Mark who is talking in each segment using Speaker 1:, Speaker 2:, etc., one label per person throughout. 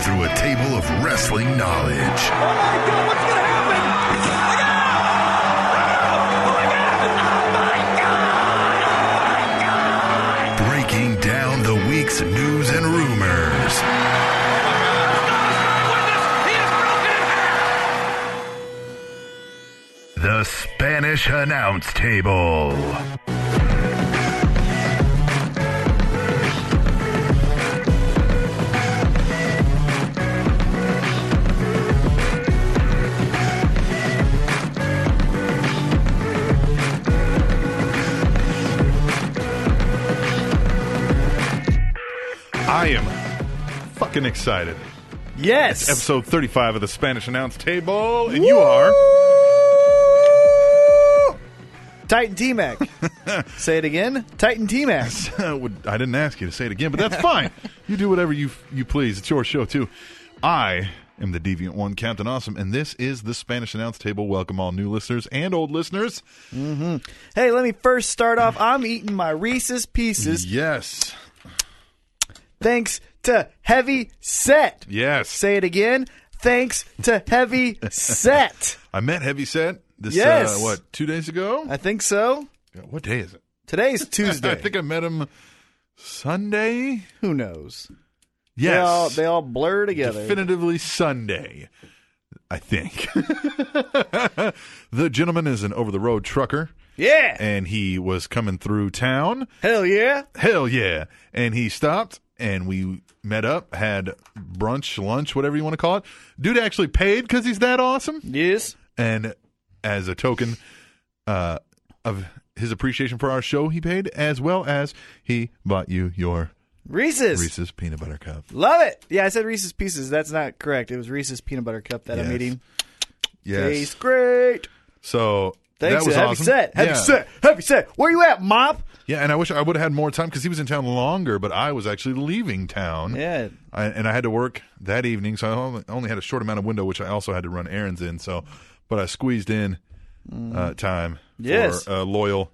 Speaker 1: through a table of wrestling knowledge.
Speaker 2: Oh my God, what's going to happen? Look out! Look out!
Speaker 1: Breaking down the week's news and rumors.
Speaker 2: Oh my Witness, he is broken in half!
Speaker 1: The Spanish Announce Table.
Speaker 3: I am fucking excited.
Speaker 4: Yes.
Speaker 3: Episode 35 of the Spanish Announce Table, and you are.
Speaker 4: Titan T Mac. Say it again. Titan T Mac.
Speaker 3: Would- I didn't ask you to say it again, but that's fine. you do whatever you you please. It's your show too. I am the Deviant One, Captain Awesome, and this is the Spanish Announce Table. Welcome all new listeners and old listeners.
Speaker 4: Hey, let me first start off. I'm eating my Reese's Pieces
Speaker 3: Yes,
Speaker 4: thanks to Heavy Set.
Speaker 3: yes.
Speaker 4: Say it again. Thanks to Heavy Set.
Speaker 3: I met Heavyset this
Speaker 4: Yes.
Speaker 3: uh, what two days ago.
Speaker 4: I think so.
Speaker 3: what day is it?
Speaker 4: Today's Tuesday.
Speaker 3: I think I met him Sunday.
Speaker 4: Who knows?
Speaker 3: Yes,
Speaker 4: They all, they all blur together.
Speaker 3: definitively Sunday, I think. the gentleman is an over the road trucker,
Speaker 4: yeah.
Speaker 3: and he was coming through town.
Speaker 4: Hell yeah.
Speaker 3: Hell yeah. And he stopped, and we met up, had brunch, lunch, whatever you want to call it. Dude actually paid because he's that awesome.
Speaker 4: Yes.
Speaker 3: And as a token uh, of his appreciation for our show, he paid, as well as he bought you your
Speaker 4: Reese's.
Speaker 3: Reese's peanut butter cup.
Speaker 4: Love it. Yeah, I said Reese's Pieces. That's not correct. It was Reese's Peanut Butter Cup that I'm
Speaker 3: Yes.
Speaker 4: eating. Tastes
Speaker 3: Yes.
Speaker 4: great.
Speaker 3: So.
Speaker 4: Thanks.
Speaker 3: that was
Speaker 4: heavy
Speaker 3: awesome.
Speaker 4: set. Heavy
Speaker 3: Yeah.
Speaker 4: set. Heavy set. Where you at, mop?
Speaker 3: Yeah, and I wish I would have had more time because he was in town longer, but I was actually leaving town.
Speaker 4: Yeah.
Speaker 3: I, and I had to work that evening, so I only, only had a short amount of window, which I also had to run errands in. So, but I squeezed in uh, time
Speaker 4: Mm. Yes.
Speaker 3: for a loyal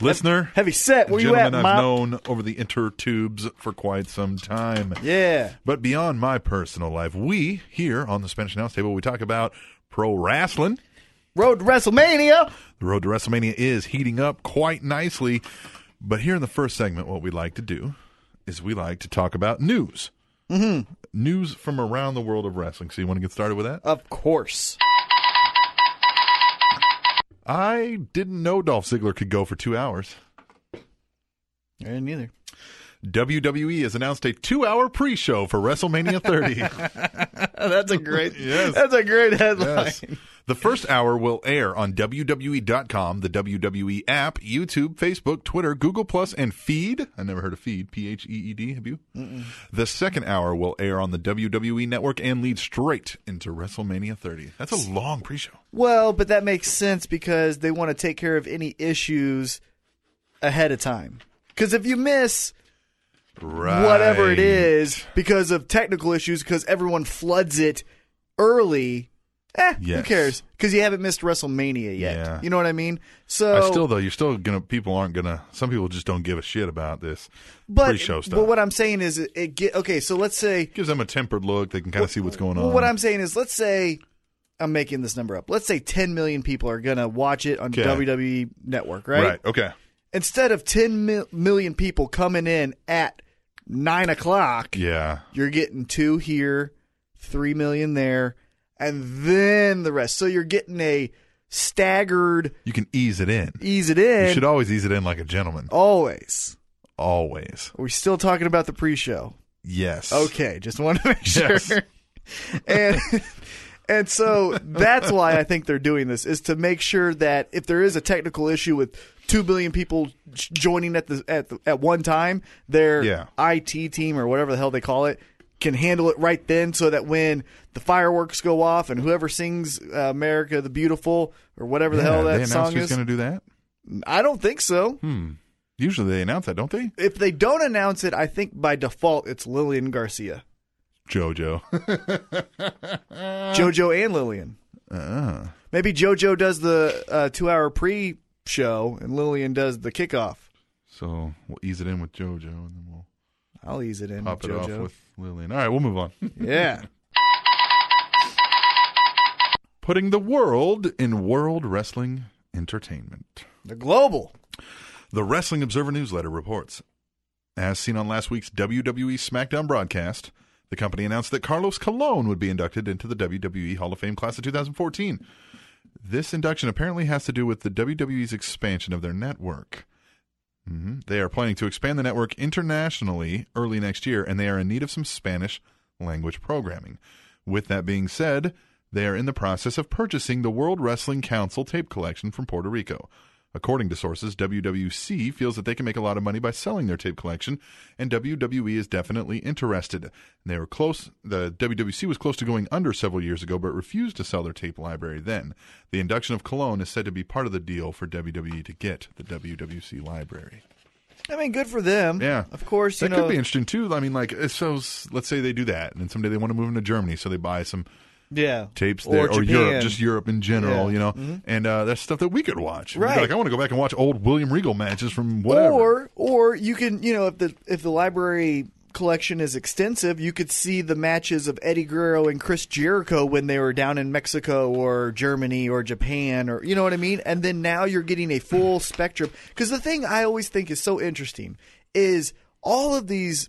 Speaker 3: listener,
Speaker 4: Heavy set.
Speaker 3: a
Speaker 4: Where you
Speaker 3: gentleman
Speaker 4: at,
Speaker 3: I've
Speaker 4: mop?
Speaker 3: known over the intertubes for quite some time.
Speaker 4: Yeah.
Speaker 3: But beyond my personal life, we here on the Spanish Announce Table we talk about pro wrestling.
Speaker 4: Road to WrestleMania.
Speaker 3: The road to WrestleMania is heating up quite nicely. But here in the first segment, what we like to do is we like to talk about news. Mm-hmm. News from around the world of wrestling. So you want to get started with that?
Speaker 4: Of course.
Speaker 3: I didn't know Dolph Ziggler could go for two hours.
Speaker 4: I didn't either.
Speaker 3: WWE E has announced a two hour pre show for WrestleMania 30.
Speaker 4: Oh, that's a great.
Speaker 3: Yes.
Speaker 4: That's a great headline.
Speaker 3: yes. The first hour will air on WWE.com, the WWE app, YouTube, Facebook, Twitter, Google Plus, and Feed. I never heard of Feed. P H E E D. Have you? The second hour will air on the WWE network and lead straight into WrestleMania 30. That's a long pre show.
Speaker 4: Well, but that makes sense because they want to take care of any issues ahead of time. Because if you miss
Speaker 3: Right.
Speaker 4: whatever it is because of technical issues, because everyone floods it early, eh, who
Speaker 3: Yes.
Speaker 4: cares? Because you haven't missed WrestleMania yet.
Speaker 3: Yeah.
Speaker 4: You know what I mean? So
Speaker 3: I still, though, you're still going to, people aren't going to, some people just don't give a shit about this
Speaker 4: but,
Speaker 3: pre show stuff.
Speaker 4: But what I'm saying is, it, it get, okay. So let's say
Speaker 3: gives them a tempered look. They can kind of see what's going on.
Speaker 4: Well, what I'm saying is, let's say I'm making this number up. Let's say 10 million people are gonna watch it on
Speaker 3: Okay.
Speaker 4: WWE Network, right?
Speaker 3: right. Okay.
Speaker 4: Instead of 10 mil- million people coming in at nine o'clock,
Speaker 3: Yeah.
Speaker 4: you're getting two here, three million there, and then the rest. So you're getting a staggered
Speaker 3: You can ease it in.
Speaker 4: ease it in.
Speaker 3: you should always ease it in like a gentleman.
Speaker 4: always.
Speaker 3: Always.
Speaker 4: Are we still talking about the pre-show?
Speaker 3: Yes.
Speaker 4: Okay, just want to make sure.
Speaker 3: Yes.
Speaker 4: and and so that's why I think they're doing this is to make sure that if there is a technical issue with two billion people j- joining at the at the, at one time, their
Speaker 3: Yeah.
Speaker 4: IT team or whatever the hell they call it can handle it right then, so that when the fireworks go off and whoever sings uh, "America the Beautiful" or whatever the
Speaker 3: Yeah,
Speaker 4: hell
Speaker 3: they
Speaker 4: that
Speaker 3: announced
Speaker 4: song
Speaker 3: who's Hmm.
Speaker 4: is,
Speaker 3: going to do that.
Speaker 4: I don't think so.
Speaker 3: Usually they announce that, don't they?
Speaker 4: If they don't announce it, I think by default it's Lillian Garcia,
Speaker 3: JoJo.
Speaker 4: JoJo, and Lillian.
Speaker 3: uh,
Speaker 4: Maybe JoJo does the uh, two hour pre show and Lillian does the kickoff.
Speaker 3: so we'll ease it in with JoJo, and then we'll
Speaker 4: I'll ease it in,
Speaker 3: Pop it
Speaker 4: JoJo.
Speaker 3: off with Lillian. All right, we'll move on.
Speaker 4: yeah.
Speaker 3: Putting the world in world wrestling entertainment.
Speaker 4: The global.
Speaker 3: The Wrestling Observer Newsletter reports. As seen on last week's WWE SmackDown broadcast, the company announced that Carlos Colon would be inducted into the WWE Hall of Fame class of 2014. This induction apparently has to do with the WWE's expansion of their network. Mhm. They are planning to expand the network internationally early next year, and they are in need of some Spanish language programming. With that being said, they are in the process of purchasing the World Wrestling Council tape collection from Puerto Rico. According to sources, WWC feels that they can make a lot of money by selling their tape collection, and WWE is definitely interested. They were close. The WWC was close to going under several years ago, but refused to sell their tape library then. The induction of Cologne is said to be part of the deal for WWE to get the WWC library.
Speaker 4: I mean, good for them.
Speaker 3: Yeah,
Speaker 4: Of course, you
Speaker 3: that
Speaker 4: know.
Speaker 3: could be interesting too. I mean, like, so s- let's say they do that, and then someday they want to move into Germany, so they buy some
Speaker 4: yeah.
Speaker 3: tapes there or,
Speaker 4: Japan.
Speaker 3: Europe, just Europe in general,
Speaker 4: Yeah. Mm-hmm.
Speaker 3: you know. And uh, that's stuff that we could watch. We'd be
Speaker 4: Right.
Speaker 3: Like I want to go back and watch old William Regal matches from whatever.
Speaker 4: Or or you can you know if the if the library collection is extensive, you could see the matches of Eddie Guerrero and Chris Jericho when they were down in Mexico or Germany or Japan or you know what I mean. And then now you're getting a full spectrum because the thing I always think is so interesting is all of these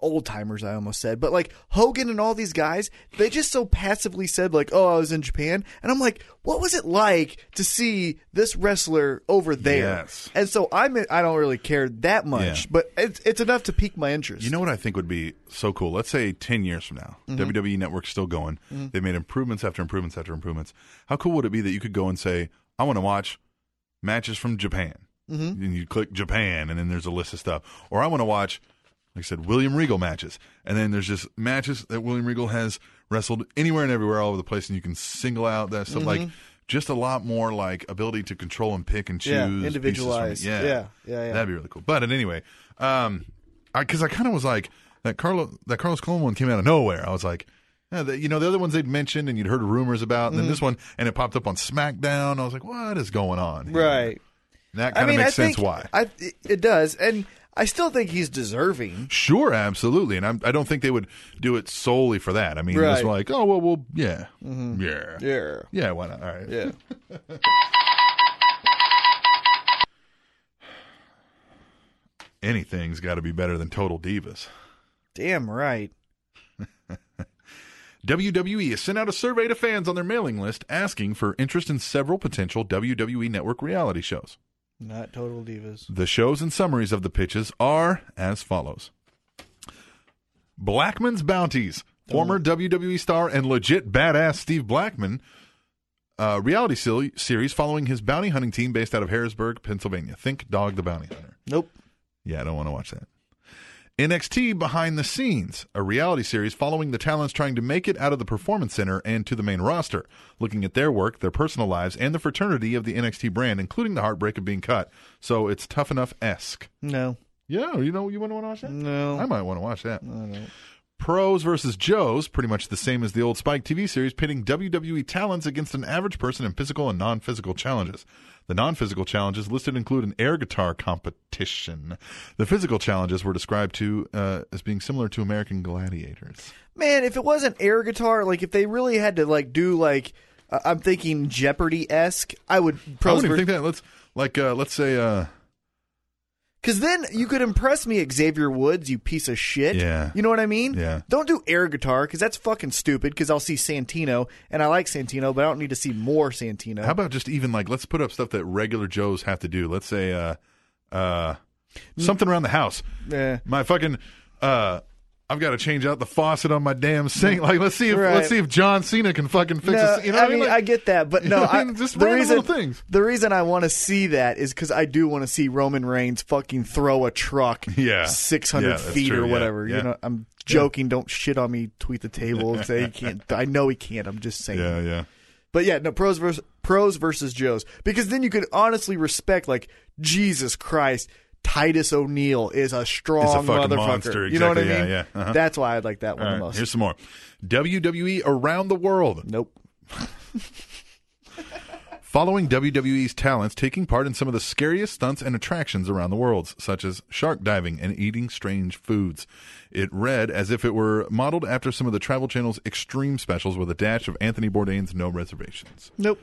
Speaker 4: old timers I almost said, but like Hogan and all these guys, they just so passively said like, "Oh, I was in Japan," and I'm like, "What was it like to see this wrestler over there?"
Speaker 3: Yes.
Speaker 4: And so I'm I don't really care that much,
Speaker 3: Yeah.
Speaker 4: but it's it's enough to pique my interest. Mm-hmm.
Speaker 3: You know what I think would be so cool? Let's say 10 years from now, WWE Network's still going. They've made improvements after improvements after improvements. How cool would it be that you could go and say, I want to watch matches from Japan?
Speaker 4: Mm-hmm.
Speaker 3: And you click Japan, and then there's a list of stuff. Or I want to watch, like I said, William Regal matches. And then there's just matches that William Regal has wrestled anywhere and everywhere all over the place, and you can single out that stuff.
Speaker 4: Mm-hmm.
Speaker 3: Like, just a lot more like ability to control and pick and choose.
Speaker 4: Yeah,
Speaker 3: pieces from it.
Speaker 4: individualized.
Speaker 3: Yeah.
Speaker 4: Yeah, yeah, yeah.
Speaker 3: That'd be really cool. But and anyway, um, because I, kind of was like that Carlo that Carlos Colon one came out of nowhere. I was like, yeah, the, you know, the other ones they'd mentioned and you'd heard rumors about, and then
Speaker 4: Mm-hmm.
Speaker 3: this one, and it popped up on SmackDown. I was like, what is going on? here?
Speaker 4: right?
Speaker 3: And that
Speaker 4: I
Speaker 3: kind
Speaker 4: mean,
Speaker 3: of
Speaker 4: I
Speaker 3: makes sense
Speaker 4: think
Speaker 3: why.
Speaker 4: I it- it does, and I still think he's deserving.
Speaker 3: Sure, absolutely, and I'm, I don't think they would do it solely for that. I mean, it was
Speaker 4: Right. Mm-hmm.
Speaker 3: like, oh well, well, yeah, yeah,
Speaker 4: Yeah.
Speaker 3: yeah, why not? All right,
Speaker 4: Yeah.
Speaker 3: anything's got to be better than Total Divas.
Speaker 4: Damn right.
Speaker 3: WWE E has sent out a survey to fans on their mailing list asking for interest in several potential WWE network reality shows.
Speaker 4: Not total divas.
Speaker 3: The shows and summaries of the pitches are as follows Blackman's Bounties, former WWE star and legit badass Steve Blackman, uh, reality se- series following his bounty hunting team based out of Harrisburg, Pennsylvania. Think Dog the Bounty Hunter.
Speaker 4: Nope.
Speaker 3: Yeah, I don't want to watch that. NXT Behind the Scenes, a reality series following the talents trying to make it out of the Performance Center and to the main roster, looking at their work, their personal lives, and the fraternity of the NXT brand, including the heartbreak of being cut. So it's tough enough esque.
Speaker 4: No.
Speaker 3: Yeah, you know, you want to watch that?
Speaker 4: No.
Speaker 3: I might want to watch that. Pros versus Joes, pretty much the same as the old Spike TV series, pitting WWE talents against an average person in physical and non physical challenges. The non physical challenges listed include an air guitar competition. The physical challenges were described to uh, as being similar to American Gladiators.
Speaker 4: Man, if it wasn't air guitar, like if they really had to like do like uh, I'm thinking Jeopardy esque, I would
Speaker 3: I
Speaker 4: pros
Speaker 3: wouldn't even think that. Let's like uh, let's say uh,
Speaker 4: because then you could impress me, Xavier Woods, you piece of shit.
Speaker 3: Yeah.
Speaker 4: you know what I mean.
Speaker 3: Yeah.
Speaker 4: Don't do air guitar because that's fucking stupid. Because I'll see Santino and I like Santino, but I don't need to see more Santino.
Speaker 3: how about just even like let's put up stuff that regular Joes have to do. Let's say uh, uh, something around the house.
Speaker 4: Yeah.
Speaker 3: my fucking uh I've got to change out the faucet on my damn sink. Like, let's see if
Speaker 4: Right.
Speaker 3: let's see if John Cena can fucking fix
Speaker 4: No,
Speaker 3: this. You know
Speaker 4: I
Speaker 3: what
Speaker 4: mean,
Speaker 3: Like-
Speaker 4: I get that, but no,
Speaker 3: I
Speaker 4: I,
Speaker 3: mean, just
Speaker 4: the
Speaker 3: random
Speaker 4: reason
Speaker 3: little things.
Speaker 4: the reason I want to see that is because I do want to see Roman Reigns fucking throw a truck,
Speaker 3: Yeah.
Speaker 4: six hundred
Speaker 3: Yeah, that's
Speaker 4: feet
Speaker 3: true,
Speaker 4: or
Speaker 3: yeah,
Speaker 4: whatever.
Speaker 3: yeah.
Speaker 4: You know, I'm joking. Don't shit on me. Tweet the table and say he can't. I know he can't. I'm just saying.
Speaker 3: yeah, yeah.
Speaker 4: But yeah, no pros versus pros versus Joes because then you could honestly respect like Jesus Christ. Titus O'Neil is a strong
Speaker 3: fucking
Speaker 4: motherfucker.
Speaker 3: monster,
Speaker 4: You know what I
Speaker 3: exactly,
Speaker 4: mean?
Speaker 3: yeah, yeah, uh-huh.
Speaker 4: That's why I like that one
Speaker 3: All
Speaker 4: the
Speaker 3: right,
Speaker 4: most.
Speaker 3: here's some E more. WWE around the world.
Speaker 4: nope.
Speaker 3: Following WWE's talents, taking part in some of the scariest stunts and attractions around the world, such as shark diving and eating strange foods. It read as if it were modeled after some of the Travel Channel's extreme specials with a dash of Anthony Bourdain's No Reservations.
Speaker 4: Nope.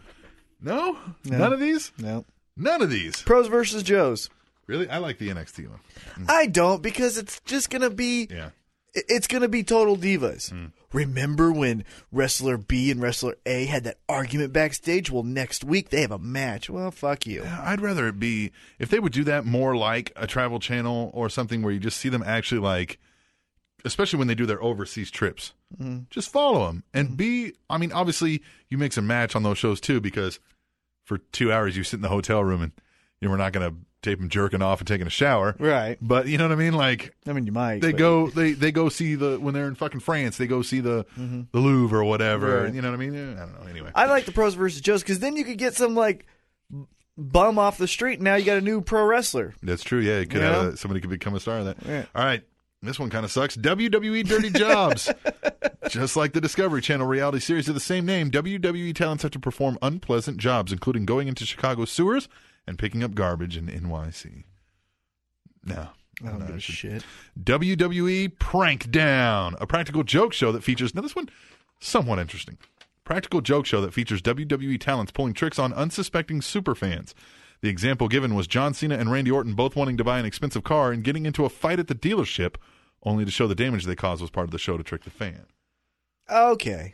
Speaker 3: No? None of these?
Speaker 4: No.
Speaker 3: None of these.
Speaker 4: Pros versus Joes.
Speaker 3: Really? I like the NXT one.
Speaker 4: I don't because it's just gonna be
Speaker 3: Hmm. Yeah. Hmm.
Speaker 4: i- it's gonna be total divas. Remember when wrestler B and wrestler A had that argument backstage? Well, next week they have a match. Well, fuck you.
Speaker 3: I'd rather it be if they would do that more like a travel channel or something where you just see them actually like, especially when they do their overseas trips,
Speaker 4: Mm-hmm.
Speaker 3: just follow them and be. I mean, obviously you mix and match on those shows too because for two hours you sit in the hotel room and you know, we're not going to tape them jerking off and taking a shower,
Speaker 4: Right.
Speaker 3: But you know what I mean, like.
Speaker 4: I mean, you might.
Speaker 3: They
Speaker 4: but-
Speaker 3: go, they they go see the when they're in fucking France. They go see the the Louvre or whatever.
Speaker 4: Mm-hmm. Right.
Speaker 3: You know what I mean? Yeah, I don't know. Anyway,
Speaker 4: I like the pros versus Joes because then you could get some like b- bum off the street. Now you got a new pro wrestler.
Speaker 3: That's true. Yeah, it could
Speaker 4: You
Speaker 3: have
Speaker 4: know?
Speaker 3: a- somebody could become a star in that.
Speaker 4: Yeah.
Speaker 3: All right, this one kind of sucks. WWE Dirty Jobs, just like the Discovery Channel reality series of the same name, WWE talents have to perform unpleasant jobs, including going into Chicago sewers and picking up garbage in NYC. No.
Speaker 4: I don't give a shit.
Speaker 3: WWE E Prank Down, a practical joke show that features. Now, this one, somewhat interesting. Practical joke show that features WWE talents pulling tricks on unsuspecting superfans. The example given was John Cena and Randy Orton both wanting to buy an expensive car and getting into a fight at the dealership, only to show the damage they caused was part of the show to trick the fan.
Speaker 4: Okay,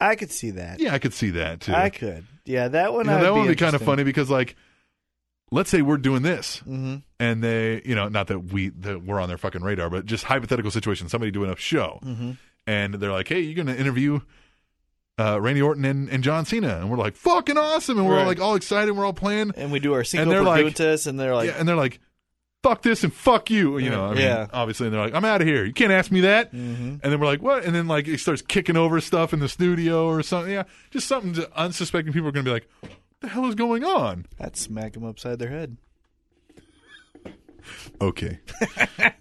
Speaker 4: I could see that.
Speaker 3: Yeah, I could see that too.
Speaker 4: I could. Yeah, that one.
Speaker 3: You know,
Speaker 4: I'd
Speaker 3: that would be kind of
Speaker 4: interesting.
Speaker 3: funny because, like, let's say we're doing this,
Speaker 4: Mm-hmm.
Speaker 3: and they, you know, not that we that we're on their fucking radar, but just hypothetical situation, somebody doing a show,
Speaker 4: Mm-hmm.
Speaker 3: and they're like, "Hey, you're going to interview uh, Randy Orton and, and John Cena," and we're like, "Fucking awesome!" and we're all
Speaker 4: Right.
Speaker 3: like all excited, we're all playing,
Speaker 4: And we do our
Speaker 3: And
Speaker 4: single
Speaker 3: they're
Speaker 4: and
Speaker 3: like-
Speaker 4: and they're like,
Speaker 3: yeah, and they're like, "Fuck this and fuck you," you know, I mean,
Speaker 4: Yeah. Mm-hmm.
Speaker 3: obviously, and they're like, "I'm out of here. You can't ask me that," and then we're like, "What?" and then like it starts kicking over stuff in the studio or something, yeah, just something to unsuspecting people are going to be like. "What The hell is going on?
Speaker 4: I'd smack them upside their head.
Speaker 3: Okay.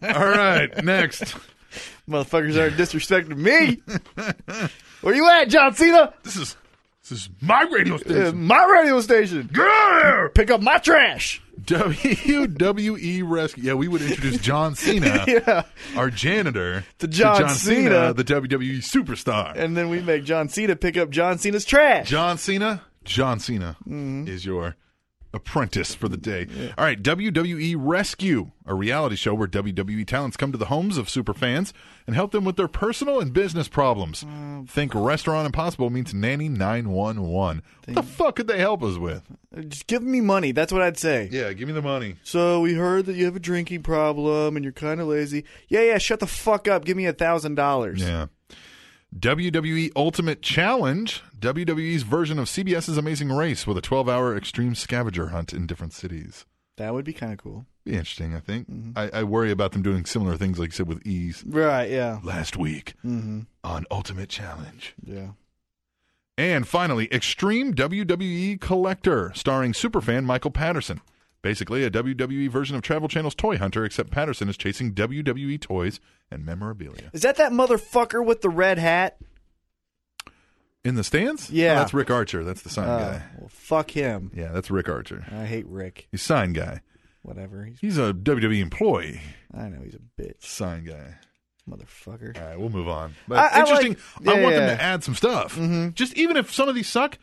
Speaker 3: All right. Next.
Speaker 4: Motherfuckers aren't disrespecting me. Where you at, John Cena?
Speaker 3: This is this is my radio
Speaker 4: Uh,
Speaker 3: station.
Speaker 4: my radio station. Pick up my trash.
Speaker 3: WWE E Rescue. Yeah, we would introduce John Cena,
Speaker 4: Yeah.
Speaker 3: our janitor,
Speaker 4: To John Cena.
Speaker 3: the WWE superstar.
Speaker 4: And then we make John Cena pick up John Cena's trash.
Speaker 3: John Cena, John Cena is your apprentice for the day. All right, WWE Rescue, a reality show where WWE talents come to the homes of superfans and help them with their personal and business problems. Think Restaurant Impossible means Nanny 911. What the fuck could they help us with?
Speaker 4: Just give me money. That's what I'd say.
Speaker 3: Yeah, give me the money.
Speaker 4: So we heard that you have a drinking problem and you're kind of lazy. Yeah, yeah. Shut the fuck up. Give me a thousand dollars.
Speaker 3: Yeah. WWE Ultimate Challenge, WWE's version of CBS's Amazing Race with a 12 hour extreme scavenger hunt in different cities.
Speaker 4: That would be kind of cool.
Speaker 3: Be interesting, I think.
Speaker 4: Mm-hmm.
Speaker 3: I, I worry about them doing similar things, like you said, with ease
Speaker 4: Right. Yeah.
Speaker 3: last week
Speaker 4: Mm-hmm.
Speaker 3: on Ultimate Challenge.
Speaker 4: Yeah.
Speaker 3: And finally, Extreme WWE Collector, starring superfan Michael Patterson. Basically, a WWE version of Travel Channel's Toy Hunter, except Patterson is chasing WWE toys and memorabilia.
Speaker 4: Is that that motherfucker with the red hat?
Speaker 3: In the stands?
Speaker 4: Yeah.
Speaker 3: Oh, that's Rick Archer. That's the sign
Speaker 4: Uh,
Speaker 3: guy.
Speaker 4: well, fuck him.
Speaker 3: Yeah, that's Rick Archer.
Speaker 4: I hate Rick.
Speaker 3: He's sign guy.
Speaker 4: Whatever. He's,
Speaker 3: He's a WWE employee.
Speaker 4: I know he's a bitch,
Speaker 3: Sign guy.
Speaker 4: motherfucker.
Speaker 3: All right, we'll move on. But
Speaker 4: I- I
Speaker 3: interesting.
Speaker 4: like-
Speaker 3: I
Speaker 4: yeah,
Speaker 3: want
Speaker 4: yeah. Mm-hmm.
Speaker 3: them to add some stuff. Just even if some of these suck,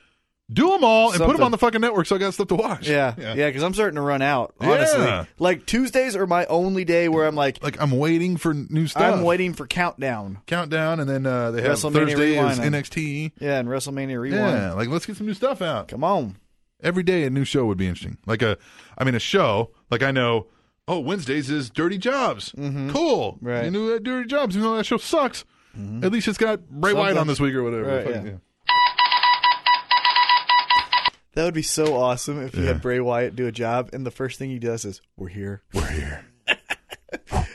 Speaker 3: do them all and put them
Speaker 4: Something.
Speaker 3: on the fucking network so I got stuff to watch.
Speaker 4: Yeah, yeah, because I'm starting to run out. Honestly,
Speaker 3: Yeah.
Speaker 4: like Tuesdays are my only day where I'm like,
Speaker 3: Like I'm waiting for new stuff.
Speaker 4: I'm waiting for countdown.
Speaker 3: Countdown, and then uh, they have
Speaker 4: WrestleMania
Speaker 3: Thursday is
Speaker 4: Rewind.
Speaker 3: NXT.
Speaker 4: Yeah, and WrestleMania Rewind.
Speaker 3: Yeah, like let's get some new stuff out.
Speaker 4: Come on,
Speaker 3: Every day a new show would be interesting. Like a, I mean a show. Like I know. Oh, Wednesdays is Dirty Jobs. Cool.
Speaker 4: Mm-hmm. Right. Mm-hmm.
Speaker 3: You knew that Dirty Jobs. Even though that show sucks. At least it's got Bray White
Speaker 4: Something.
Speaker 3: on this week or whatever.
Speaker 4: Right,
Speaker 3: Fuck,
Speaker 4: yeah. that would be so awesome if you had Bray Wyatt do a job, and the first thing he does is, "We're here."
Speaker 3: We're here.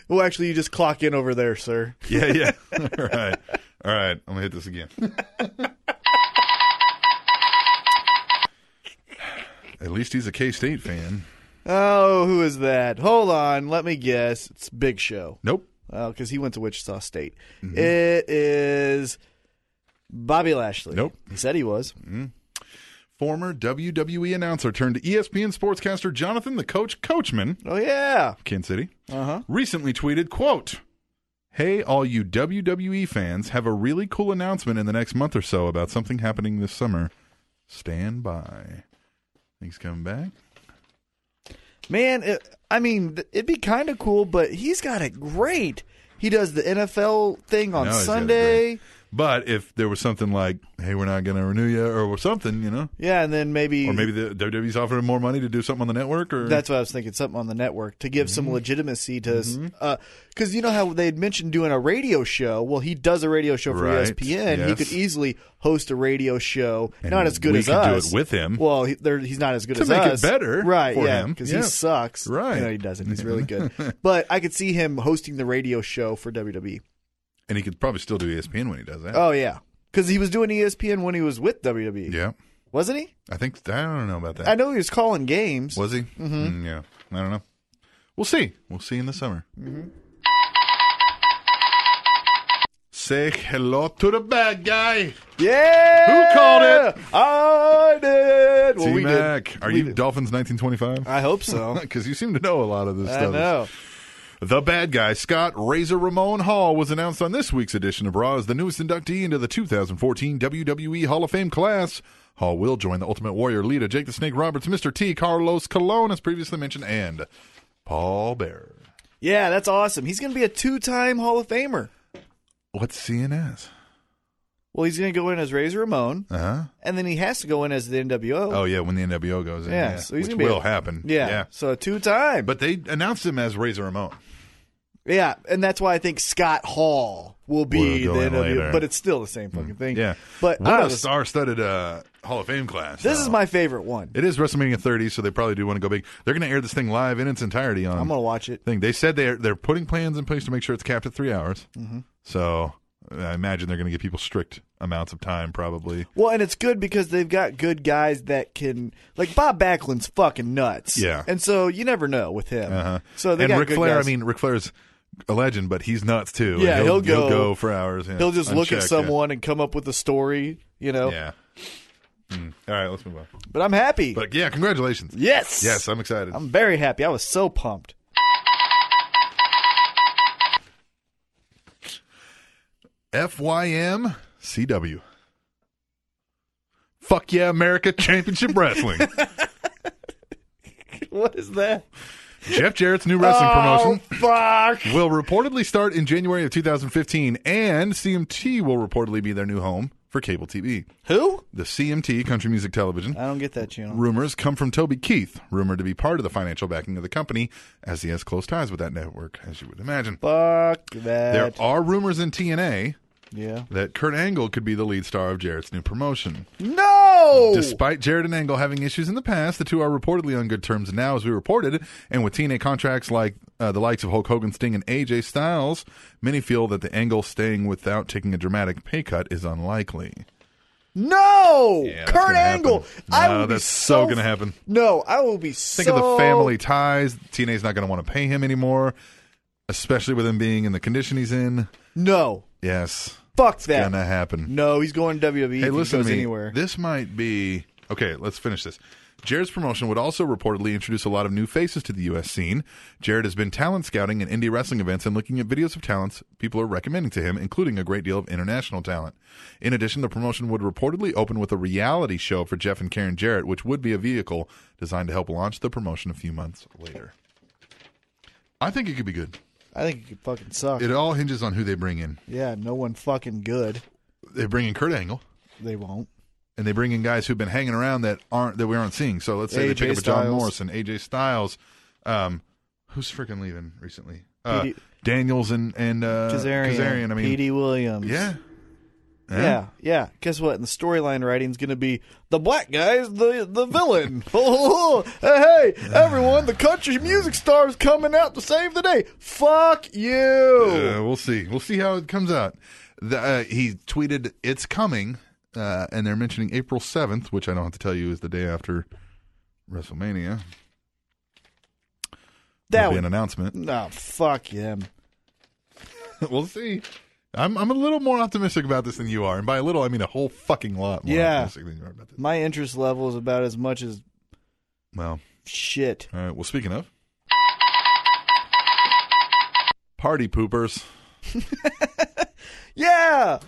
Speaker 4: Well, actually, you just clock in over there, sir.
Speaker 3: Yeah, yeah. All right. All right. I'm going to hit this again. At least he's a K State fan.
Speaker 4: Oh, who is that? Hold on, let me guess. It's Big Show.
Speaker 3: Nope.
Speaker 4: because he went to Wichita State.
Speaker 3: Mm-hmm.
Speaker 4: It is Bobby Lashley.
Speaker 3: Nope.
Speaker 4: He said he was.
Speaker 3: Former WWE announcer turned E ESPN sportscaster Jonathan the Coach Coachman,
Speaker 4: Oh yeah.
Speaker 3: Kansas City, uh-huh. recently tweeted, quote, Hey, all you WWE fans, have a really cool announcement in the next month or so about something happening this summer. Stand by. Things coming back.
Speaker 4: Man, it, I mean, th- it'd be kind of cool, but he's got it great. He does the NFL thing on
Speaker 3: No, he's got it
Speaker 4: Sunday.
Speaker 3: great. But if there was something like, hey, we're not going to renew you or something, you know,
Speaker 4: Yeah, and then maybe,
Speaker 3: or maybe the WWE's offering more money to do something on the network or
Speaker 4: that's what I was thinking. Something on the network to give
Speaker 3: Mm-hmm.
Speaker 4: some legitimacy to, because you know how they had mentioned doing a radio show. Well, he does a radio show for E
Speaker 3: Right,
Speaker 4: ESPN. He
Speaker 3: yes.
Speaker 4: could easily host a radio show,
Speaker 3: And
Speaker 4: not as good
Speaker 3: we
Speaker 4: as
Speaker 3: could do
Speaker 4: us.
Speaker 3: it with him.
Speaker 4: Well, he, there- he's not as good
Speaker 3: To
Speaker 4: as
Speaker 3: make it
Speaker 4: us.
Speaker 3: better
Speaker 4: right?
Speaker 3: for
Speaker 4: yeah,
Speaker 3: him,
Speaker 4: because
Speaker 3: yeah.
Speaker 4: he sucks.
Speaker 3: Right.
Speaker 4: No, he doesn't. He's really good. but I could see him hosting the radio show for WWE.
Speaker 3: and he could probably still do E ESPN when he does that.
Speaker 4: Oh yeah, because he was doing E ESPN when he was with WWE,
Speaker 3: yeah,
Speaker 4: wasn't he?
Speaker 3: I think I don't know about that.
Speaker 4: I know he was calling games.
Speaker 3: Was he? Mm, yeah, I don't know. We'll see. We'll see in the summer.
Speaker 4: Mm-hmm.
Speaker 3: Say hello to the bad guy,
Speaker 4: Yeah,
Speaker 3: Who called it?
Speaker 4: I did. Well, we
Speaker 3: T
Speaker 4: did.
Speaker 3: Mac. Are
Speaker 4: We
Speaker 3: you
Speaker 4: did.
Speaker 3: Dolphins 1925?
Speaker 4: I hope so.
Speaker 3: Because you seem to know a lot of this
Speaker 4: I
Speaker 3: stuff.
Speaker 4: know.
Speaker 3: The bad guy, Scott Razor Ramon Hall, was announced on this week's edition of Raw as the newest inductee into the 2014 WWE E Hall of Fame class. Hall will join the Ultimate Warrior, Lita, Jake the Snake Roberts, Mr. T, Carlos Colon, as previously mentioned, and Paul Bearer.
Speaker 4: Yeah, that's awesome. He's going to be a two-time Hall of Famer.
Speaker 3: What's CNS?
Speaker 4: Well, he's going to go in as Razor Ramon,
Speaker 3: Uh huh.
Speaker 4: and then he has to go in as the NWO.
Speaker 3: Oh yeah, when the NWO goes in,
Speaker 4: yeah,
Speaker 3: yeah,
Speaker 4: so he's
Speaker 3: which
Speaker 4: gonna be
Speaker 3: will
Speaker 4: a-
Speaker 3: happen.
Speaker 4: Yeah, so a two-time.
Speaker 3: but they announced him as Razor Ramon.
Speaker 4: yeah, and that's why I think Scott Hall will be
Speaker 3: Will go
Speaker 4: the
Speaker 3: in
Speaker 4: NWO.
Speaker 3: later. Mm-hmm.
Speaker 4: But it's still the same fucking thing.
Speaker 3: Yeah,
Speaker 4: but I
Speaker 3: what
Speaker 4: don't know,
Speaker 3: a
Speaker 4: this,
Speaker 3: star-studded uh, Hall of Fame class.
Speaker 4: this is
Speaker 3: though.
Speaker 4: my favorite one.
Speaker 3: It is WrestleMania 30, so they probably do want to go big. They're going to air this thing live in its entirety on.
Speaker 4: I'm going to watch it.
Speaker 3: thing. They said they're they're putting plans in place to make sure it's capped at three hours.
Speaker 4: Mm-hmm.
Speaker 3: So I imagine they're going to give people strict amounts of time, probably.
Speaker 4: Well, and it's good because they've got good guys that can, like Bob Backlund's fucking nuts.
Speaker 3: Yeah.
Speaker 4: and so you never know with him.
Speaker 3: Uh-huh.
Speaker 4: So they
Speaker 3: and
Speaker 4: got
Speaker 3: Ric
Speaker 4: good
Speaker 3: Flair,
Speaker 4: guys.
Speaker 3: I mean, Ric Flair's a legend, but he's nuts too.
Speaker 4: Yeah,
Speaker 3: And
Speaker 4: he'll go-
Speaker 3: for hours. yeah,
Speaker 4: he'll just look at
Speaker 3: unchecked,
Speaker 4: someone and come up with a story, you know.
Speaker 3: Yeah. yeah. Mm. All right, let's move on.
Speaker 4: But I'm happy.
Speaker 3: But yeah, congratulations.
Speaker 4: yes,
Speaker 3: Yes, I'm excited.
Speaker 4: I'm very happy. I was so pumped.
Speaker 3: FYM CW. Fuck yeah, America Championship Wrestling.
Speaker 4: What is that?
Speaker 3: Jeff Jarrett's new wrestling promotion.
Speaker 4: Oh, fuck.
Speaker 3: will reportedly start in January of 2015, and CMT will reportedly be their new home for cable TV.
Speaker 4: Who?
Speaker 3: The CMT, Country Music Television,
Speaker 4: I don't get that channel.
Speaker 3: rumors come from Toby Keith, rumored to be part of the financial backing of the company, as he has close ties with that network, as you would imagine.
Speaker 4: Fuck
Speaker 3: There
Speaker 4: that.
Speaker 3: are rumors in TNA
Speaker 4: yeah.
Speaker 3: that Kurt Angle could be the lead star of Jarrett's new promotion.
Speaker 4: No.
Speaker 3: Despite Jared and Angle having issues in the past, the two are reportedly on good terms now, as we reported. And with TNA contracts like uh, the likes of Hulk Hogan, Sting, and AJ Styles, many feel that the Angle staying without taking a dramatic pay cut is unlikely.
Speaker 4: no.
Speaker 3: Yeah, that's
Speaker 4: Kurt
Speaker 3: gonna happen.
Speaker 4: Angle. I
Speaker 3: No,
Speaker 4: will be
Speaker 3: that's so
Speaker 4: so
Speaker 3: gonna happen.
Speaker 4: No, I will be
Speaker 3: Think
Speaker 4: so
Speaker 3: of the family ties. TNA's not going to want to pay him anymore, especially with him being in the condition he's in.
Speaker 4: No.
Speaker 3: Yes,
Speaker 4: Fuck that.
Speaker 3: gonna happen.
Speaker 4: No, he's going to WWE.
Speaker 3: Hey,
Speaker 4: if
Speaker 3: listen
Speaker 4: he goes
Speaker 3: to me.
Speaker 4: anywhere.
Speaker 3: This might be okay. Let's finish this. Jared's promotion would also reportedly introduce a lot of new faces to the U.S. scene. Jared has been talent scouting and indie wrestling events and looking at videos of talents people are recommending to him, including a great deal of international talent. In addition, the promotion would reportedly open with a reality show for Jeff and Karen Jarrett, which would be a vehicle designed to help launch the promotion a few months later. I think it could be good.
Speaker 4: I think he could fucking suck.
Speaker 3: It all hinges on who they bring in.
Speaker 4: yeah, no one fucking good.
Speaker 3: They bring in Kurt Angle.
Speaker 4: They won't.
Speaker 3: and they bring in guys who've been hanging around that aren't that we aren't seeing. So let's say they
Speaker 4: AJ
Speaker 3: pick up a John
Speaker 4: Styles.
Speaker 3: Morrison, AJ Styles, um, who's freaking leaving recently? Uh,
Speaker 4: PD
Speaker 3: Daniels and and uh,
Speaker 4: Kazarian,
Speaker 3: Kazarian, I mean,
Speaker 4: P.D. Williams.
Speaker 3: yeah,
Speaker 4: yeah, yeah, Guess what? And the storyline writing's going to be the black guy's the the villain. oh, hey, hey, everyone, the country music star is coming out to save the day. Fuck you.
Speaker 3: Uh, we'll see. We'll see how it comes out. The, uh, he tweeted, "It's coming," uh, and they're mentioning April seventh, which I don't have to tell you is the day after WrestleMania.
Speaker 4: that
Speaker 3: That'll be an
Speaker 4: would.
Speaker 3: announcement.
Speaker 4: No, fuck him.
Speaker 3: we'll see. I'm I'm a little more optimistic about this than you are, and by a little I mean a whole fucking lot more
Speaker 4: Yeah.
Speaker 3: optimistic than you are about this.
Speaker 4: My interest level is about as much as
Speaker 3: Well,
Speaker 4: shit.
Speaker 3: all right. Well, speaking of party poopers,
Speaker 4: Yeah.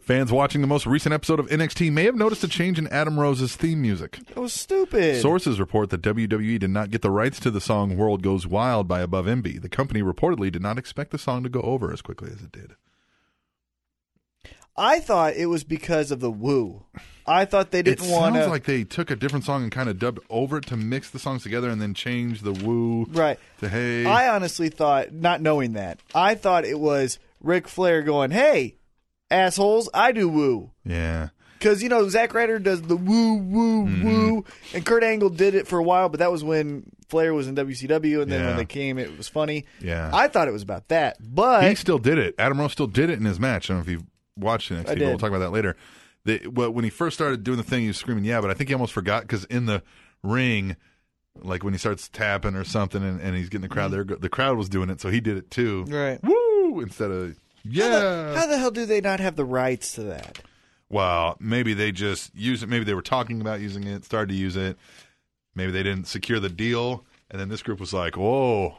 Speaker 3: fans watching the most recent episode of NXT may have noticed a change in Adam Rose's theme music.
Speaker 4: That was stupid.
Speaker 3: Sources report that WWE did not get the rights to the song "World Goes Wild" by Above MB. The company reportedly did not expect the song to go over as quickly as it did.
Speaker 4: I thought it was because of the woo. I thought they
Speaker 3: It
Speaker 4: didn't want
Speaker 3: sounds
Speaker 4: to.
Speaker 3: like they took a different song and kind of dubbed over it to mix the songs together, and then change the woo
Speaker 4: right.
Speaker 3: to hey.
Speaker 4: I honestly thought, not knowing that, I thought it was Ric Flair going, "Hey, assholes, I do woo."
Speaker 3: yeah.
Speaker 4: Because you know Zack Ryder does the woo woo
Speaker 3: Mm-hmm.
Speaker 4: woo, and Kurt Angle did it for a while, but that was when Flair was in WCW, and then
Speaker 3: Yeah.
Speaker 4: when they came, it was funny.
Speaker 3: Yeah.
Speaker 4: I thought it was about that, but
Speaker 3: he still did it. Adam Rose still did it in his match. I don't know if you watched NXT, but
Speaker 4: did.
Speaker 3: we'll talk about that later. The, well, when he first started doing the thing, he was screaming, "Yeah!" But I think he almost forgot because in the ring, like when he starts tapping or something, and, and he's getting the crowd there, the crowd was doing it, so he did it too.
Speaker 4: Mm-hmm. Right.
Speaker 3: Woo! Instead of
Speaker 4: how,
Speaker 3: yeah.
Speaker 4: the, how the hell do they not have the rights to that?
Speaker 3: well, maybe they just used it. Maybe they were talking about using it, started to use it. Maybe they didn't secure the deal, and then this group was like, "Whoa,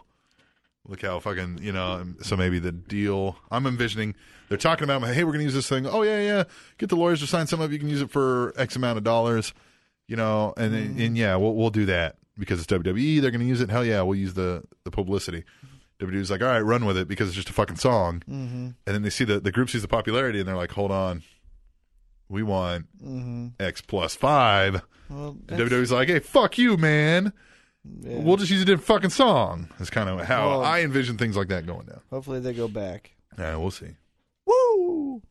Speaker 3: look how fucking you know." and So maybe the deal. I'm envisioning they're talking about, "Hey, we're gonna use this thing." Oh yeah, yeah. Get the lawyers to sign some of. it. You can use it for X amount of dollars, you know. And then and yeah, we'll we'll do that because it's WWE. They're gonna use it. Hell yeah, we'll use the the publicity. WWE's like, all right, run with it because it's just a fucking song. Mm-hmm. And then they see the the group sees the popularity, and they're like, hold on, we want
Speaker 4: Mm-hmm.
Speaker 3: X plus five.
Speaker 4: Well,
Speaker 3: And WWE's like, hey, fuck you, man.
Speaker 4: yeah.
Speaker 3: We'll just use a different fucking song. That's kind of how
Speaker 4: Well-
Speaker 3: I envision things like that going down.
Speaker 4: hopefully they go back.
Speaker 3: Yeah, we'll see.
Speaker 4: Woo!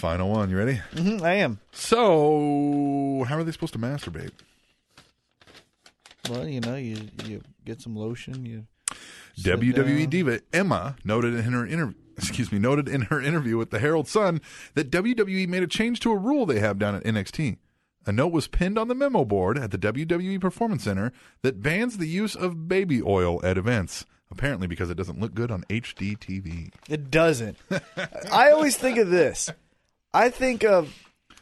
Speaker 3: Final one. You ready?
Speaker 4: hmm I am.
Speaker 3: So, how are they supposed to masturbate?
Speaker 4: Well, you know, you you get some lotion. You sit
Speaker 3: WWE
Speaker 4: down.
Speaker 3: E diva Emma noted in her interview. Excuse me, noted in her interview with the Herald Sun that WWE made a change to a rule they have down at NXT. A note was pinned on the memo board at the WWE Performance Center that bans the use of baby oil at events, apparently because it doesn't look good on HD TV.
Speaker 4: It doesn't. I always think of this. I think of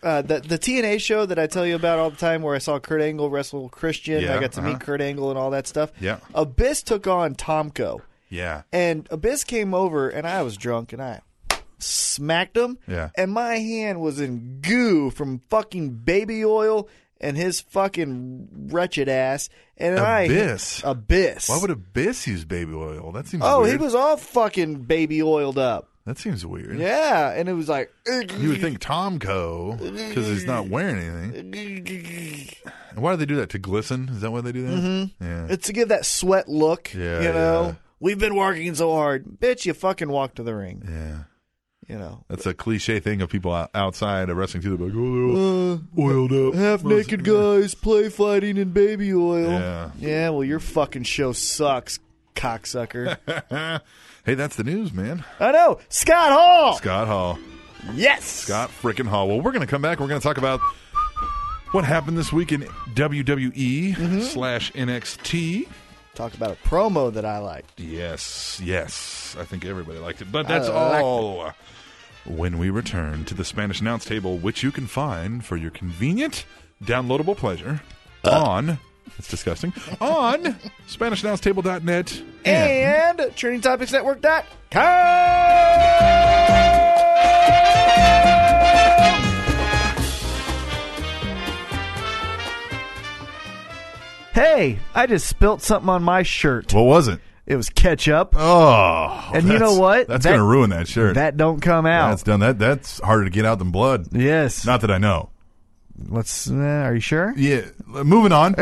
Speaker 4: uh, the the TNA show that I tell you about all the time, where I saw Kurt Angle wrestle Christian.
Speaker 3: Yeah,
Speaker 4: I got to
Speaker 3: uh-huh.
Speaker 4: meet Kurt Angle and all that stuff.
Speaker 3: Yeah.
Speaker 4: Abyss took on Tomko,
Speaker 3: Yeah.
Speaker 4: and Abyss came over, and I was drunk, and I smacked him.
Speaker 3: Yeah.
Speaker 4: And my hand was in goo from fucking baby oil and his fucking wretched ass. And
Speaker 3: Abyss?
Speaker 4: I Abyss.
Speaker 3: Why would Abyss use baby oil? That seems
Speaker 4: Oh,
Speaker 3: weird.
Speaker 4: he was all fucking baby oiled up.
Speaker 3: that seems weird.
Speaker 4: Yeah, and it was like
Speaker 3: You would think Tomco because he's not wearing anything.
Speaker 4: it's
Speaker 3: And why do they do that? To glisten? Is that why they do that? Yeah.
Speaker 4: to give that sweat look.
Speaker 3: Yeah,
Speaker 4: you know,
Speaker 3: yeah.
Speaker 4: we've been working so hard, bitch. You fucking walk to the ring.
Speaker 3: yeah.
Speaker 4: You know,
Speaker 3: That's a cliche thing of people out- outside of wrestling too. They're like, oh, they're all oiled up,
Speaker 4: Uh, half naked guys play fighting in baby oil.
Speaker 3: Yeah.
Speaker 4: Yeah, Well, your fucking show sucks, cocksucker.
Speaker 3: hey, that's the news, man.
Speaker 4: I know, Scott Hall.
Speaker 3: Scott Hall,
Speaker 4: Yes,
Speaker 3: Scott freaking Hall. Well, we're gonna come back. We're gonna talk about what happened this week in WWE
Speaker 4: Mm-hmm.
Speaker 3: slash NXT.
Speaker 4: Talk about a promo that I liked.
Speaker 3: Yes, yes, I think everybody liked it. But that's
Speaker 4: I liked
Speaker 3: all. When we return to the Spanish announce table, which you can find for your convenient downloadable pleasure
Speaker 4: Uh.
Speaker 3: on. It's disgusting. On SpanishAnnounceTable.net and
Speaker 4: and TrainingTopicsNetwork.com. Hey, I just spilt something on my shirt.
Speaker 3: What was it?
Speaker 4: It was ketchup.
Speaker 3: Oh,
Speaker 4: And you
Speaker 3: that's-
Speaker 4: know what?
Speaker 3: That's
Speaker 4: That-
Speaker 3: gonna ruin that shirt.
Speaker 4: That don't come
Speaker 3: that's
Speaker 4: out.
Speaker 3: done. That that's harder to get out than blood.
Speaker 4: yes.
Speaker 3: Not that I know.
Speaker 4: Let's. Uh, are you sure?
Speaker 3: Yeah, moving on.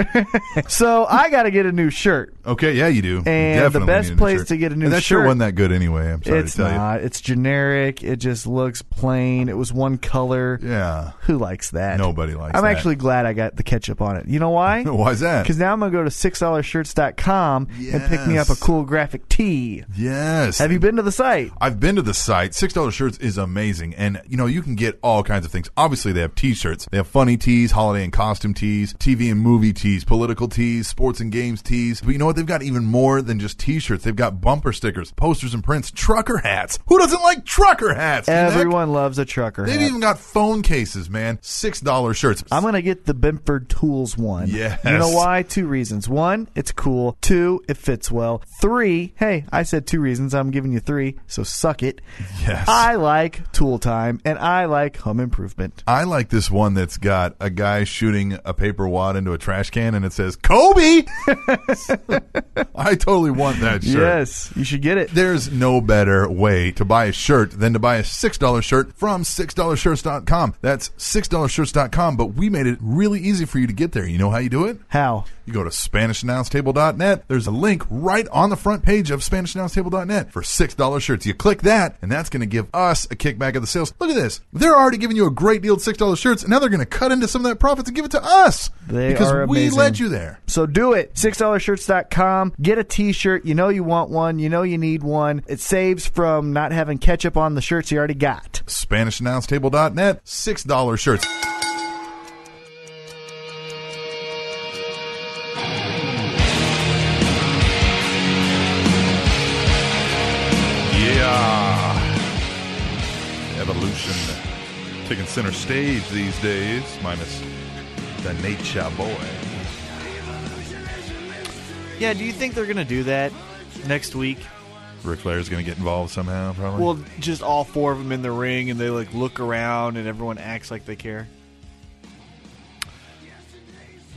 Speaker 4: so I got to get a new shirt.
Speaker 3: Okay, yeah, you do. You
Speaker 4: And the
Speaker 3: definitely
Speaker 4: best
Speaker 3: need a new
Speaker 4: place
Speaker 3: shirt.
Speaker 4: to get a new
Speaker 3: and that
Speaker 4: shirt-
Speaker 3: wasn't that good anyway. I'm sorry
Speaker 4: it's
Speaker 3: to tell
Speaker 4: not. It's generic. It just looks plain. It was one color.
Speaker 3: you. Yeah,
Speaker 4: Who likes that?
Speaker 3: Nobody likes
Speaker 4: I'm
Speaker 3: that.
Speaker 4: actually glad I got the ketchup on it. You know why?
Speaker 3: Why's that?
Speaker 4: Because now I'm going to go to $6shirts.com and pick me up a
Speaker 3: Yes.
Speaker 4: cool graphic tee.
Speaker 3: Yes.
Speaker 4: Have you been to the site?
Speaker 3: I've been to the site. Six dollar shirts is amazing, and you know you can get all kinds of things. Obviously, they have T-shirts. They have funny tees, holiday and costume tees, TV and movie tees, political tees, sports and games tees. But you know what? what? They've got even more than just T-shirts. They've got bumper stickers, posters and prints, trucker hats. Who doesn't like trucker hats? Nick?
Speaker 5: Everyone loves a trucker.
Speaker 3: They've
Speaker 5: hat.
Speaker 3: even got phone cases, man. Six dollar shirts.
Speaker 5: I'm gonna get the Benford Tools one.
Speaker 3: Yes.
Speaker 5: You know why? Two reasons. One, it's cool. Two, it fits well. Three, hey, I said two reasons. I'm giving you three, so suck it.
Speaker 3: Yes.
Speaker 5: I like tool time and I like home improvement.
Speaker 3: I like this one that's got a guy shooting a paper wad into a trash can and it says Kobe. I totally want that shirt.
Speaker 5: Yes, you should get it.
Speaker 3: There's no better way to buy a shirt than to buy a $6 shirt from $6shirts.com. That's $6shirts.com, but we made it really easy for you to get there. You know how you do it?
Speaker 5: How?
Speaker 3: You go to SpanishAnnounceTable.net. There's a link right on the front page of SpanishAnnounceTable.net for $6 shirts. You click that, and that's going to give us a kickback of the sales. Look at this. They're already giving you a great deal at $6 shirts, and now they're going to cut into some of that profits and give it to us
Speaker 5: They
Speaker 3: because
Speaker 5: are
Speaker 3: we
Speaker 5: amazing.
Speaker 3: led you there.
Speaker 5: So do it. $6shirts.com. Get a t shirt. You know you want one. You know you need one. It saves from not having ketchup on the shirts you already got.
Speaker 3: SpanishAnnounceTable.net, $6 shirts. Yeah. Evolution taking center stage these days, minus the nature boy.
Speaker 4: Yeah, do you think they're gonna do that next week?
Speaker 3: Ric Flair's going to get involved somehow, probably.
Speaker 4: Well, just all four of them in the ring, and they like look around, and everyone acts like they care.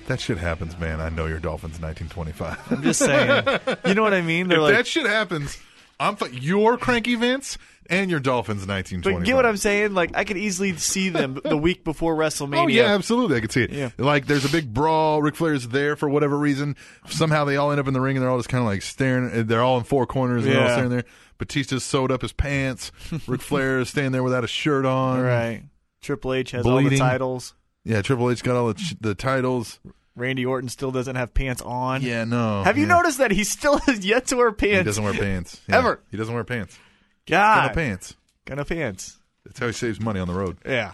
Speaker 3: that shit happens, man. I know your Dolphins 1925.
Speaker 4: I'm just saying. you know what I mean? They're
Speaker 3: if
Speaker 4: like,
Speaker 3: that shit happens, I'm fi- your cranky Vince and your Dolphins 1925.
Speaker 4: but get what I'm saying? Like, I could easily see them the week before WrestleMania.
Speaker 3: Oh yeah, absolutely. I can see it.
Speaker 4: Yeah.
Speaker 3: Like there's a big brawl. Ric Flair's there for whatever reason. Somehow they all end up in the ring and they're all just kind of like staring. uh, They're all in four corners and they're all
Speaker 4: Yeah.
Speaker 3: staring there. Batista's sewed up his pants. Ric Flair is standing there without a shirt on.
Speaker 4: Right. Triple H has all the
Speaker 3: Bleeding.
Speaker 4: titles.
Speaker 3: Yeah, Triple H got all the, ch- the titles.
Speaker 4: Randy Orton still doesn't have pants on.
Speaker 3: Yeah, no.
Speaker 4: Have you
Speaker 3: Yeah.
Speaker 4: noticed that he still has yet to wear pants?
Speaker 3: He doesn't wear pants. Yeah.
Speaker 4: Ever.
Speaker 3: He doesn't wear pants.
Speaker 4: God.
Speaker 3: No pants.
Speaker 4: Kind of pants.
Speaker 3: That's how he saves money on the road.
Speaker 4: Yeah.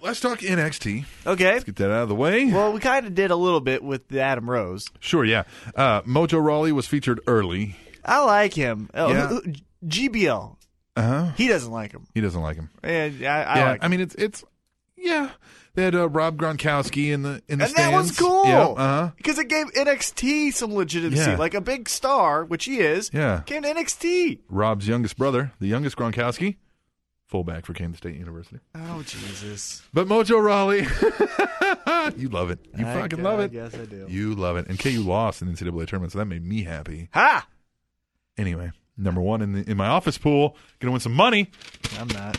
Speaker 3: Let's talk NXT.
Speaker 4: Okay.
Speaker 3: Get that out of the way.
Speaker 4: Well, we kind of did a little bit with the Adam Rose.
Speaker 3: Sure, yeah. Uh, Mojo Rawley was featured early.
Speaker 4: I like him. Oh,
Speaker 3: Yeah.
Speaker 4: who- who- GBL.
Speaker 3: Uh-huh.
Speaker 4: He doesn't like him.
Speaker 3: He doesn't like him.
Speaker 4: And I, I
Speaker 3: yeah,
Speaker 4: like him.
Speaker 3: I mean it's it's yeah. They had uh, Rob Gronkowski in the in the
Speaker 4: and that was
Speaker 3: stands.
Speaker 4: cool.
Speaker 3: Yeah, uh-huh.
Speaker 4: Because it gave NXT some legitimacy.
Speaker 3: Yeah.
Speaker 4: Like a big star, which he is,
Speaker 3: Yeah.
Speaker 4: came to NXT.
Speaker 3: Rob's youngest brother, the youngest Gronkowski, fullback for Kansas State University.
Speaker 4: Oh, Jesus.
Speaker 3: But Mojo Raleigh, you love it. You
Speaker 4: I,
Speaker 3: fucking love
Speaker 4: I
Speaker 3: it.
Speaker 4: Yes, I do.
Speaker 3: You love it. And KU lost in the NCAA tournament, so that made me happy.
Speaker 4: ha!
Speaker 3: Anyway, number one in the in my office pool, gonna win some money.
Speaker 4: I'm not.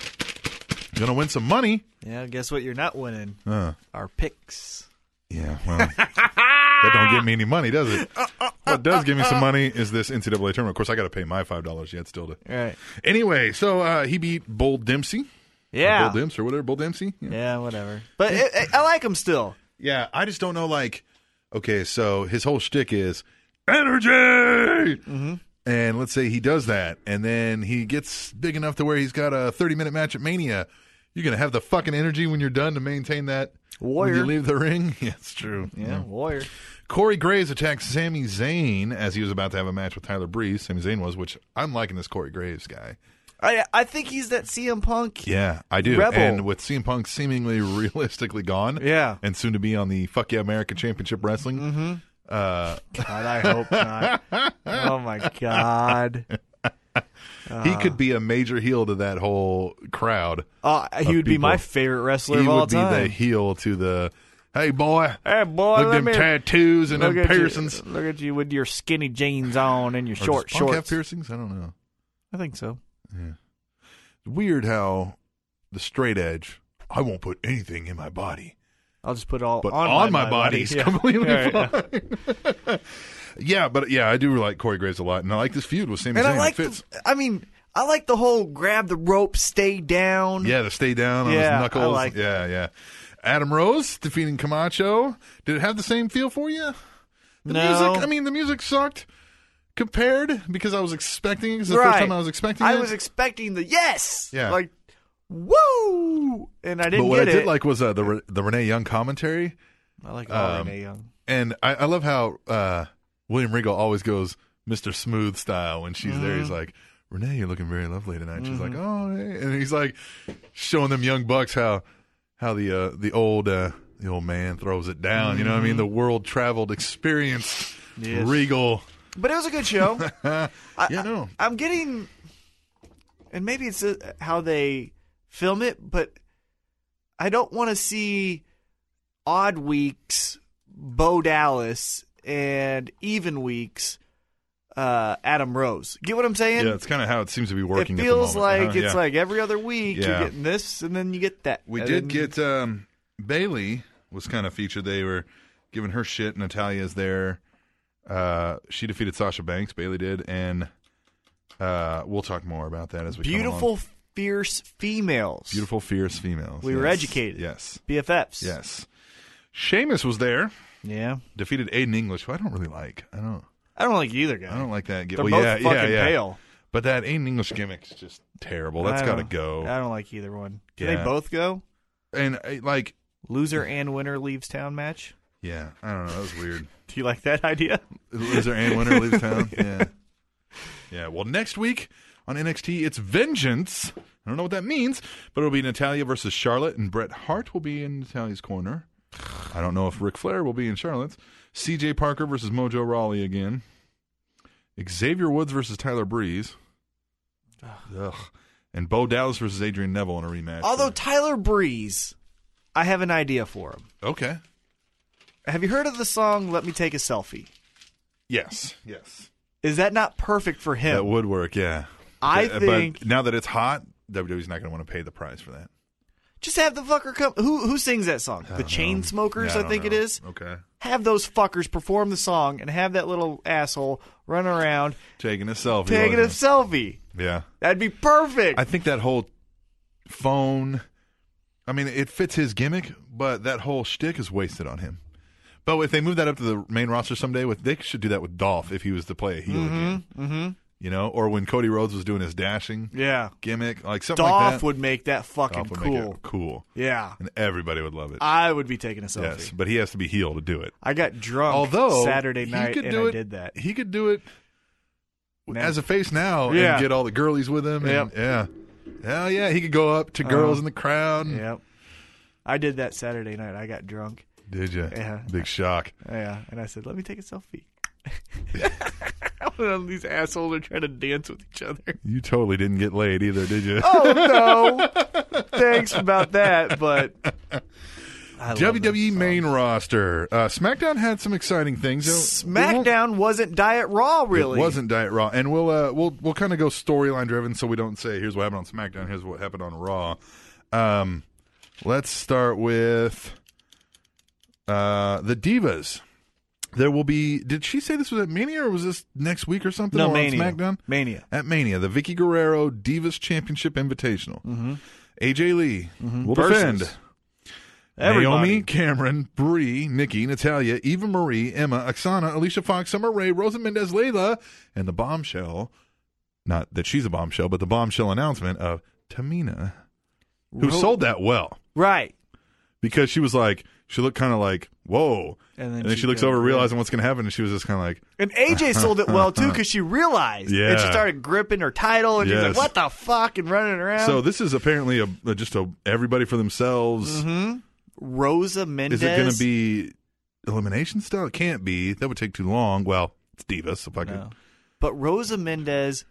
Speaker 3: Gonna win some money.
Speaker 4: Yeah, guess what? You're not winning.
Speaker 3: Uh,
Speaker 4: Our picks.
Speaker 3: yeah, well, that don't give me any money, does it? What does give me some money is this NCAA tournament. Of course, I got to pay my five dollars yet still to
Speaker 4: Right.
Speaker 3: Anyway, so uh, he beat Bull Dempsey. Or
Speaker 4: Yeah.
Speaker 3: Bull Demps or whatever. Bull Dempsey. Yeah.
Speaker 4: Yeah, whatever. But it, it- I like him still.
Speaker 3: Yeah, I just don't know. Like, okay, so his whole shtick is energy. And let's say he does that, and then he gets big enough to where he's got a 30 minute match at Mania. You're gonna have the fucking energy when you're done to maintain that. When you
Speaker 4: Warrior.
Speaker 3: leave the ring. Yeah, it's true.
Speaker 4: Yeah, warrior.
Speaker 3: Corey Graves attacked Sami Zayn as he was about to have a match with Tyler Breeze. Sami Zayn was, which I'm liking this Corey Graves guy.
Speaker 4: I I think he's that CM Punk.
Speaker 3: Yeah, I do.
Speaker 4: Rebel.
Speaker 3: And with CM Punk seemingly realistically gone,
Speaker 4: Yeah. Mm-hmm.
Speaker 3: and soon to be on the Fuck Yeah America Championship Wrestling.
Speaker 4: God, I hope not. oh my God.
Speaker 3: He
Speaker 4: Uh-huh.
Speaker 3: could be a major heel to that whole crowd.
Speaker 4: Oh, he
Speaker 3: Of
Speaker 4: would be my
Speaker 3: people.
Speaker 4: favorite wrestler
Speaker 3: he
Speaker 4: of all
Speaker 3: would be the
Speaker 4: time.
Speaker 3: heel to the hey boy,
Speaker 4: hey boy,
Speaker 3: look at
Speaker 4: let
Speaker 3: them
Speaker 4: me
Speaker 3: tattoos and
Speaker 4: look
Speaker 3: them
Speaker 4: at
Speaker 3: piercings.
Speaker 4: You, look at you with your skinny jeans on and your
Speaker 3: Or
Speaker 4: short
Speaker 3: does Punk have
Speaker 4: shorts.
Speaker 3: piercings? I don't know.
Speaker 4: I think so.
Speaker 3: Weird how the straight edge. I won't put anything in my body.
Speaker 4: I'll just put it all
Speaker 3: but
Speaker 4: on,
Speaker 3: on, my, body, is
Speaker 4: Yeah.
Speaker 3: completely
Speaker 4: All right, yeah.
Speaker 3: fine. yeah, but yeah, I do like Corey Graves a lot, and I like this feud with Sami
Speaker 4: And
Speaker 3: Zayn.
Speaker 4: I like.
Speaker 3: it fits.
Speaker 4: The, I mean, I like the whole grab the rope, stay down.
Speaker 3: yeah, to stay down on
Speaker 4: Yeah, I
Speaker 3: his knuckles.
Speaker 4: like
Speaker 3: yeah, yeah. Adam Rose defeating Camacho. Did it have the same feel for you? The
Speaker 4: No.
Speaker 3: music. I mean, the music sucked compared because I was expecting. It 'cause the
Speaker 4: right.
Speaker 3: first time I was expecting.
Speaker 4: I
Speaker 3: it.
Speaker 4: was expecting the yes.
Speaker 3: Yeah.
Speaker 4: Like, woo! And I didn't
Speaker 3: but what
Speaker 4: get
Speaker 3: I did
Speaker 4: it.
Speaker 3: like was uh, the Re- the Renee Young commentary.
Speaker 4: I like
Speaker 3: um,
Speaker 4: Renee Young.
Speaker 3: and I, I love how uh, William Regal always goes Mr. Smooth style when she's there.
Speaker 4: Mm-hmm.
Speaker 3: He's like, Renee, you're looking very lovely tonight. She's like, oh, hey. and he's like showing them young bucks how how the uh, the old uh, the old man throws it down. You know
Speaker 4: Mm-hmm.
Speaker 3: what I mean? The world traveled, experienced
Speaker 6: Yes.
Speaker 3: Regal.
Speaker 4: But it was a good show. I,
Speaker 3: Yeah, no.
Speaker 4: I, am getting, and maybe it's uh how they film it, but I don't want to see odd weeks Bo Dallas and even weeks uh, Adam Rose. Get what I'm saying?
Speaker 3: yeah, it's kind of how it seems to be
Speaker 4: it
Speaker 3: working. at the
Speaker 4: feels
Speaker 3: moment.
Speaker 4: like
Speaker 3: Uh-huh, yeah.
Speaker 4: it's like every other week
Speaker 3: Yeah.
Speaker 4: you're getting this, and then you get that.
Speaker 3: We
Speaker 4: and
Speaker 3: did
Speaker 4: then-
Speaker 3: get um, Bailey was kind of featured. They were giving her shit. Natalia's there. Uh, she defeated Sasha Banks. Bailey did, and uh, we'll talk more about that as we come along.
Speaker 4: beautiful, fierce females.
Speaker 3: beautiful, fierce females.
Speaker 4: We were educated.
Speaker 3: Yes,
Speaker 4: BFFs.
Speaker 3: yes. Sheamus was there.
Speaker 4: yeah.
Speaker 3: Defeated Aiden English, who I don't really like. I don't.
Speaker 4: I don't like either guy.
Speaker 3: I don't like that. gi-
Speaker 4: They're
Speaker 3: well,
Speaker 4: both
Speaker 3: yeah, yeah,
Speaker 4: fucking
Speaker 3: yeah.
Speaker 4: pale.
Speaker 3: But that Aiden English gimmick's just terrible. That's
Speaker 4: I
Speaker 3: got to
Speaker 4: don't-
Speaker 3: go.
Speaker 4: I don't like either one. Can
Speaker 3: Yeah.
Speaker 4: they both go?
Speaker 3: And uh, like,
Speaker 4: Loser and winner leaves town match.
Speaker 3: yeah, I don't know. That was weird.
Speaker 4: Do you like that idea?
Speaker 3: Loser and winner leaves town. Yeah. Yeah. Well, next week on NXT, it's Vengeance. I don't know what that means, but it'll be Natalia versus Charlotte, and Bret Hart will be in Natalia's corner. I don't know if Ric Flair will be in Charlotte's. CJ Parker versus Mojo Rawley again. Xavier Woods versus Tyler Breeze. Ugh. And Bo Dallas versus Adrian Neville in a rematch.
Speaker 4: Although Tyler Breeze, I have an idea for him.
Speaker 3: okay.
Speaker 4: Have you heard of the song "Let Me Take a Selfie"?
Speaker 3: Yes. Yes.
Speaker 4: Is that not perfect for
Speaker 3: That
Speaker 4: him?
Speaker 3: would work. Yeah.
Speaker 4: I
Speaker 3: But-
Speaker 4: think
Speaker 3: But now that it's hot, WWE's not going to want to pay the price for that.
Speaker 4: just have the fucker come. Who who sings that song? The Chain Smokers,
Speaker 3: Yeah,
Speaker 4: I, think
Speaker 3: don't
Speaker 4: it
Speaker 3: know.
Speaker 4: is.
Speaker 3: Okay.
Speaker 4: Have those fuckers perform the song and have that little asshole run around
Speaker 3: Taking a selfie.
Speaker 4: taking a
Speaker 3: wasn't
Speaker 4: selfie.
Speaker 3: it? Yeah.
Speaker 4: That'd be perfect.
Speaker 3: I think that whole phone. I mean, it fits his gimmick, but that whole shtick is wasted on him. But if they move that up to the main roster someday, with they should do that with Dolph if he was to play a heel again. Mm-hmm. You know, or when Cody Rhodes was doing his dashing
Speaker 4: yeah,
Speaker 3: gimmick, like something
Speaker 4: Dolph
Speaker 3: like that.
Speaker 4: would make that fucking
Speaker 3: Dolph would
Speaker 4: cool.
Speaker 3: make it cool,
Speaker 4: Yeah,
Speaker 3: and everybody would love it.
Speaker 4: I would be taking a selfie.
Speaker 3: yes, but he has to be heel to do it.
Speaker 4: I got drunk
Speaker 3: Although
Speaker 4: Saturday
Speaker 3: he
Speaker 4: night
Speaker 3: could
Speaker 4: and
Speaker 3: do
Speaker 4: I
Speaker 3: it-
Speaker 4: did that.
Speaker 3: He could do it as a face now
Speaker 4: Yeah.
Speaker 3: and get all the girlies with him. And,
Speaker 4: Yep. Uh-huh.
Speaker 3: Yeah. Hell yeah. He could go up to girls in the crowd. and-
Speaker 4: Yep. I did that Saturday night. I got drunk.
Speaker 3: Did you?
Speaker 4: Yeah.
Speaker 3: Big shock.
Speaker 4: Yeah, and I said, "Let me take a selfie." When These assholes are trying to dance with each other.
Speaker 3: You totally didn't get laid either, did you?
Speaker 4: Oh no! Thanks about that, but I love
Speaker 3: WWE
Speaker 4: this.
Speaker 3: E main roster. Uh, SmackDown had some exciting things. It- it won't-
Speaker 4: SmackDown wasn't Diet Raw, really.
Speaker 3: It wasn't Diet Raw, and we'll uh, we'll we'll kind of go storyline driven, so we don't say here's what happened on SmackDown, here's what happened on Raw. Um, let's start with uh, the Divas. There will be. Did she say this was at Mania or was this next week or something?
Speaker 4: No
Speaker 3: or on
Speaker 4: Mania.
Speaker 3: SmackDown
Speaker 4: Mania.
Speaker 3: at Mania, the Vicky Guerrero Divas Championship Invitational. Mm-hmm. AJ Lee will
Speaker 4: Versus
Speaker 3: defend. Naomi, Cameron, Bree, Nikki, Natalia, Eva Marie, Emma, Oksana, Alicia Fox, Summer Rae, Rosa Mendez, Layla, and the bombshell. Not that she's a bombshell, but the bombshell announcement of Tamina, who
Speaker 4: Ro-
Speaker 3: sold that well
Speaker 4: Right.
Speaker 3: because she was like, she looked kind of like, whoa.
Speaker 4: And then
Speaker 3: she,
Speaker 4: she
Speaker 3: looks
Speaker 4: goes,
Speaker 3: over,
Speaker 4: yeah.
Speaker 3: realizing what's going to happen, and she was just kind of like,
Speaker 4: And AJ sold it well too because she realized
Speaker 3: Yeah.
Speaker 4: and she started gripping her title and she's
Speaker 3: Yes.
Speaker 4: like, "What the fuck?" and running around.
Speaker 3: so this is apparently a, a- just a everybody for themselves.
Speaker 4: Rosa Mm-hmm. Mendez
Speaker 3: Is it going to be elimination style? It can't be. That would take too long. Well, it's Divas, so fuck it.
Speaker 4: but Rosa Mendez,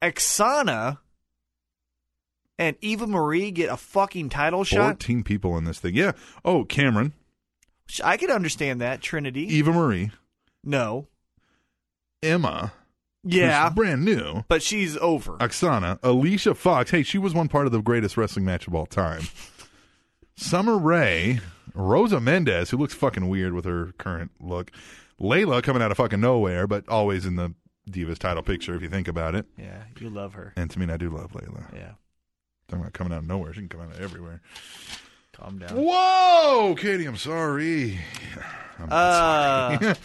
Speaker 4: Exana, and Eva Marie get a fucking title shot.
Speaker 3: 14 people in this thing. Yeah. Oh, Cameron,
Speaker 4: Sh- I could understand that Trinity.
Speaker 3: Eva Marie,
Speaker 4: no,
Speaker 3: Emma, who's Uh,
Speaker 4: yeah,
Speaker 3: brand new,
Speaker 4: but she's over.
Speaker 3: Oksana, Alicia Fox. Hey, she was one part of the greatest wrestling match of all time. Summer Rae, Rosa Mendez, who looks fucking weird with her current look. Layla coming out of fucking nowhere, but always in the Divas title picture if you think about it.
Speaker 4: yeah, you love her.
Speaker 3: And to me, I do love Layla.
Speaker 4: Yeah,
Speaker 3: Talking about coming out of nowhere, she can come out of everywhere.
Speaker 4: calm down.
Speaker 3: Whoa, Katie, I'm sorry. I'm
Speaker 4: Uh,
Speaker 3: sorry.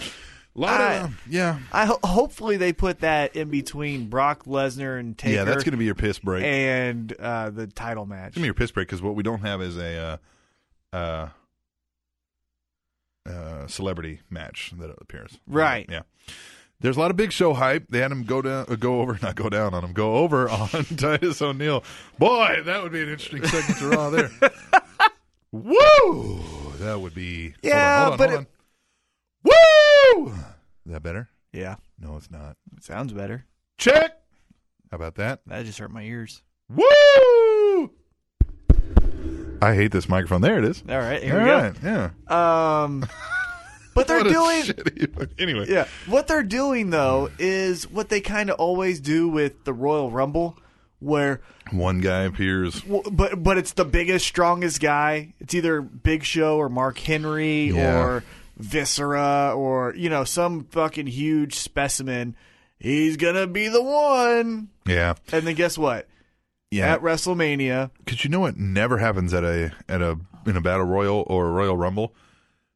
Speaker 3: Lot of, yeah.
Speaker 4: I ho- hopefully they put that in between Brock Lesnar and Taker.
Speaker 3: Yeah, that's going to be your piss break.
Speaker 4: and uh, the title match.
Speaker 3: Give me your piss break because what we don't have is a uh, uh, uh, celebrity match that appears.
Speaker 6: Right.
Speaker 3: Yeah. There's a lot of Big Show hype. They had him go down, uh, go over, not go down on him, go over on Titus O'Neil. Boy, that would be an interesting segment to Raw there. Woo! That would be.
Speaker 6: Yeah,
Speaker 3: hold on, hold
Speaker 6: but
Speaker 3: on, hold on. Woo! Is that better?
Speaker 6: Yeah.
Speaker 3: No, it's not.
Speaker 6: It sounds better.
Speaker 3: Check. How about that?
Speaker 6: That just hurt my ears.
Speaker 3: Woo! I hate this microphone. There it is.
Speaker 6: All right, here
Speaker 3: All
Speaker 6: we go.
Speaker 3: right, Yeah.
Speaker 6: Um, but they're
Speaker 3: What a
Speaker 6: doing
Speaker 3: shitty- anyway.
Speaker 4: Yeah.
Speaker 6: what they're doing though is what they kind of always do with the Royal Rumble, where
Speaker 3: One guy appears.
Speaker 4: Well, but but it's the biggest, strongest guy. It's either Big Show or Mark Henry
Speaker 3: Yeah.
Speaker 4: or Viscera or you know some fucking huge specimen. He's gonna be the one.
Speaker 3: Yeah.
Speaker 4: And then guess what?
Speaker 3: Yeah.
Speaker 4: At WrestleMania,
Speaker 3: Because you know what never happens at a at a in a battle royal or a royal rumble,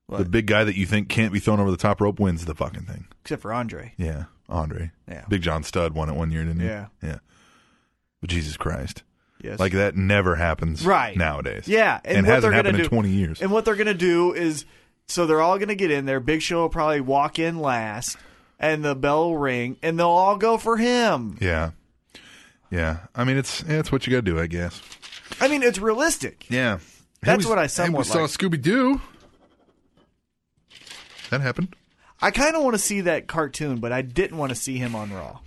Speaker 3: the big guy that you think can't be thrown over the top rope wins the fucking thing.
Speaker 6: except for Andre,
Speaker 3: Yeah, Andre.
Speaker 6: Yeah.
Speaker 3: Big John Studd won it one year, didn't he?
Speaker 6: Yeah.
Speaker 3: yeah. But Jesus Christ,
Speaker 6: yes,
Speaker 3: like that never happens
Speaker 6: Right.
Speaker 3: nowadays.
Speaker 6: Yeah,
Speaker 3: and,
Speaker 6: and what
Speaker 3: hasn't
Speaker 6: they're
Speaker 3: happened
Speaker 6: gonna
Speaker 3: in
Speaker 6: do-
Speaker 3: twenty years.
Speaker 4: and what they're gonna do is so they're all gonna get in there. Big Show will probably walk in last, and the bell will ring, and they'll all go for him.
Speaker 3: yeah, yeah. I mean, it's yeah, it's what you got to do, I guess.
Speaker 4: I mean, it's realistic.
Speaker 3: Yeah,
Speaker 4: That's
Speaker 3: Hey, we-
Speaker 4: what I
Speaker 3: hey,
Speaker 4: somewhat
Speaker 3: we
Speaker 4: like.
Speaker 3: saw Scooby Doo. That happened.
Speaker 4: I kind of want to see that cartoon, but I didn't want to see him on Raw.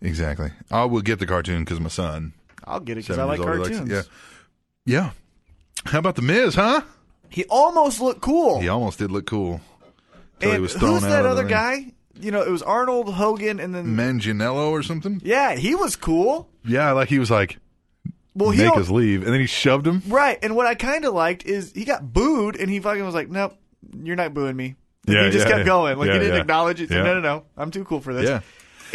Speaker 3: Exactly. I will get the cartoon because my son
Speaker 4: I'll get it because I
Speaker 3: Seven
Speaker 4: like
Speaker 3: years old, he likes
Speaker 4: cartoons.
Speaker 3: it. yeah. Yeah. How about the Miz, huh?
Speaker 4: He almost looked cool.
Speaker 3: He almost did look cool. Till he
Speaker 4: and
Speaker 3: was thrown
Speaker 4: who's
Speaker 3: out
Speaker 4: that
Speaker 3: of
Speaker 4: other
Speaker 3: the
Speaker 4: guy? You know, it was Arnold Hogan, and then
Speaker 3: Manganiello or something?
Speaker 4: yeah, he was cool.
Speaker 3: Yeah, like he was like,
Speaker 4: Well, he
Speaker 3: make
Speaker 4: don't-
Speaker 3: us leave. And then he shoved him.
Speaker 4: right. And what I kind of liked is he got booed, and he fucking was like, "Nope, you're not booing me." And
Speaker 3: Yeah,
Speaker 4: he just
Speaker 3: yeah,
Speaker 4: kept
Speaker 3: yeah.
Speaker 4: going. Like
Speaker 3: Yeah,
Speaker 4: he didn't
Speaker 3: yeah.
Speaker 4: acknowledge it. He said,
Speaker 3: Yeah.
Speaker 4: No, no, no, I'm too cool for this.
Speaker 3: Yeah.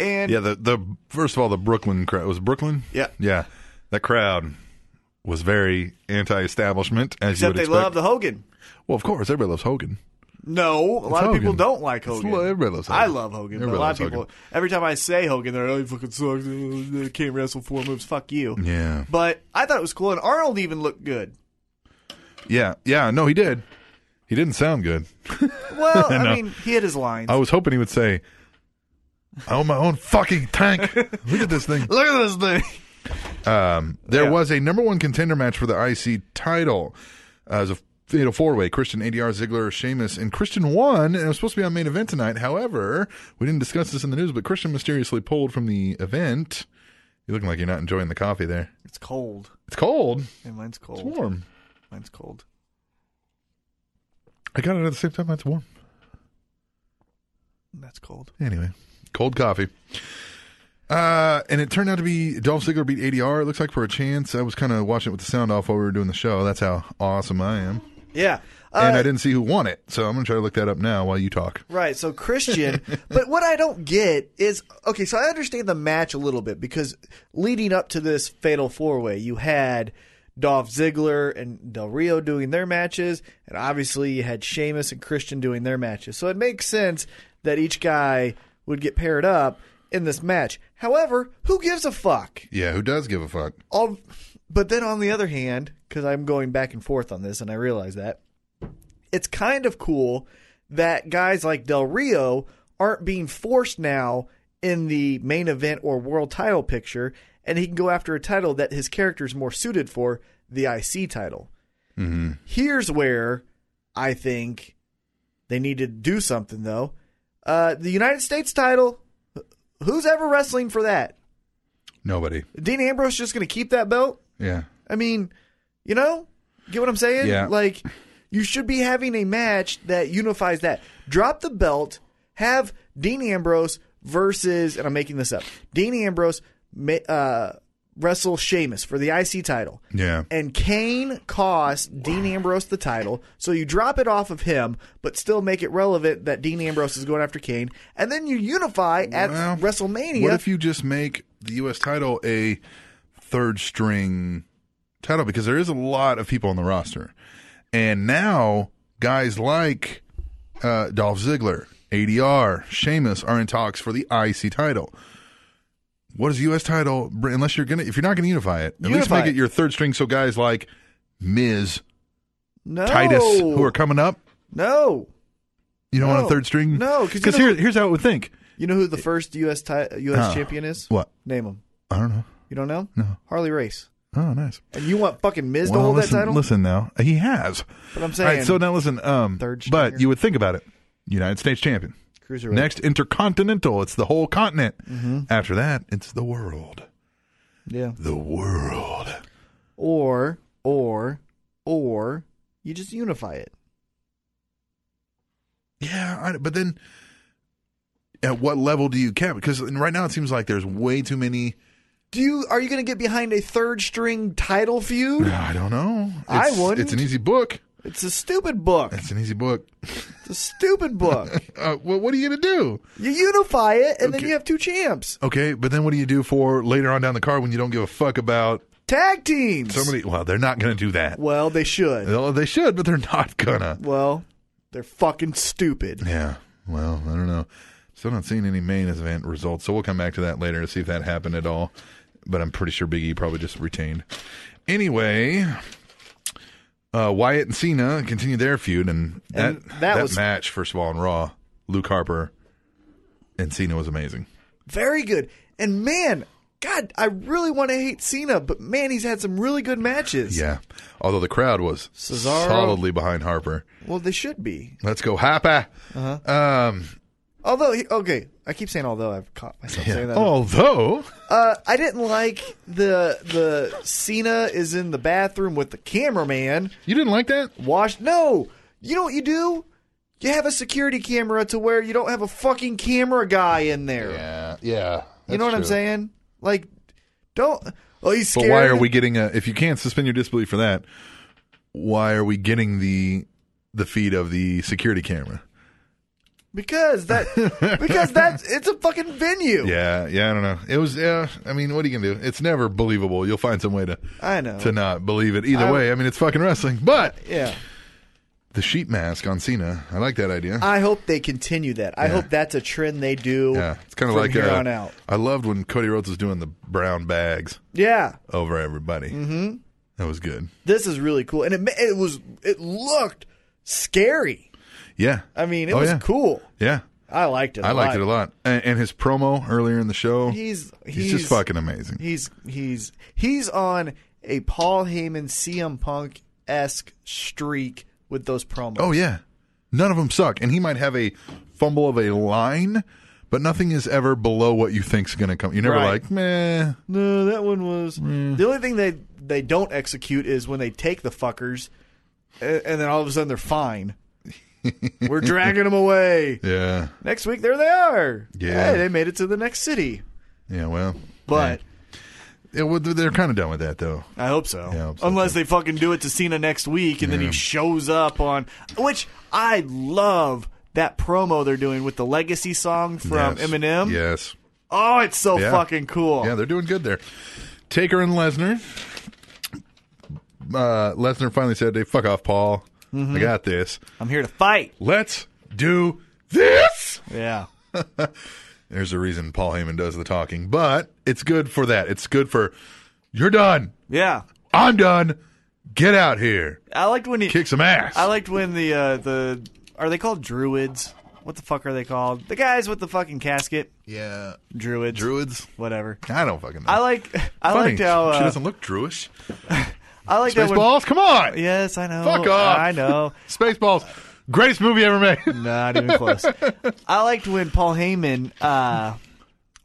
Speaker 4: And
Speaker 3: Yeah, the, the first of all, the Brooklyn crowd was it Brooklyn?
Speaker 4: Yeah.
Speaker 3: Yeah. That crowd was very anti establishment, as you
Speaker 4: except
Speaker 3: would
Speaker 4: they
Speaker 3: expect.
Speaker 4: love the Hogan.
Speaker 3: well, of course, everybody loves Hogan.
Speaker 4: No, a lot of
Speaker 3: Hogan.
Speaker 4: people don't like
Speaker 3: It's-
Speaker 4: Hogan.
Speaker 3: everybody loves
Speaker 4: I
Speaker 3: Hogan.
Speaker 4: love Hogan, but
Speaker 3: Everybody
Speaker 4: a lot
Speaker 3: loves
Speaker 4: of people.
Speaker 3: Hogan.
Speaker 4: Every time I say Hogan, they're like, "Oh, he fucking sucks. Uh, Can't wrestle four moves. Fuck you."
Speaker 3: Yeah.
Speaker 4: But I thought it was cool, and Arnold even looked good.
Speaker 3: Yeah. Yeah. No, he did. He didn't sound good.
Speaker 4: Well, I mean, he had his lines.
Speaker 3: I was hoping he would say, "I own my own fucking tank. Look at this thing."
Speaker 4: Look at this thing.
Speaker 3: Um, there
Speaker 4: Yeah.
Speaker 3: was a number one contender match for the IC title uh, as a fatal four way: Christian, ADR, Ziggler, Sheamus, and Christian won. And it was supposed to be on main event tonight. However, we didn't discuss this in the news, but Christian mysteriously pulled from the event. You're looking like you're not enjoying the coffee there.
Speaker 4: It's cold.
Speaker 3: It's cold.
Speaker 4: And mine's cold.
Speaker 3: It's warm.
Speaker 4: Mine's cold.
Speaker 3: I got it at the same time. It's warm.
Speaker 4: That's cold.
Speaker 3: Anyway, cold coffee. Uh, and it turned out to be Dolph Ziggler beat ADR. It looks like for a chance. I was kind of watching it with the sound off while we were doing the show. That's how awesome I am.
Speaker 4: Yeah.
Speaker 3: And
Speaker 4: Uh,
Speaker 3: I didn't see who won it, so I'm gonna try to look that up now while you talk.
Speaker 4: Right. So Christian, but what I don't get is okay. So I understand the match a little bit because leading up to this fatal four way, you had Dolph Ziggler and Del Rio doing their matches, and obviously you had Sheamus and Christian doing their matches. So it makes sense that each guy would get paired up in this match. However, who gives a fuck?
Speaker 3: Yeah, who does give a fuck?
Speaker 4: all but then on the other hand because i'm going back and forth on this and i realize that it's kind of cool that guys like del rio aren't being forced now in the main event or world title picture and he can go after a title that his character is more suited for the ic title here's where i think they need to do something though uh, the united states title who's ever wrestling for that
Speaker 3: Nobody.
Speaker 4: dean ambrose just going to keep that belt
Speaker 3: Yeah.
Speaker 4: I mean, you know, get what I'm saying?
Speaker 3: Yeah.
Speaker 4: Like, you should be having a match that unifies that. Drop the belt, have Dean Ambrose versus, and I'm making this up, Dean Ambrose ma- uh, wrestle Sheamus for the IC title.
Speaker 3: Yeah.
Speaker 4: And Kane cost Dean Ambrose the title, so you drop it off of him, but still make it relevant that Dean Ambrose is going after Kane, and then you unify at
Speaker 3: Well,
Speaker 4: WrestleMania.
Speaker 3: What if you just make the U.S. title a third string title? Because there is a lot of people on the roster, and now guys like uh, Dolph Ziggler, ADR, Sheamus are in talks for the IC title. What is the U.S. title? br- Unless you're gonna, if you're not gonna unify it, at least
Speaker 4: Unify
Speaker 3: make
Speaker 4: it.
Speaker 3: it your third string. So guys like Miz,
Speaker 4: no. Oh.
Speaker 3: Titus, who are coming up,
Speaker 4: no.
Speaker 3: You don't want
Speaker 4: No.
Speaker 3: a third string?
Speaker 4: No, 'cause you
Speaker 3: because
Speaker 4: know-
Speaker 3: here, here's how it would think.
Speaker 4: You know who the first U.S. Ti- U.S.
Speaker 3: Huh.
Speaker 4: champion is?
Speaker 3: What?
Speaker 4: Name him.
Speaker 3: I don't know.
Speaker 4: You don't know?
Speaker 3: No.
Speaker 4: Harley Race.
Speaker 3: Oh, nice.
Speaker 4: And you want fucking Miz to
Speaker 3: Well,
Speaker 4: hold
Speaker 3: listen,
Speaker 4: that title?
Speaker 3: listen now. He has.
Speaker 4: But I'm
Speaker 3: All
Speaker 4: saying
Speaker 3: right, so now listen. Um,
Speaker 4: Third
Speaker 3: but
Speaker 4: stringer.
Speaker 3: you would think about it. United States champion.
Speaker 4: cruiserweight.
Speaker 3: Next, intercontinental. It's the whole continent.
Speaker 4: Mm-hmm.
Speaker 3: After that, it's the world.
Speaker 4: Yeah.
Speaker 3: The world.
Speaker 4: Or or or you just unify it.
Speaker 3: Yeah, I, but then at what level do you cap? Because right now it seems like there's way too many.
Speaker 4: Do you are you going to get behind a third string title feud?
Speaker 3: I don't know.
Speaker 4: I
Speaker 3: It's-
Speaker 4: wouldn't.
Speaker 3: It's an easy book.
Speaker 4: It's a stupid book.
Speaker 3: It's an easy book.
Speaker 4: It's a stupid book.
Speaker 3: Uh, well, what are you gonna do?
Speaker 4: you unify it and then
Speaker 3: Okay.
Speaker 4: you have two champs.
Speaker 3: Okay, but then what do you do for later on down the card when you don't give a fuck about
Speaker 4: Tag teams.
Speaker 3: somebody? Well, they're not gonna do that.
Speaker 4: well, they should.
Speaker 3: Well, they should, but they're not gonna.
Speaker 4: Well, they're fucking stupid.
Speaker 3: Yeah. Well, I don't know. Still not seeing any main event results, so we'll come back to that later to see if that happened at all. But I'm pretty sure Big E probably just retained. Anyway, uh, Wyatt and Cena continued their feud, and that
Speaker 4: And
Speaker 3: that,
Speaker 4: that was-
Speaker 3: match first of all on Raw, Luke Harper and Cena was amazing.
Speaker 4: Very good. And man, God, I really want to hate Cena, but man, he's had some really good matches.
Speaker 3: Yeah. Although the crowd was
Speaker 4: Cesaro.
Speaker 3: solidly behind Harper.
Speaker 4: Well, they should be.
Speaker 3: Let's go Harper.
Speaker 4: Uh-huh.
Speaker 3: Um,
Speaker 4: Although, he, okay, I keep saying although I've caught myself
Speaker 3: yeah. Oh.
Speaker 4: saying that.
Speaker 3: Although
Speaker 4: Uh, I didn't like the the Cena is in the bathroom with the cameraman.
Speaker 3: you didn't like that,
Speaker 4: Wash. No, you know what you do? You have a security camera to where you don't have a fucking camera guy in there.
Speaker 3: yeah, yeah.
Speaker 4: you know what I'm saying? Like, don't. Oh, he's
Speaker 3: But
Speaker 4: scared.
Speaker 3: why are we getting a? If you can't suspend your disbelief for that, why are we getting the the feed of the security camera?
Speaker 4: Because that because that's it's a fucking venue.
Speaker 3: Yeah, yeah. I don't know. It was. Yeah. I mean, what are you gonna do? It's never believable. You'll find some way to
Speaker 4: I know.
Speaker 3: to not believe it. Either
Speaker 4: I-
Speaker 3: way, I mean, it's fucking wrestling. But
Speaker 4: Yeah.
Speaker 3: the sheep mask on Cena, I like that idea.
Speaker 4: I hope they continue that. I hope that's a trend they do.
Speaker 3: yeah, it's kind of
Speaker 4: from
Speaker 3: like
Speaker 4: here
Speaker 3: uh,
Speaker 4: on out.
Speaker 3: I loved when Cody Rhodes was doing the brown bags
Speaker 4: Yeah,
Speaker 3: over everybody. Mm-hmm. That was good.
Speaker 4: this is really cool, and it ma- it was it looked scary.
Speaker 3: Yeah.
Speaker 4: I mean, it
Speaker 3: Oh,
Speaker 4: was
Speaker 3: yeah.
Speaker 4: cool.
Speaker 3: Yeah.
Speaker 4: I liked it. I
Speaker 3: I liked it a lot. And, and his promo earlier in the show.
Speaker 4: He's he's,
Speaker 3: He's, just fucking amazing.
Speaker 4: He's he's he's on a Paul Heyman CM Punk esque streak with those promos.
Speaker 3: oh yeah, none of them suck, and he might have a fumble of a line, but nothing is ever below what you think's going to come. You're never
Speaker 4: Right.
Speaker 3: like, meh.
Speaker 4: No, that one was. The only thing they they don't execute is when they take the fuckers, a- and then all of a sudden they're fine. We're dragging them away.
Speaker 3: Yeah,
Speaker 4: Next week, there they are.
Speaker 3: Yeah.
Speaker 4: Hey, they made it to the next city.
Speaker 3: yeah. Well,
Speaker 4: But
Speaker 3: yeah. It, well, they're kind of done with that though.
Speaker 4: I hope so.
Speaker 3: Yeah, I hope so,
Speaker 4: Unless they fucking do it to Cena next week, and then he shows up on which I love that promo they're doing with the legacy song
Speaker 3: Yes.
Speaker 4: from Eminem.
Speaker 3: Yes.
Speaker 4: Oh, it's so
Speaker 3: Yeah.
Speaker 4: fucking cool.
Speaker 3: Yeah, they're doing good there. Taker and Lesnar. Uh, Lesnar finally said, "Hey, fuck off, Paul.
Speaker 4: Mm-hmm.
Speaker 3: I got this.
Speaker 4: I'm here to fight.
Speaker 3: Let's do this."
Speaker 4: Yeah.
Speaker 3: There's a reason Paul Heyman does the talking, but it's good for that. It's good for you're done.
Speaker 4: Yeah.
Speaker 3: I'm done. Get out here.
Speaker 4: I liked when he
Speaker 3: Kick some ass.
Speaker 4: I liked when the uh, the are they called druids? What the fuck are they called? The guys with the fucking casket,
Speaker 3: yeah.
Speaker 4: druids,
Speaker 3: Druids.
Speaker 4: whatever.
Speaker 3: I don't fucking know.
Speaker 4: I like I
Speaker 3: Funny.
Speaker 4: liked how
Speaker 3: she
Speaker 4: uh,
Speaker 3: doesn't look Druish.
Speaker 4: I liked that when,
Speaker 3: Spaceballs, come on.
Speaker 4: Yes, I know.
Speaker 3: Fuck off.
Speaker 4: I know.
Speaker 3: Spaceballs, greatest movie ever made.
Speaker 4: Not even close. I liked when Paul Heyman uh,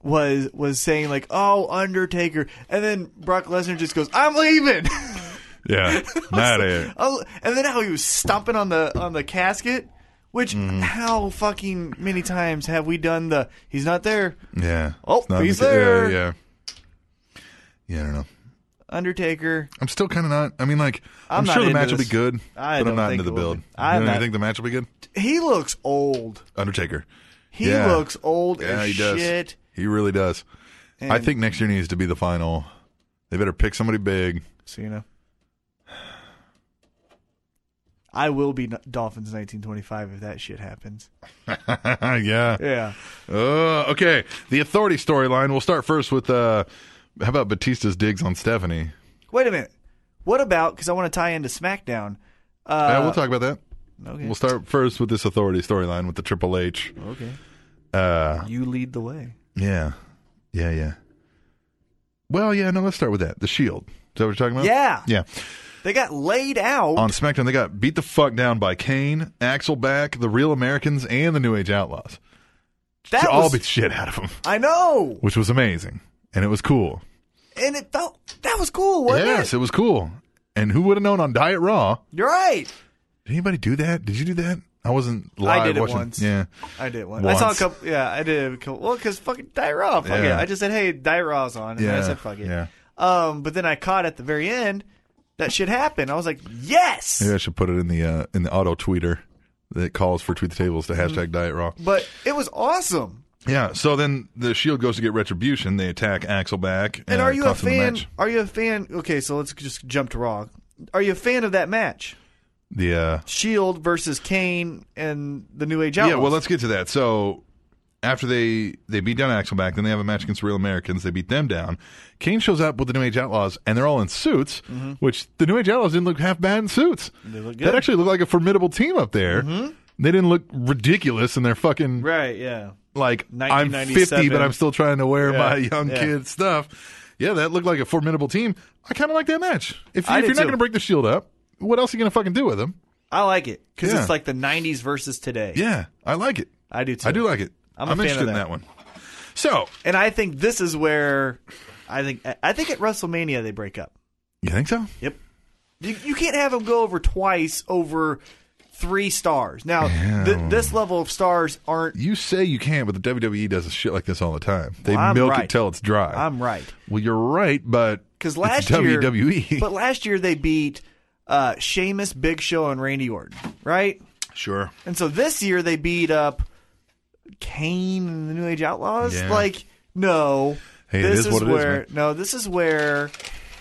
Speaker 4: was was saying like, "Oh, Undertaker," and then Brock Lesnar just goes, "I'm leaving,"
Speaker 3: yeah, not it.
Speaker 4: Oh, and then how he was stomping on the on the casket. Which
Speaker 3: Mm-hmm.
Speaker 4: how fucking many times have we done the? He's not there.
Speaker 3: Yeah.
Speaker 4: Oh,
Speaker 3: It's not
Speaker 4: he's
Speaker 3: the- yeah,
Speaker 4: there.
Speaker 3: Yeah, yeah. I don't know.
Speaker 4: Undertaker.
Speaker 3: I'm still kind of not. I mean, like, I'm,
Speaker 4: I'm not
Speaker 3: sure the
Speaker 4: into
Speaker 3: match will be
Speaker 4: this.
Speaker 3: good,
Speaker 4: I
Speaker 3: but I'm
Speaker 4: don't
Speaker 3: not
Speaker 4: think
Speaker 3: into the
Speaker 4: it will
Speaker 3: build.
Speaker 4: be. I'm
Speaker 3: you don't
Speaker 4: not-
Speaker 3: think the match will be good?
Speaker 4: He looks old.
Speaker 3: Undertaker.
Speaker 4: He
Speaker 3: Yeah.
Speaker 4: looks old
Speaker 3: Yeah,
Speaker 4: as
Speaker 3: he does.
Speaker 4: shit.
Speaker 3: He really does. I think next year needs to be the final. They better pick somebody big.
Speaker 4: Cena. I will be N- Dolphins 1925 if that shit happens.
Speaker 3: yeah.
Speaker 4: Yeah.
Speaker 3: Uh, okay. The authority storyline. We'll start first with uh, how about Batista's digs on Stephanie?
Speaker 4: Wait a minute. What about? Because I want to tie into SmackDown.
Speaker 3: Uh,
Speaker 4: Uh,
Speaker 3: we'll talk about that.
Speaker 4: Okay.
Speaker 3: We'll start first with this authority storyline with the Triple H.
Speaker 4: Okay.
Speaker 3: Uh,
Speaker 4: You lead the way.
Speaker 3: yeah, yeah, yeah. Well, yeah. No, let's start with that. The Shield. Is that what you're talking about?
Speaker 4: Yeah.
Speaker 3: Yeah.
Speaker 4: They got laid out.
Speaker 3: On SmackDown, they got beat the fuck down by Kane, Axel Back, the Real Americans, and the New Age Outlaws.
Speaker 4: that
Speaker 3: All
Speaker 4: was,
Speaker 3: beat the shit out of them,
Speaker 4: I know.
Speaker 3: which was amazing, and it was cool.
Speaker 4: And it felt that was cool, wasn't
Speaker 3: yes,
Speaker 4: it?
Speaker 3: it was cool. And who would have known on Diet Raw?
Speaker 4: You're right.
Speaker 3: Did anybody do that? Did you do that? I wasn't live
Speaker 4: did it
Speaker 3: watching.
Speaker 4: once.
Speaker 3: Yeah.
Speaker 4: I did one.
Speaker 3: Once.
Speaker 4: I saw a couple. Yeah, I did a couple. Well, because fucking Diet Raw. Fuck
Speaker 3: Yeah.
Speaker 4: it. I just said, hey, Diet Raw's on. And then
Speaker 3: Yeah,
Speaker 4: I said, fuck it.
Speaker 3: yeah.
Speaker 4: Um, but then I caught at the very end that shit happened. I was like, yes.
Speaker 3: Maybe I should put it in the uh, in the auto tweeter that calls for tweet the tables to
Speaker 4: Mm-hmm.
Speaker 3: hashtag diet raw.
Speaker 4: But it was awesome.
Speaker 3: Yeah. So then the Shield goes to get retribution. They attack Axel back.
Speaker 4: And
Speaker 3: uh,
Speaker 4: are you a
Speaker 3: cost him the
Speaker 4: fan?
Speaker 3: match.
Speaker 4: Are you a fan? Okay, so let's just jump to Raw. Are you a fan of that match?
Speaker 3: The uh,
Speaker 4: Shield E versus Kane and the New Age Outlaws.
Speaker 3: yeah. Well, let's get to that. So after they they beat down Axel back, then they have a match against the Real Americans. They beat them down. Kane shows up with the New Age Outlaws, and they're all in suits, which the New Age Outlaws didn't look half bad in suits. They
Speaker 4: Mm-hmm. look
Speaker 3: That
Speaker 4: good. Mm-hmm.
Speaker 3: actually looked like a formidable team up there. They didn't look ridiculous in their fucking
Speaker 4: right. Yeah.
Speaker 3: like I'm 50, but
Speaker 4: 1997.
Speaker 3: I'm still trying to wear my young
Speaker 4: yeah.
Speaker 3: kid stuff. Yeah, that looked like a formidable team. I kind of like that match. If, you,
Speaker 4: I
Speaker 3: if
Speaker 4: did
Speaker 3: you're not
Speaker 4: too.
Speaker 3: going to break the shield up, what else are you going to fucking do with them?
Speaker 4: I like it because
Speaker 3: Yeah.
Speaker 4: it's like the '90s versus today.
Speaker 3: Yeah, I like it.
Speaker 4: I do too.
Speaker 3: I do like it.
Speaker 4: I'm a fan
Speaker 3: interested
Speaker 4: of
Speaker 3: in
Speaker 4: that.
Speaker 3: that one. So,
Speaker 4: and I think this is where I think I think at WrestleMania they break up.
Speaker 3: you think so?
Speaker 4: Yep. You, you can't have them go over twice over three stars. Now, th- this level of stars aren't.
Speaker 3: You say you can't, but the WWE does shit like this all the time. They
Speaker 4: Well, I'm
Speaker 3: milk it
Speaker 4: right.
Speaker 3: till it's dry.
Speaker 4: I'm right
Speaker 3: well, you're right, but
Speaker 4: because
Speaker 3: it's E.
Speaker 4: last year
Speaker 3: WWE,
Speaker 4: but last year they beat uh, Sheamus, Big Show, and Randy Orton, right?
Speaker 3: sure,
Speaker 4: And so this year they beat up Kane and the New Age Outlaws.
Speaker 3: Yeah.
Speaker 4: Like, no,
Speaker 3: Hey, it
Speaker 4: this
Speaker 3: is what it is,
Speaker 4: where
Speaker 3: man.
Speaker 4: no, this is where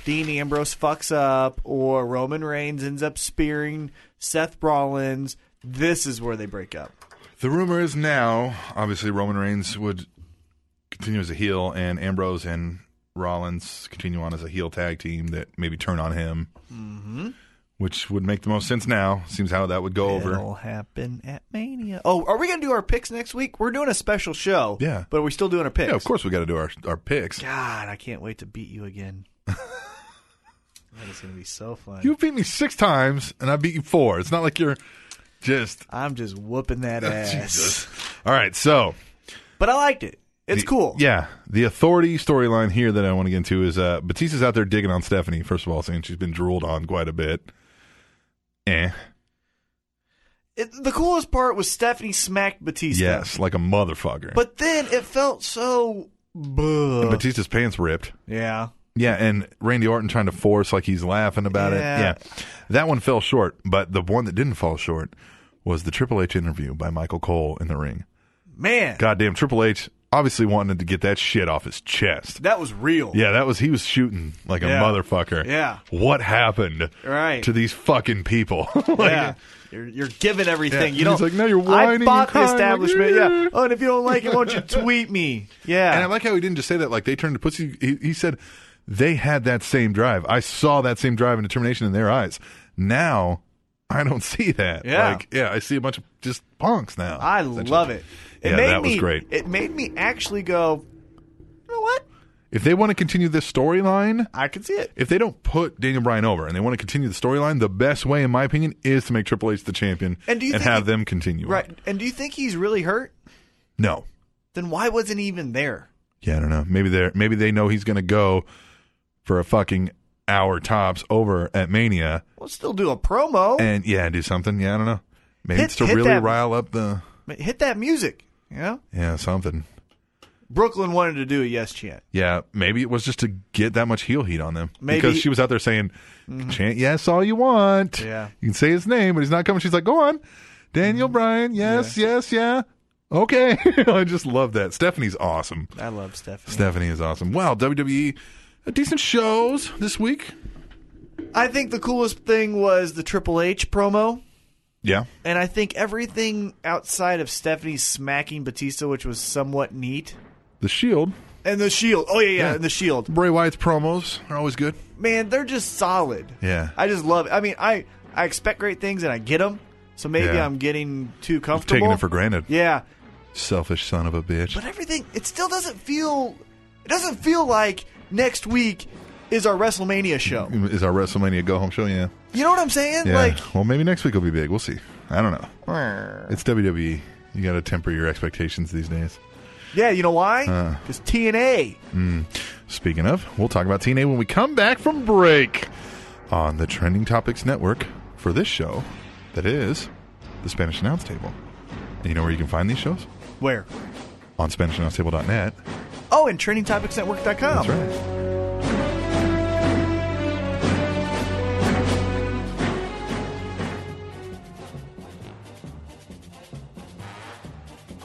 Speaker 4: Dean Ambrose fucks up, or Roman Reigns ends up spearing Seth Rollins. This is where they break up.
Speaker 3: The rumor is now, obviously, Roman Reigns would continue as a heel, and Ambrose and Rollins continue on as a heel tag team that maybe turn on him, mm-hmm. which would make the most sense now. Seems how that would go over.
Speaker 4: It'll happen at Mania. Oh, are we gonna do our picks next week? We're doing a special show.
Speaker 3: Yeah.
Speaker 4: but we're still doing our picks.
Speaker 3: Yeah, of course, we got to do our, our picks.
Speaker 4: God, I can't wait to beat you again. that is gonna be so fun.
Speaker 3: You beat me six times, and I beat you four. It's not like you're just.
Speaker 4: I'm just whooping that ass.
Speaker 3: Jesus. All right, so.
Speaker 4: But I liked it. It's
Speaker 3: the-
Speaker 4: cool.
Speaker 3: Yeah. The authority storyline here that I want to get into is uh, Batista's out there digging on Stephanie, first of all, saying she's been drooled on quite a bit. Eh.
Speaker 4: It, the coolest part was Stephanie smacked Batista.
Speaker 3: Yes, like a motherfucker.
Speaker 4: But then it felt so.
Speaker 3: And
Speaker 4: Buh.
Speaker 3: Batista's pants ripped.
Speaker 4: Yeah.
Speaker 3: Yeah, and Randy Orton trying to force like he's laughing about
Speaker 4: Yeah.
Speaker 3: it. Yeah. That one fell short, but the one that didn't fall short was the Triple H interview by Michael Cole in the ring.
Speaker 4: Man,
Speaker 3: Goddamn Triple H obviously wanted to get that shit off his chest.
Speaker 4: that was real.
Speaker 3: Yeah, that was he was shooting like a
Speaker 4: Yeah.
Speaker 3: motherfucker.
Speaker 4: Yeah.
Speaker 3: What happened
Speaker 4: Right.
Speaker 3: to these fucking people? like,
Speaker 4: Yeah. You're, you're giving everything.
Speaker 3: Yeah.
Speaker 4: You don't.
Speaker 3: He's like, "No, you're whining
Speaker 4: I
Speaker 3: and
Speaker 4: bought the
Speaker 3: crying."
Speaker 4: establishment.
Speaker 3: Like,
Speaker 4: yeah. Oh, and if you don't like it, won't you tweet me? Yeah.
Speaker 3: And I like how he didn't just say that. Like they turned to pussy. He, he said they had that same drive. I saw that same drive and determination in their eyes. Now I don't see that.
Speaker 4: Yeah.
Speaker 3: Like yeah, I see a bunch of just punks now.
Speaker 4: I
Speaker 3: essentially.
Speaker 4: love it. It
Speaker 3: Yeah,
Speaker 4: made
Speaker 3: that was
Speaker 4: me,
Speaker 3: great.
Speaker 4: It made me actually go. You know what?
Speaker 3: If they want to continue this storyline,
Speaker 4: I can see it.
Speaker 3: if they don't put Daniel Bryan over and they want to continue the storyline, the best way, in my opinion, is to make Triple H the champion
Speaker 4: And do you think
Speaker 3: have
Speaker 4: he-
Speaker 3: them continue.
Speaker 4: Right.
Speaker 3: it.
Speaker 4: And do you think he's really hurt?
Speaker 3: No.
Speaker 4: Then why wasn't he even there?
Speaker 3: Yeah, I don't know. Maybe they are maybe they know he's going to go for a fucking hour tops over at Mania.
Speaker 4: We'll still do a promo.
Speaker 3: and yeah, do something. Yeah, I don't know. Maybe
Speaker 4: Hit-
Speaker 3: it's to
Speaker 4: hit
Speaker 3: really
Speaker 4: that-
Speaker 3: rile up the
Speaker 4: Ma- hit that music. You know,
Speaker 3: yeah something.
Speaker 4: Brooklyn wanted to do a yes chant.
Speaker 3: Yeah, maybe it was just to get that much heel heat on them
Speaker 4: Maybe- Mm-hmm.
Speaker 3: because she was out there saying, "Chant yes all you want.
Speaker 4: Yeah. Mm-hmm.
Speaker 3: you can say his name, but he's not coming." She's like, "Go on, Daniel Bryan. Yes, yes, yeah." Okay, I just love that. Stephanie's awesome.
Speaker 4: I love Stephanie.
Speaker 3: Stephanie is awesome. Wow, WWE, uh, decent shows this week.
Speaker 4: I think the coolest thing was the Triple H promo,
Speaker 3: Yeah,
Speaker 4: and I think everything outside of Stephanie smacking Batista, which was somewhat neat,
Speaker 3: The Shield,
Speaker 4: and the Shield. Oh yeah, yeah,
Speaker 3: Yeah.
Speaker 4: and the Shield.
Speaker 3: Bray Wyatt's promos are always good.
Speaker 4: Man, they're just solid.
Speaker 3: Yeah.
Speaker 4: I just love. It. I mean, I I expect great things, and I get them.
Speaker 6: So maybe
Speaker 3: Yeah.
Speaker 6: I'm getting too comfortable.
Speaker 3: Taking it for granted.
Speaker 6: Yeah,
Speaker 3: Selfish son of a bitch.
Speaker 6: but everything it still doesn't feel it doesn't feel like next week is our WrestleMania show.
Speaker 3: Is our WrestleMania go home show? Yeah.
Speaker 6: You know what I'm saying?
Speaker 3: Yeah.
Speaker 6: Like
Speaker 3: well, maybe next week will be big. We'll see. I don't know. It's WWE. You got to temper your expectations these days.
Speaker 6: yeah, you know why?
Speaker 4: Uh.
Speaker 6: Because TNA.
Speaker 3: Speaking of, we'll talk about TNA when we come back from break on the Trending Topics Network for this show that is the Spanish Announce Table. And you know where you can find these shows?
Speaker 6: Where?
Speaker 3: On SpanishAnnounceTable.net.
Speaker 6: Oh, and TrainingTopicsNetwork.com.
Speaker 3: That's right.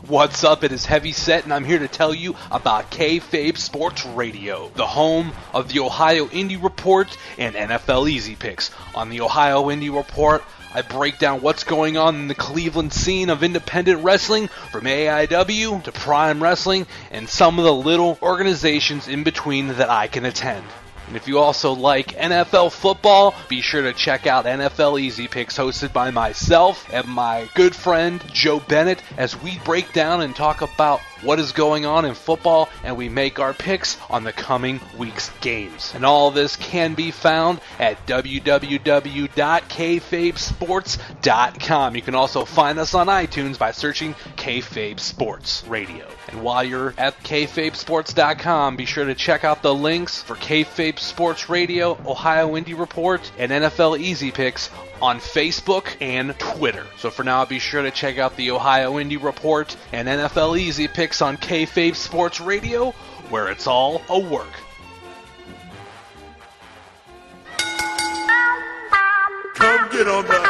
Speaker 7: What's up? It is Heavy Set, and I'm here to tell you about Kayfabe Sports Radio, the home of the Ohio Indie Report and NFL Easy Picks. On the Ohio Indie Report, I break down what's going on in the Cleveland scene of independent wrestling, from AIW to Prime Wrestling, and some of the little organizations in between that I can attend. And if you also like NFL football, be sure to check out NFL Easy Picks hosted by myself and my good friend Joe Bennett as we break down and talk about what is going on in football and we make our picks on the coming week's games. And all this can be found at www.kfabesports.com. You can also find us on iTunes by searching Kayfabe Sports Radio. And while you're at kfabesports.com, be sure to check out the links for Kayfabe Sports Radio, Ohio Indie Report, and NFL Easy Picks on Facebook and Twitter. So for now, be sure to check out the Ohio Indie Report and NFL Easy Picks on Kayfabe Sports Radio, where it's all a work.
Speaker 1: Come get on the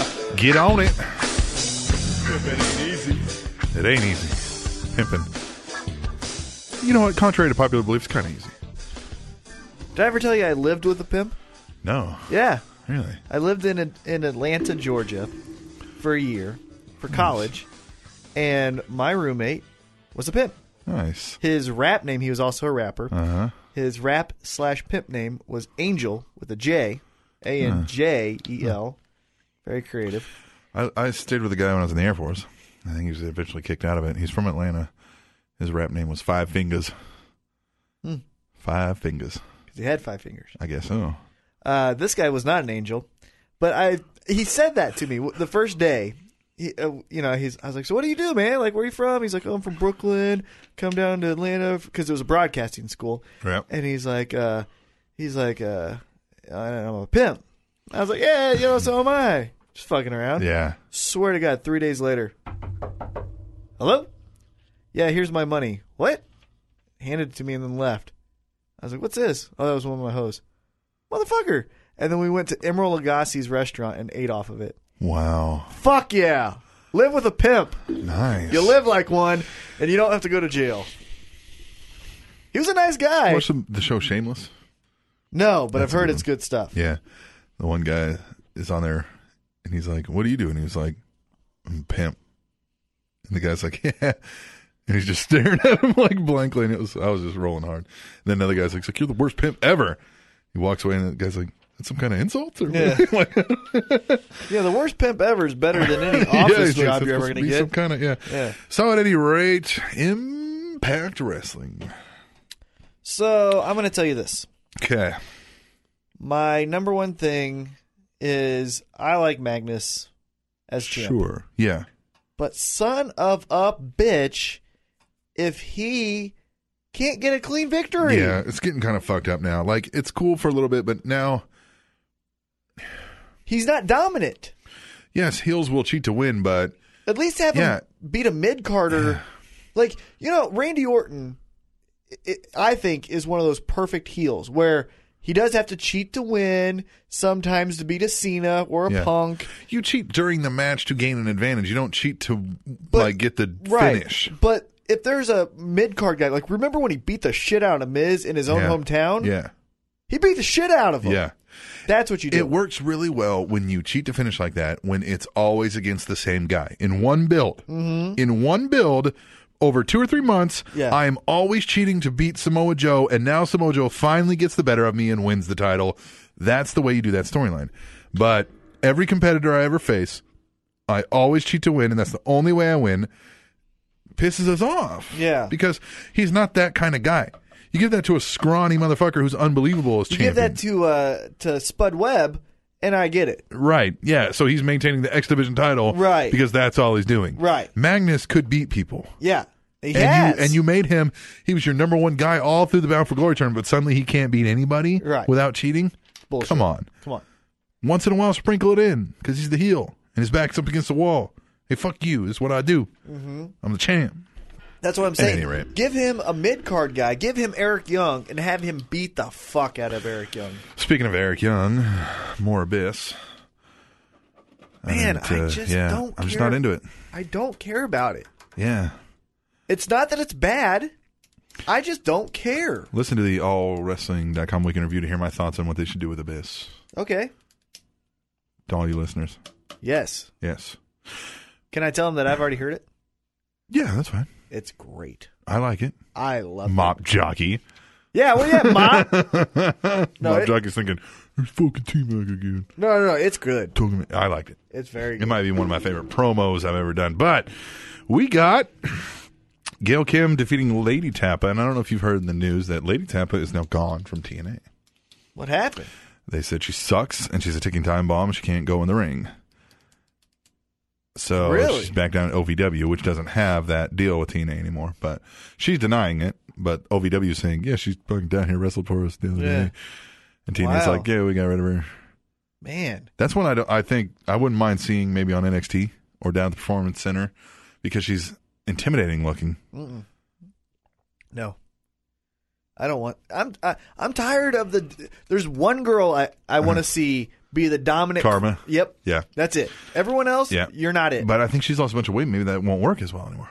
Speaker 1: train.
Speaker 3: Get on it.
Speaker 1: It ain't easy.
Speaker 3: It ain't easy. Pimping. You know what? Contrary to popular belief, it's kind of easy.
Speaker 4: Did I ever tell you I lived with a pimp?
Speaker 3: No.
Speaker 4: Yeah.
Speaker 3: Really?
Speaker 4: I lived in in Atlanta, Georgia, for a year for college, and my roommate was a pimp.
Speaker 3: Nice.
Speaker 4: His rap name, he was also a rapper. His rap slash pimp name was Angel with a J, A N J E L. Very creative.
Speaker 3: I, I stayed with a guy when I was in the Air Force. I think he was eventually kicked out of it. He's from Atlanta. His rap name was Five Fingers.
Speaker 4: Hmm.
Speaker 3: Five Fingers.
Speaker 4: 'cause He had five fingers.
Speaker 3: I guess Oh. so.
Speaker 4: Uh, this guy was not an angel, but I he said that to me w- the first day. He, uh, you know, he's. I was like, "So what do you do, man? Like, where are you from?" He's like, "Oh, "I'm from Brooklyn. Come down to Atlanta because it was a broadcasting school."
Speaker 3: Yep.
Speaker 4: And he's like, uh, "He's like, uh, I don't know, I'm a pimp." I was like, "Yeah, you know, so am I." Just fucking around.
Speaker 3: Yeah.
Speaker 4: Swear to God, three days later. Hello? Yeah, here's my money. What? Handed it to me and then left. I was like, what's this? Oh, that was one of my hoes. Motherfucker. And then we went to Emerald Lagasse's restaurant and ate off of it.
Speaker 3: Wow.
Speaker 4: Fuck yeah. Live with a pimp.
Speaker 3: Nice.
Speaker 4: You live like one and you don't have to go to jail. He was a nice guy.
Speaker 3: Watch the, the show Shameless.
Speaker 4: no, but I've heard it's good stuff.
Speaker 3: Yeah. The one guy is on there and he's like, What do you do? And he was like, I'm a pimp. And the guy's like, Yeah. And he's just staring at him like blankly. And it was, I was just rolling hard. And then another guy's like, You're the worst pimp ever. He walks away and the guy's like, That's some kind of insult? Or
Speaker 4: Yeah.
Speaker 3: like,
Speaker 4: Yeah, the worst pimp ever is better than any office
Speaker 3: he's like,
Speaker 4: job
Speaker 3: "That's
Speaker 4: you're ever
Speaker 3: supposed to
Speaker 4: going to
Speaker 3: be
Speaker 4: get.
Speaker 3: Some kind of, yeah.
Speaker 4: Yeah.
Speaker 3: So at any rate, Impact Wrestling.
Speaker 4: So I'm going to tell you this.
Speaker 3: Okay.
Speaker 4: My number one thing is I like Magnus as champ.
Speaker 3: Sure. Yeah.
Speaker 4: But son of a bitch, if he can't get a clean victory.
Speaker 3: Yeah, it's getting kind of fucked up now. Like it's cool for a little bit, but now,
Speaker 4: He's not dominant.
Speaker 3: yes, heels will cheat to win, but
Speaker 4: At least have
Speaker 3: Yeah.
Speaker 4: him beat a mid Carter. like, you know, Randy Orton, i I think, is one of those perfect heels where he does have to cheat to win, sometimes to beat a Cena or a
Speaker 3: Yeah.
Speaker 4: Punk.
Speaker 3: you cheat during the match to gain an advantage. You don't cheat to like get the finish.
Speaker 4: But if there's a mid card guy, like remember when he beat the shit out of Miz in his own
Speaker 3: Yeah.
Speaker 4: hometown?
Speaker 3: Yeah,
Speaker 4: He beat the shit out of him.
Speaker 3: yeah.
Speaker 4: That's what you do.
Speaker 3: It works really well when you cheat to finish like that. When it's always against the same guy in one build, in one build, over two or three months,
Speaker 4: Mm-hmm. Yeah.
Speaker 3: I am always cheating to beat Samoa Joe, and now Samoa Joe finally gets the better of me and wins the title. That's the way you do that storyline. But every competitor I ever face, I always cheat to win, and that's the only way I win. Pisses us off.
Speaker 4: Yeah.
Speaker 3: Because he's not that kind of guy. You give that to a scrawny motherfucker who's unbelievable as
Speaker 4: You
Speaker 3: champion.
Speaker 4: give that to uh, to Spud Webb, and I get it.
Speaker 3: Right. Yeah. So he's maintaining the X Division title.
Speaker 4: Right.
Speaker 3: Because that's all he's doing.
Speaker 4: Right.
Speaker 3: Magnus could beat people.
Speaker 4: Yeah, he
Speaker 3: And
Speaker 4: has.
Speaker 3: you and you made him he was your number one guy all through the Bound for Glory tournament, but suddenly he can't beat anybody
Speaker 4: Right.
Speaker 3: without cheating.
Speaker 4: Bullshit.
Speaker 3: Come on.
Speaker 4: come on.
Speaker 3: Once in a while sprinkle it in because he's the heel and his back's up against the wall. Hey, fuck you, is what I do. Mm-hmm. I'm the champ.
Speaker 4: That's what I'm saying.
Speaker 3: any rate.
Speaker 4: Give him a mid card guy. Give him Eric Young, and have him beat the fuck out of Eric Young.
Speaker 3: Speaking of Eric Young, more abyss.
Speaker 4: Man,
Speaker 3: And,
Speaker 4: I
Speaker 3: uh,
Speaker 4: just
Speaker 3: yeah,
Speaker 4: don't.
Speaker 3: I'm just
Speaker 4: care-
Speaker 3: not into it.
Speaker 4: I don't care about it.
Speaker 3: Yeah.
Speaker 4: It's not that it's bad. I just don't care.
Speaker 3: Listen to the allwrestling.com week interview to hear my thoughts on what they should do with Abyss.
Speaker 4: Okay.
Speaker 3: To all you listeners.
Speaker 4: Yes.
Speaker 3: Yes.
Speaker 4: Can I tell him that I've already heard it?
Speaker 3: Yeah, that's fine.
Speaker 4: It's great.
Speaker 3: I like it.
Speaker 4: I love
Speaker 3: Mop jockey.
Speaker 4: it. Yeah. Well, yeah, Mop.
Speaker 3: Mop
Speaker 4: it-
Speaker 3: jockey's thinking, there's fucking T-Mac again.
Speaker 4: no, no, no. It's good.
Speaker 3: Talking to- I liked it.
Speaker 4: It's very
Speaker 3: It
Speaker 4: good.
Speaker 3: might be one of my favorite promos I've ever done. But we got Gail Kim defeating Lady Tappa. And I don't know if you've heard in the news that Lady Tappa is now gone from TNA.
Speaker 4: What happened?
Speaker 3: They said she sucks and she's a ticking time bomb. and She can't go in the ring. So
Speaker 4: Really?
Speaker 3: she's back down at OVW, which doesn't have that deal with TNA anymore. But she's denying it. But OVW is saying, yeah, she's fucking down here wrestled for us the other
Speaker 4: Yeah.
Speaker 3: day. And TNA's
Speaker 4: Wow.
Speaker 3: like, yeah, we got rid of her.
Speaker 4: Man.
Speaker 3: That's one I, don't, I think I wouldn't mind seeing maybe on NXT or down at the Performance Center because she's intimidating looking.
Speaker 4: No. I don't want. I'm I, I'm tired of the. There's one girl I I want to see be the dominant.
Speaker 3: Uh-huh. Karma.
Speaker 4: Yep.
Speaker 3: Yeah.
Speaker 4: That's it. Everyone else.
Speaker 3: Yeah.
Speaker 4: You're not it.
Speaker 3: But I think she's lost a bunch of weight. Maybe that won't work as well anymore.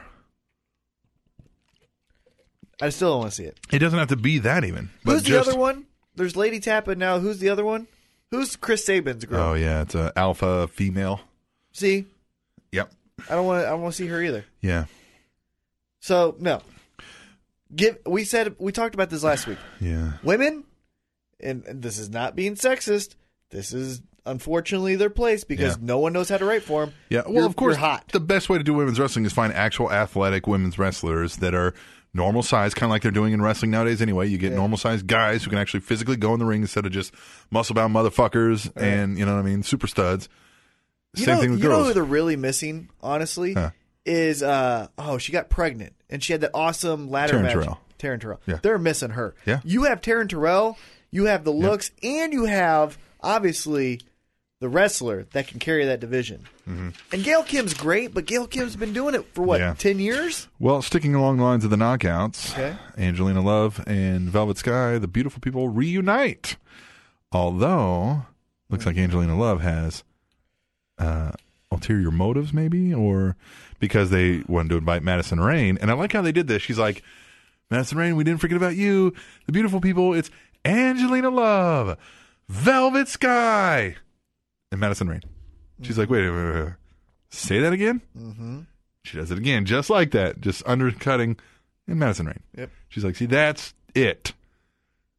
Speaker 4: I still don't want to see it.
Speaker 3: It doesn't have to be that even. But
Speaker 4: Who's
Speaker 3: just,
Speaker 4: the other one? There's Lady Tappa now. Who's the other one? Who's Chris Sabin's girl?
Speaker 3: Oh, yeah. It's a alpha female.
Speaker 4: See,
Speaker 3: Yep.
Speaker 4: I don't want. I don't want to see her either.
Speaker 3: Yeah.
Speaker 4: So no. Give. We said we talked about this last week.
Speaker 3: Yeah.
Speaker 4: women, and, and this is not being sexist. This is unfortunately their place because
Speaker 3: Yeah.
Speaker 4: no one knows how to write for them.
Speaker 3: Yeah. Well,
Speaker 4: You're-
Speaker 3: of course,
Speaker 4: you're hot.
Speaker 3: the best way to do women's wrestling is find actual athletic women's wrestlers that are normal size, kind of like they're doing in wrestling nowadays anyway. You get normal sized guys who can actually physically go in the ring instead of just muscle bound motherfuckers and, you know what I mean, super studs.
Speaker 4: You
Speaker 3: Same
Speaker 4: know,
Speaker 3: thing with
Speaker 4: you know
Speaker 3: girls.
Speaker 4: who they're really missing, honestly,
Speaker 3: Huh.
Speaker 4: is uh oh she got pregnant and she had that awesome ladder
Speaker 3: Taryn
Speaker 4: match.
Speaker 3: Terrell.
Speaker 4: Taryn Terrell.
Speaker 3: Yeah.
Speaker 4: They're missing her.
Speaker 3: Yeah.
Speaker 4: You have Taryn Terrell. You have the looks, and you have obviously the wrestler that can carry that division. And Gail Kim's great, but Gail Kim's been doing it for what
Speaker 3: Mm-hmm. Yeah.
Speaker 4: ten years.
Speaker 3: Well, sticking along the lines of the knockouts,
Speaker 4: Okay.
Speaker 3: Angelina Love and Velvet Sky, the beautiful people, reunite. Although, looks like Angelina Love has uh, ulterior motives, maybe, or because they wanted to invite Madison Rain. And I like how they did this. She's like, Madison Rain, we didn't forget about you. The beautiful people, it's Angelina Love, Velvet Sky, and Madison Rain. She's like, wait, wait, wait, wait. say that again? She does it again, just like that, just undercutting in Madison Rain.
Speaker 4: Yep.
Speaker 3: She's like, see, that's it.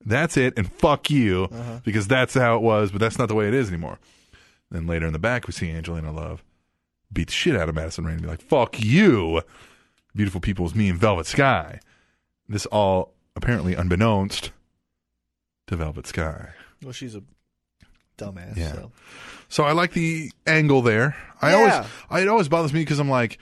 Speaker 3: That's it, and fuck you, because that's how it was, but that's not the way it is anymore. Then later in the back, we see Angelina Love beat the shit out of Madison Rain and be like, fuck you, beautiful people, it's me and Velvet Sky. This all apparently unbeknownst to Velvet Sky.
Speaker 4: Well, she's a dumbass.
Speaker 3: Yeah.
Speaker 4: So.
Speaker 3: So I like the angle there. I
Speaker 4: Yeah.
Speaker 3: always it always bothers me because I'm like,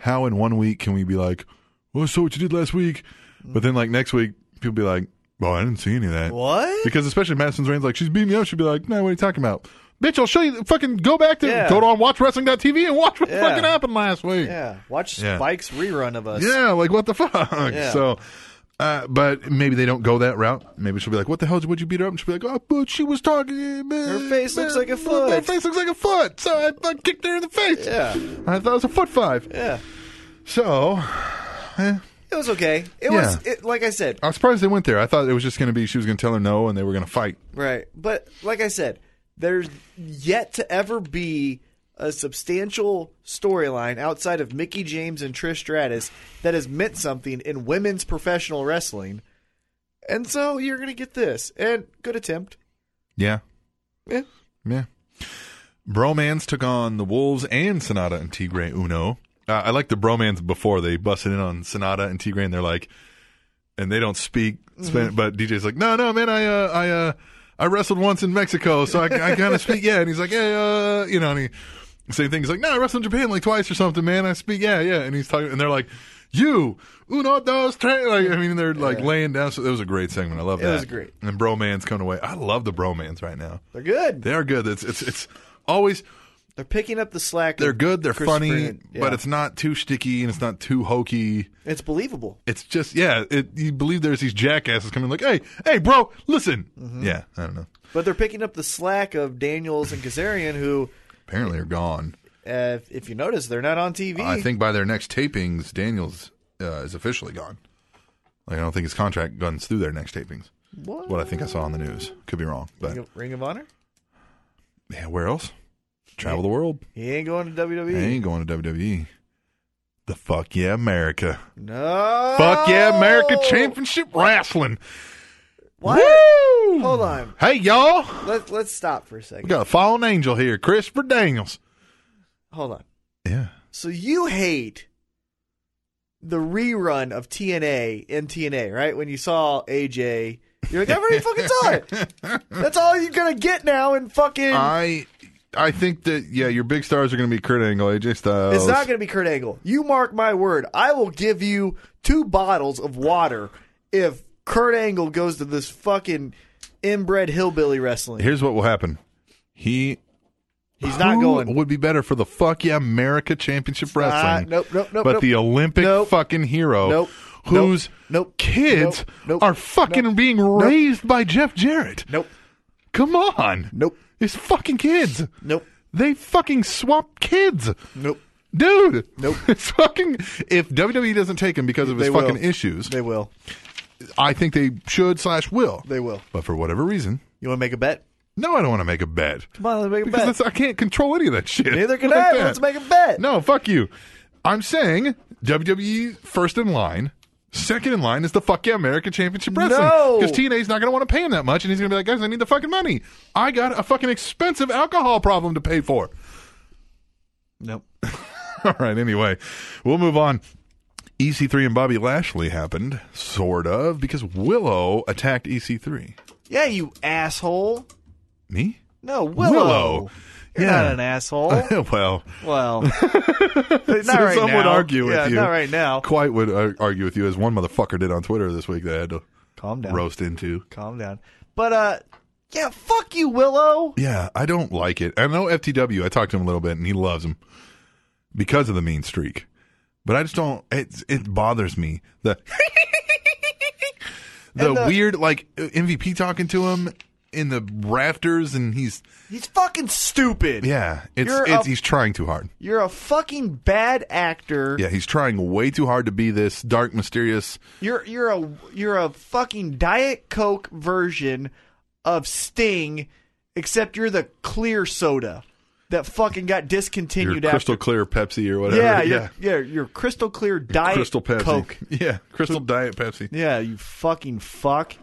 Speaker 3: how in one week can we be like, well, so what you did last week, but then like next week people be like, well, I didn't see any of that
Speaker 4: What?
Speaker 3: because especially Madison's Rain's like she's beating me up. She'd be like, no, what are you talking about? Bitch, I'll show you. Fucking go back to
Speaker 4: Yeah.
Speaker 3: go on watchwrestling.tv and watch what
Speaker 4: Yeah.
Speaker 3: fucking happened last week.
Speaker 4: Yeah, watch
Speaker 3: Yeah.
Speaker 4: Spike's rerun of us.
Speaker 3: Yeah, like what the fuck?
Speaker 4: Yeah.
Speaker 3: So, uh, but maybe they don't go that route. Maybe she'll be like, "What the hell would you beat her up?" And she'll be like, "Oh, but she was talking. Her
Speaker 4: face looks like a foot."
Speaker 3: Her face looks like a foot. So I fucking kicked her in the face.
Speaker 4: Yeah.
Speaker 3: I thought it was a foot five.
Speaker 4: Yeah.
Speaker 3: So
Speaker 4: It was okay.
Speaker 3: Yeah.
Speaker 4: It was it, like I said,
Speaker 3: I'm surprised they went there. I thought it was just going to be she was going to tell her no, and they were going to fight.
Speaker 4: right? But like I said, there's yet to ever be a substantial storyline outside of Mickey James and Trish Stratus that has meant something in women's professional wrestling. And so you're going to get this. And good attempt.
Speaker 3: Yeah.
Speaker 4: Yeah.
Speaker 3: Yeah. Bromance took on the Wolves and Sonata and Tigre Uno. Uh, I like the bromance before they busted in on Sonata and Tigre, and they're like, and they don't speak. Span-
Speaker 4: Mm-hmm.
Speaker 3: But DJ's like, no, no, man, I, uh, I, uh, I wrestled once in Mexico, so I, I kind of speak, yeah. And he's like, hey, uh, you know, and he, same thing. He's like, no, I wrestled in Japan like twice or something, man. I speak, yeah, yeah. And he's talking, and they're like, you, uno, dos, tres. Like, I mean, they're like laying down. So that was a great segment. I love that. It
Speaker 4: was great.
Speaker 3: And bromance coming away. I love the bromance right now.
Speaker 4: They're good.
Speaker 3: They are good. It's it's it's always
Speaker 4: They're picking up the slack.
Speaker 3: they're
Speaker 4: of
Speaker 3: good. They're
Speaker 4: Chris
Speaker 3: funny,
Speaker 4: Grant. Yeah.
Speaker 3: but it's not too sticky and it's not too hokey.
Speaker 4: it's believable.
Speaker 3: It's just yeah. It, you believe there's these jackasses coming like, hey, hey, bro, listen.
Speaker 4: Mm-hmm.
Speaker 3: Yeah, I don't know.
Speaker 4: But they're picking up the slack of Daniels and Kazarian, who,
Speaker 3: Apparently, they're gone.
Speaker 4: uh, if- if you notice, they're not on TV.
Speaker 3: I think by their next tapings, Daniels uh, is officially gone. Like, I don't think his contract guns through their next tapings.
Speaker 4: What?
Speaker 3: What I think I saw on the news could be wrong,
Speaker 4: Ring
Speaker 3: but
Speaker 4: of- Ring of Honor?
Speaker 3: yeah, where else? Travel the world.
Speaker 4: He ain't going to E. WWE.
Speaker 3: I ain't going to WWE. The fuck yeah, America.
Speaker 4: No.
Speaker 3: Fuck yeah, America Championship Wrestling.
Speaker 4: What?
Speaker 3: Woo!
Speaker 4: Hold on.
Speaker 3: Hey, y'all.
Speaker 4: Let, let's stop for a
Speaker 3: We
Speaker 4: second.
Speaker 3: got a fallen angel here, Christopher Daniels.
Speaker 4: Hold on.
Speaker 3: Yeah.
Speaker 4: So you hate the rerun of TNA in TNA, right? When you saw AJ, you're like, I already fucking saw it. That's all you're gonna get now. And fucking,
Speaker 3: I I think that, yeah, your big stars are going to be Kurt Angle, AJ Styles.
Speaker 4: it's not gonna be Kurt Angle. You mark my word. I will give you two bottles of water if Kurt Angle goes to this fucking inbred hillbilly wrestling.
Speaker 3: Here's what will happen. He
Speaker 4: He's not
Speaker 3: who
Speaker 4: going.
Speaker 3: would be better for the fuck yeah America Championship Wrestling.
Speaker 4: nope, nope, nope,
Speaker 3: But
Speaker 4: nope.
Speaker 3: the Olympic
Speaker 4: Nope.
Speaker 3: fucking hero
Speaker 4: Nope.
Speaker 3: whose
Speaker 4: Nope. Nope.
Speaker 3: kids
Speaker 4: Nope. Nope.
Speaker 3: are fucking
Speaker 4: Nope.
Speaker 3: being raised by Jeff Jarrett.
Speaker 4: Nope.
Speaker 3: Come on.
Speaker 4: Nope.
Speaker 3: His fucking kids.
Speaker 4: Nope.
Speaker 3: They fucking swap kids.
Speaker 4: Nope.
Speaker 3: Dude.
Speaker 4: Nope.
Speaker 3: It's fucking if WWE doesn't take him because of his
Speaker 4: They will.
Speaker 3: fucking issues,
Speaker 4: They will.
Speaker 3: I think they should slash will.
Speaker 4: They will.
Speaker 3: But for whatever reason,
Speaker 4: You want to make a bet?
Speaker 3: no, I don't want to make a bet.
Speaker 4: Come on, let's make a
Speaker 3: Because
Speaker 4: bet.
Speaker 3: that's, I can't control any of that shit.
Speaker 4: Neither can
Speaker 3: Fuck
Speaker 4: I. but
Speaker 3: that.
Speaker 4: Let's make a bet.
Speaker 3: No, fuck you. I'm saying WWE first in line. Second in line is the fuck yeah American Championship Wrestling.
Speaker 4: No.
Speaker 3: Because TNA's not going to want to pay him that much, and he's going to be like, guys, I need the fucking money. I got a fucking expensive alcohol problem to pay for.
Speaker 4: Nope.
Speaker 3: All right, anyway, we'll move on. EC3 and Bobby Lashley happened, sort of, because Willow attacked E EC3.
Speaker 4: Yeah, you asshole.
Speaker 3: Me?
Speaker 4: No, Willow.
Speaker 3: Willow.
Speaker 4: You're
Speaker 3: Yeah.
Speaker 4: not an asshole.
Speaker 3: well,
Speaker 4: well, not right
Speaker 3: some
Speaker 4: now.
Speaker 3: would argue
Speaker 4: yeah,
Speaker 3: with you.
Speaker 4: Not right now.
Speaker 3: Quite would uh, argue with you, as one motherfucker did on Twitter this week that I had to
Speaker 4: Calm down.
Speaker 3: roast into.
Speaker 4: Calm down. But uh, yeah, fuck you, Willow.
Speaker 3: Yeah, I don't like it. I know FTW. I talked to him a little bit, and he loves him because of the mean streak. But I just don't. It it bothers me the the,
Speaker 4: And the-
Speaker 3: weird like MVP talking to him in the rafters, and he's
Speaker 4: He's fucking stupid.
Speaker 3: yeah, it's
Speaker 4: You're
Speaker 3: it's
Speaker 4: a-
Speaker 3: he's trying too hard.
Speaker 4: You're a fucking bad actor.
Speaker 3: Yeah, he's trying way too hard to be this dark, mysterious.
Speaker 4: You're you're a you're a fucking diet coke version of Sting, except you're the clear soda that fucking got
Speaker 3: Your
Speaker 4: discontinued after.
Speaker 3: crystal clear Pepsi or whatever.
Speaker 4: Yeah, yeah, yeah. Your crystal clear diet
Speaker 3: Crystal Pepsi.
Speaker 4: Coke.
Speaker 3: Yeah, Crystal Diet Pepsi.
Speaker 4: Yeah, you fucking fuck.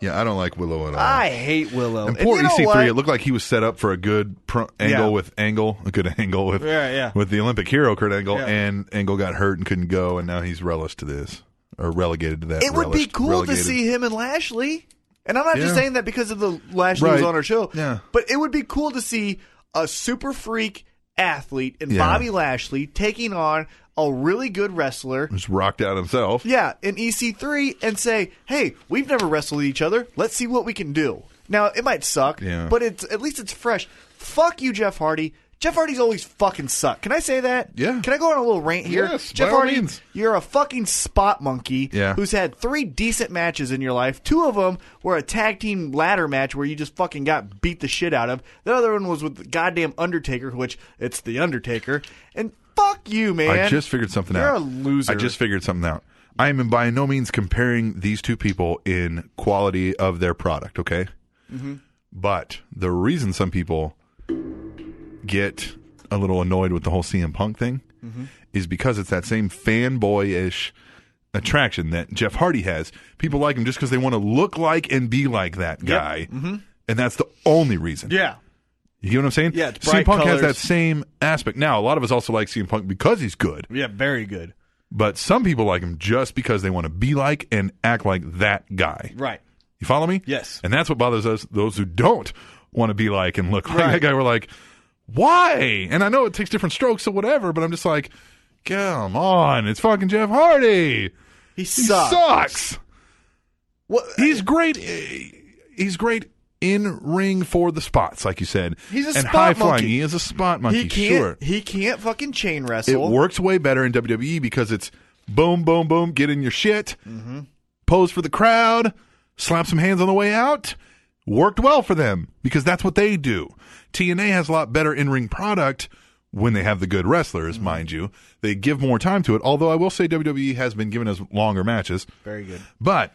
Speaker 3: Yeah, I don't like Willow at all.
Speaker 4: I hate Willow.
Speaker 3: and poor
Speaker 4: you know
Speaker 3: EC3,
Speaker 4: what?
Speaker 3: it looked like he was set up for a good pro- angle
Speaker 4: Yeah.
Speaker 3: with Angle, a good angle with
Speaker 4: Yeah, yeah.
Speaker 3: with the Olympic hero Kurt Angle,
Speaker 4: Yeah.
Speaker 3: and Angle got hurt and couldn't go, and now he's relished to this or relegated to that.
Speaker 4: It would be
Speaker 3: relished-
Speaker 4: cool
Speaker 3: relegated.
Speaker 4: to see him and Lashley. And I'm not
Speaker 3: Yeah.
Speaker 4: just saying that because of the Lashley was
Speaker 3: Right.
Speaker 4: on our show.
Speaker 3: Yeah.
Speaker 4: But it would be cool to see a super freak athlete and
Speaker 3: Yeah.
Speaker 4: Bobby Lashley taking on a really good wrestler.
Speaker 3: Just rocked out himself.
Speaker 4: Yeah, in EC3 and say, "Hey, we've never wrestled each other. Let's see what we can do." Now, it might suck,
Speaker 3: Yeah.
Speaker 4: but it's at least it's fresh. Fuck you, Jeff Hardy. Jeff Hardy's always fucking sucked. Can I say that?
Speaker 3: Yeah.
Speaker 4: Can I go on a little rant here?
Speaker 3: Yes,
Speaker 4: Jeff
Speaker 3: by all
Speaker 4: Hardy,
Speaker 3: means.
Speaker 4: you're a fucking spot monkey
Speaker 3: Yeah.
Speaker 4: who's had three decent matches in your life. Two of them were a tag team ladder match where you just fucking got beat the shit out of. The other one was with the goddamn Undertaker, which it's the Undertaker. And fuck you, man.
Speaker 3: I just figured something
Speaker 4: You're
Speaker 3: out.
Speaker 4: a loser.
Speaker 3: I just figured something out. I am by no means comparing these two people in quality of their product,
Speaker 4: Mm-hmm.
Speaker 3: okay? But the reason some people get a little annoyed with the whole CM Punk thing
Speaker 4: Mm-hmm.
Speaker 3: is because it's that same fanboyish attraction that Jeff Hardy has. People like him just because they want to look like and be like that guy. And that's the only reason.
Speaker 4: Mm-hmm. Yeah.
Speaker 3: You get what I'm saying?
Speaker 4: Yeah, it's
Speaker 3: CM
Speaker 4: bright
Speaker 3: Punk has
Speaker 4: colors.
Speaker 3: that same aspect. Now, a lot of us also like CM Punk because he's good,
Speaker 4: Yeah, very good.
Speaker 3: but some people like him just because they want to be like and act like that guy.
Speaker 4: Right.
Speaker 3: You follow me?
Speaker 4: Yes.
Speaker 3: And that's what bothers us, those who don't want to be like and look like that guy. We're like, why? And I know it takes different strokes or whatever, but I'm just like, come on, it's fucking Jeff Hardy.
Speaker 4: He
Speaker 3: He
Speaker 4: sucks.
Speaker 3: sucks.
Speaker 4: What?
Speaker 3: He's great. eh, He's great in ring for the spots, like you said.
Speaker 4: He's a
Speaker 3: and
Speaker 4: spot
Speaker 3: high flying.
Speaker 4: monkey.
Speaker 3: He is a spot monkey.
Speaker 4: He can't.
Speaker 3: Sure.
Speaker 4: He can't fucking chain
Speaker 3: It
Speaker 4: wrestle.
Speaker 3: works way better in WWE because it's boom, boom, boom, get in your shit, pose for the crowd, slap some hands on the way out. Worked well for them because that's what they do. TNA has a lot better in ring product when they have the good wrestlers,
Speaker 4: Mm-hmm.
Speaker 3: mind you. They give more time to it, although I will say WWE has been giving us longer matches.
Speaker 4: Very good.
Speaker 3: But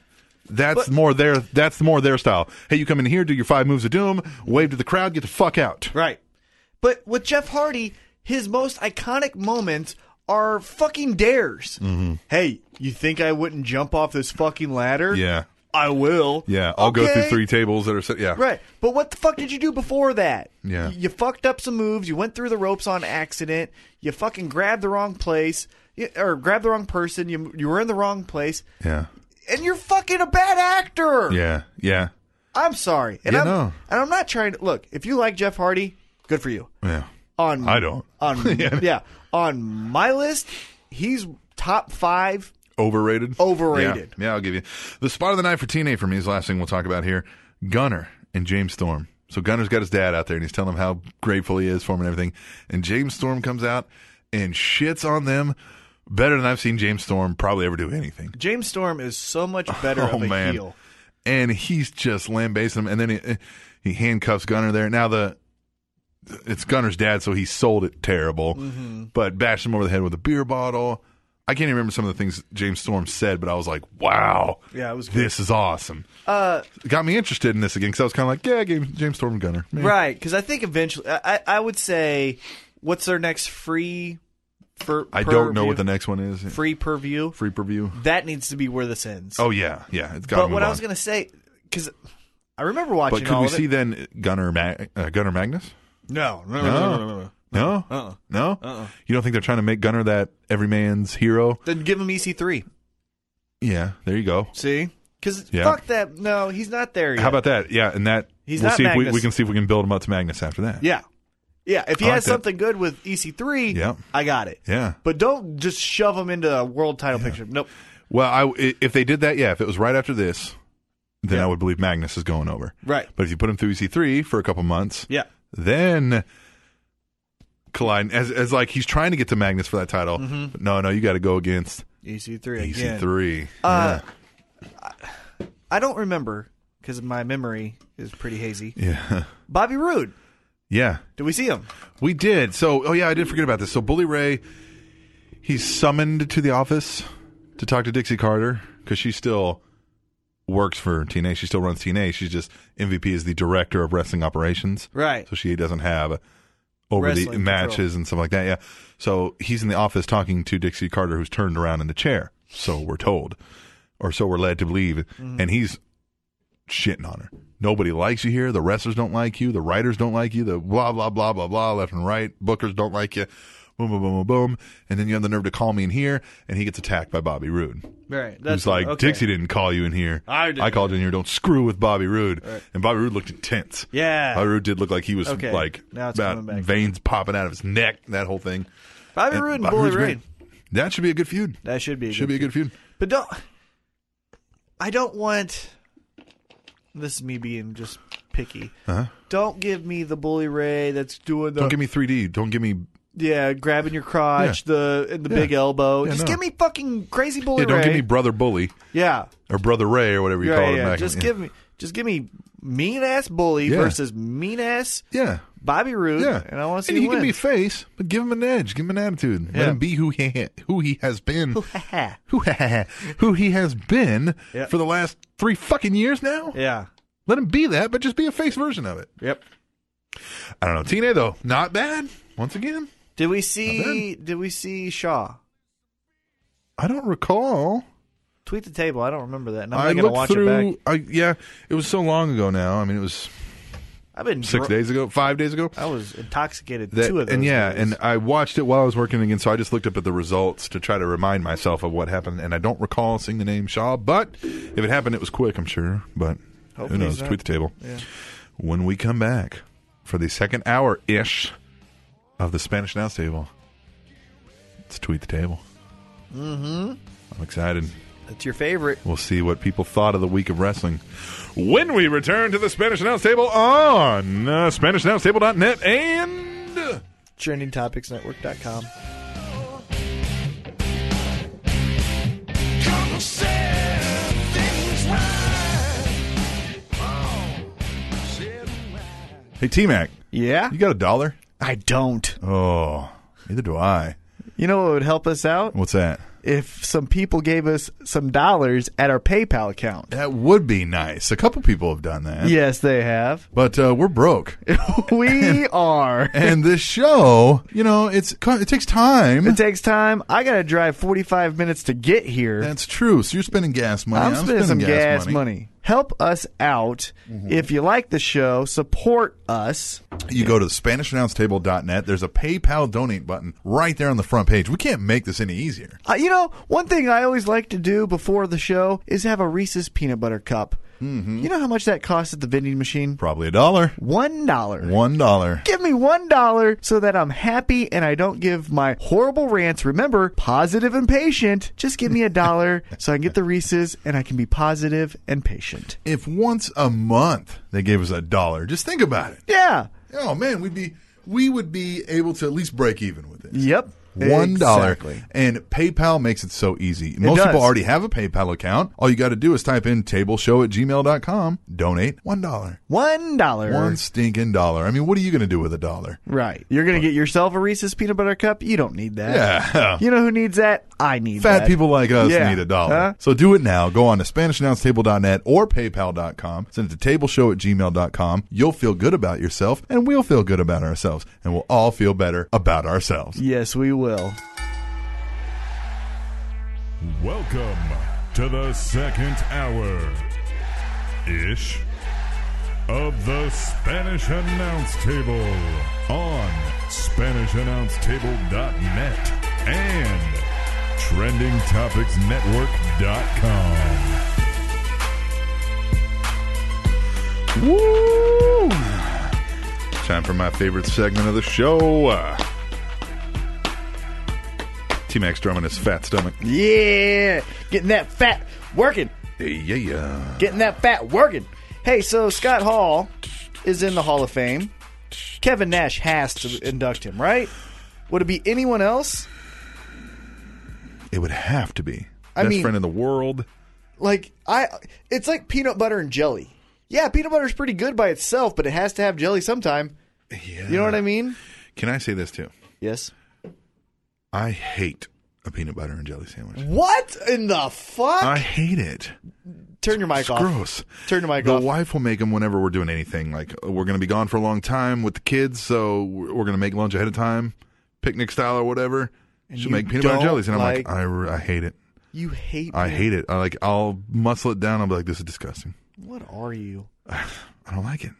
Speaker 3: that's more their that's more their style. Hey, you come in here, do your five moves of doom,
Speaker 4: Mm-hmm.
Speaker 3: wave to the crowd, get the fuck out.
Speaker 4: Right. But with Jeff Hardy, his most iconic moments are fucking dares.
Speaker 3: Mm-hmm.
Speaker 4: Hey, you think I wouldn't jump off this fucking ladder?
Speaker 3: Yeah.
Speaker 4: I will.
Speaker 3: Yeah, I'll go through
Speaker 4: Okay.
Speaker 3: three tables that are set. Yeah.
Speaker 4: Right. But what the fuck did you do before that?
Speaker 3: Yeah.
Speaker 4: Y- You fucked up some moves. You went through the ropes on accident. You fucking grabbed the wrong place y- or grabbed the wrong person. You, you were in the wrong place.
Speaker 3: Yeah.
Speaker 4: And you're fucking a bad actor.
Speaker 3: Yeah. Yeah.
Speaker 4: I'm sorry. And
Speaker 3: Yeah,
Speaker 4: I'm,
Speaker 3: no.
Speaker 4: and I'm not trying to look, if you like Jeff Hardy, good for you.
Speaker 3: Yeah.
Speaker 4: On
Speaker 3: I don't.
Speaker 4: On
Speaker 3: Yeah.
Speaker 4: yeah. On my list, he's top five.
Speaker 3: Overrated.
Speaker 4: Overrated.
Speaker 3: Yeah. Yeah, I'll give you the spot of the night for TNA for me is the last thing we'll talk about here. Gunner and James Storm. So Gunner's got his dad out there and he's telling him how grateful he is for him and everything. And James Storm comes out and shits on them better than I've seen James Storm probably ever do anything.
Speaker 4: James Storm is so much better
Speaker 3: Oh
Speaker 4: of a
Speaker 3: man.
Speaker 4: heel.
Speaker 3: And he's just lambasting him and then he, he handcuffs Gunner there. Now the it's Gunner's dad, so he sold it terrible,
Speaker 4: Mm-hmm.
Speaker 3: but bashed him over the head with a beer bottle. I can't even remember some of the things James Storm said, but I was like, "Wow,
Speaker 4: Yeah, it was good.
Speaker 3: this is awesome." Uh, got me interested in this again because I was kind of like, "Yeah, James, James Storm and Gunner, Yeah.
Speaker 4: Right, because I think eventually, I, I I would say, what's their next free? For
Speaker 3: I
Speaker 4: per
Speaker 3: don't know
Speaker 4: view-
Speaker 3: what the next one is. Free,
Speaker 4: free per view.
Speaker 3: preview.
Speaker 4: That needs to be where this ends.
Speaker 3: Oh yeah, yeah, it's got.
Speaker 4: but what I was gonna say, because I remember watching.
Speaker 3: but could
Speaker 4: all
Speaker 3: we
Speaker 4: of
Speaker 3: see
Speaker 4: It.
Speaker 3: then Gunner Mag- uh, Gunner Magnus?
Speaker 4: No, no,
Speaker 3: No. No, uh-uh. no. Uh-uh. You don't think they're trying to make Gunner that every man's hero?
Speaker 4: Then give him E EC3.
Speaker 3: Yeah, there you go.
Speaker 4: See, because
Speaker 3: Yeah.
Speaker 4: fuck that. No, he's not there yet.
Speaker 3: How about that? Yeah, and that
Speaker 4: He's
Speaker 3: we'll
Speaker 4: not
Speaker 3: see if we,
Speaker 4: Magnus.
Speaker 3: we can see if we can build him up to Magnus after that.
Speaker 4: Yeah. Yeah. If he
Speaker 3: I like
Speaker 4: has
Speaker 3: that.
Speaker 4: something good with EC3,
Speaker 3: Yeah.
Speaker 4: I got it.
Speaker 3: Yeah.
Speaker 4: But don't just shove him into a world title picture. Nope.
Speaker 3: Well, I i- if they did that, yeah, if it was right after this, then
Speaker 4: Yeah.
Speaker 3: I would believe Magnus is going over.
Speaker 4: Right.
Speaker 3: But if you put him through EC3 for a couple months,
Speaker 4: Yeah.
Speaker 3: then Collide as as like he's trying to get to Magnus for that title.
Speaker 4: Mm-hmm.
Speaker 3: But no, no, you got to go against E
Speaker 4: EC3 E again.
Speaker 3: EC3.
Speaker 4: Uh, I don't remember because my memory is pretty hazy.
Speaker 3: yeah. Yeah.
Speaker 4: Bobby Roode.
Speaker 3: yeah.
Speaker 4: Did we see him?
Speaker 3: We did. So, oh yeah, I did forget about this. So, Bully Ray, he's summoned to the office to talk to Dixie Carter because she still works for TNA. She still runs TNA. She's just MVP is the director of wrestling operations,
Speaker 4: Right.
Speaker 3: so she doesn't have over
Speaker 4: Wrestling
Speaker 3: the
Speaker 4: control.
Speaker 3: matches and stuff like that. Yeah. So he's in the office talking to Dixie Carter, who's turned around in the chair. So we're told, or so we're led to believe,
Speaker 4: Mm-hmm.
Speaker 3: and he's shitting on her. Nobody likes you here. The wrestlers don't like you. The writers don't like you. The blah blah blah blah blah left and right. Bookers don't like you. Boom boom boom boom boom. And then you have the nerve to call me in here, and he gets attacked by Bobby Roode.
Speaker 4: Right.
Speaker 3: Who's like
Speaker 4: okay.
Speaker 3: Dixie didn't call you in here.
Speaker 4: I didn't.
Speaker 3: called you in here. Don't screw with Bobby Roode. And Bobby Roode looked intense.
Speaker 4: Yeah.
Speaker 3: Bobby Roode did look like he was
Speaker 4: Okay.
Speaker 3: like
Speaker 4: Now it's
Speaker 3: about
Speaker 4: coming back.
Speaker 3: veins popping out of his neck. That whole thing.
Speaker 4: Bobby
Speaker 3: And
Speaker 4: Roode and
Speaker 3: Bobby
Speaker 4: Bully
Speaker 3: Roode's
Speaker 4: Ray.
Speaker 3: great. That should be a good feud.
Speaker 4: That should be. A
Speaker 3: should
Speaker 4: good
Speaker 3: be a good feud.
Speaker 4: But don't. I don't want. This is me being just picky.
Speaker 3: Uh-huh.
Speaker 4: Don't give me the bully Ray that's doing the
Speaker 3: Don't give me 3D. Don't give me
Speaker 4: yeah grabbing your crotch the and the
Speaker 3: Yeah.
Speaker 4: big elbow.
Speaker 3: Yeah,
Speaker 4: just
Speaker 3: no.
Speaker 4: give me fucking crazy bully
Speaker 3: yeah. Don't
Speaker 4: Ray.
Speaker 3: give me brother bully
Speaker 4: yeah,
Speaker 3: or brother Ray or whatever you
Speaker 4: yeah,
Speaker 3: call
Speaker 4: yeah.
Speaker 3: it. back-
Speaker 4: Just
Speaker 3: yeah.
Speaker 4: give me just give me mean ass bully
Speaker 3: Yeah.
Speaker 4: versus mean ass
Speaker 3: Yeah.
Speaker 4: Bobby Roode.
Speaker 3: Yeah,
Speaker 4: and I want to see
Speaker 3: And he
Speaker 4: who
Speaker 3: can be
Speaker 4: wins.
Speaker 3: face, but give him an edge, give him an attitude, let
Speaker 4: Yeah.
Speaker 3: him be who he ha- who he has been,
Speaker 4: Ha.
Speaker 3: who who he has been
Speaker 4: Yeah.
Speaker 3: for the last three fucking years now.
Speaker 4: yeah.
Speaker 3: Let him be that, but just be a face version of it.
Speaker 4: Yep.
Speaker 3: I don't know. TNA though, not bad. Once again,
Speaker 6: Did we see? Did we see Shaw
Speaker 3: I don't recall.
Speaker 6: tweet the table? I don't remember that. And I'm
Speaker 3: I
Speaker 6: not gonna
Speaker 3: looked
Speaker 6: watch it back.
Speaker 3: through. I, yeah, it was so long ago now. I mean, it was
Speaker 6: I've been
Speaker 3: six
Speaker 6: dr-
Speaker 3: days ago, five days ago.
Speaker 6: I was intoxicated.
Speaker 3: That-
Speaker 6: two of those
Speaker 3: and yeah,
Speaker 6: days.
Speaker 3: and I watched it while I was working again, so I just looked up at the results to try to remind myself of what happened. And I don't recall seeing the name Shaw, but if it happened, it was quick, I'm sure. But who
Speaker 6: Hopefully
Speaker 3: knows?
Speaker 6: he's not-
Speaker 3: Tweet the table. When we come back for the second hour ish of the Spanish Announce Table, it's Tweet the Table. Mm-hmm. I'm excited.
Speaker 6: it's your favorite.
Speaker 3: We'll see what people thought of the week of wrestling when we return to the Spanish Announce Table on uh, SpanishAnnounceTable.net and.
Speaker 6: TrendingTopicsNetwork.com.
Speaker 3: Hey, T Mac,
Speaker 4: Yeah?
Speaker 3: you got a dollar?
Speaker 4: I don't.
Speaker 3: Oh, neither do I.
Speaker 4: You know what would help us out?
Speaker 3: What's that?
Speaker 4: If some people gave us some dollars at our PayPal account.
Speaker 3: That would be nice. A couple people have done that.
Speaker 4: Yes, they have.
Speaker 3: But uh, we're broke.
Speaker 4: we are.
Speaker 3: and this show, you know, it's it takes time.
Speaker 4: It takes time. I got to drive 45 minutes to get here.
Speaker 3: That's true. So you're spending Mm-hmm. gas money.
Speaker 4: I'm spending, some gas, money. Help us out. If you like the show, support us.
Speaker 3: You go to SpanishAnnounceTable.net. There's a PayPal donate button right there on the front page. We can't make this any easier.
Speaker 4: Uh, you know, one thing I always like to do before the show is have a Reese's peanut butter cup. Mm-hmm. You know how much that costs at the vending machine?
Speaker 3: Probably a dollar.
Speaker 4: One dollar.
Speaker 3: One dollar.
Speaker 4: Give me one dollar so that I'm happy and I don't give my horrible rants. Remember, positive and patient. Just give me a dollar so I can get the Reese's and I can be positive and patient.
Speaker 3: If once a month they gave us a dollar, just think about it.
Speaker 4: Yeah.
Speaker 3: Oh man, we'd be we would be able to at least break even with it.
Speaker 4: Yep.
Speaker 3: One dollar.
Speaker 4: Exactly.
Speaker 3: And PayPal makes it so easy. Most
Speaker 4: does.
Speaker 3: people already have a PayPal account. All you got to do is type in tableshow at gmail.com, donate one dollar.
Speaker 4: One dollar.
Speaker 3: One stinking dollar. I mean, what are you going to do with a dollar?
Speaker 4: Right. You're going to get yourself a Reese's peanut butter cup. You don't need that.
Speaker 3: Yeah.
Speaker 4: You know who needs that? I need
Speaker 3: Fat
Speaker 4: that.
Speaker 3: people like us
Speaker 4: Yeah.
Speaker 3: need a dollar.
Speaker 4: Huh?
Speaker 3: So do it now. Go on to SpanishAnnounceTable.net or PayPal.com. Send it to tableshow at gmail.com. You'll feel good about yourself, and we'll feel good about ourselves, and we'll all feel better about ourselves.
Speaker 4: Yes, we will.
Speaker 1: Welcome to the second hour ish of the Spanish Announce Table on SpanishAnnounceTable.net and TrendingTopicsNetwork.com.
Speaker 3: Woo! Time for my favorite segment of the show. Uh, T Max drumming his fat stomach.
Speaker 6: Yeah, getting that fat working.
Speaker 3: Yeah, yeah.
Speaker 6: Getting that fat working.
Speaker 4: Hey, so Scott Hall is in the Hall of Fame. Kevin Nash has to induct him, right? Would it be anyone else?
Speaker 3: It would have to be.
Speaker 4: I
Speaker 3: Best
Speaker 4: mean-
Speaker 3: friend in the world.
Speaker 4: Like I it's like peanut butter and jelly. Yeah, peanut butter's pretty good by itself, but it has to have jelly sometime.
Speaker 3: Yeah.
Speaker 4: You know what I mean?
Speaker 3: Can I say this too?
Speaker 4: Yes.
Speaker 3: I hate a peanut butter and jelly sandwich.
Speaker 4: What in the fuck?
Speaker 3: I hate it.
Speaker 4: Turn your mic
Speaker 3: It's
Speaker 4: off.
Speaker 3: gross.
Speaker 4: Turn your mic
Speaker 3: the
Speaker 4: off.
Speaker 3: wife will make them whenever we're doing anything. Like we're going to be gone for a long time with the kids, so we're going to make lunch ahead of time, picnic style or whatever. She'll
Speaker 4: you
Speaker 3: make peanut butter and
Speaker 4: don't
Speaker 3: jellies, and I'm like,
Speaker 4: like-
Speaker 3: I, re- I hate it.
Speaker 4: You hate
Speaker 3: I
Speaker 4: peanut-
Speaker 3: hate it. I like I'll muscle it down. I'll be like, this is disgusting.
Speaker 4: What are you?
Speaker 3: I don't like it.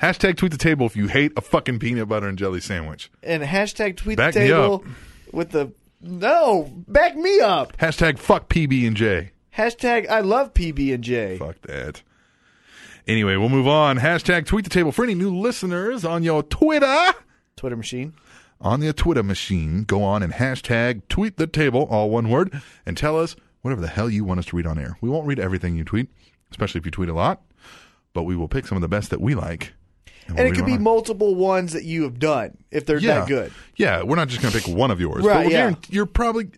Speaker 3: Hashtag tweet the table if you hate a fucking peanut butter and jelly sandwich.
Speaker 4: And hashtag tweet
Speaker 3: Back
Speaker 4: the
Speaker 3: me
Speaker 4: table with the no, back me up.
Speaker 3: Hashtag fuck PB and J.
Speaker 4: Hashtag I love PB and J.
Speaker 3: Fuck that. Anyway, we'll move on. Hashtag tweet the table for any new listeners on your Twitter.
Speaker 4: Twitter machine.
Speaker 3: On your Twitter machine, go on and hashtag tweet the table, all one word, and tell us whatever the hell you want us to read on air. We won't read everything you tweet, especially if you tweet a lot, but we will pick some of the best that we like. we'll
Speaker 4: And it
Speaker 3: read
Speaker 4: could
Speaker 3: on
Speaker 4: be
Speaker 3: air.
Speaker 4: multiple ones that you have done if they're that good.
Speaker 3: Yeah, we're not just going to pick one of yours.
Speaker 4: Right,
Speaker 3: But we're
Speaker 4: yeah.
Speaker 3: guaran- you're probably,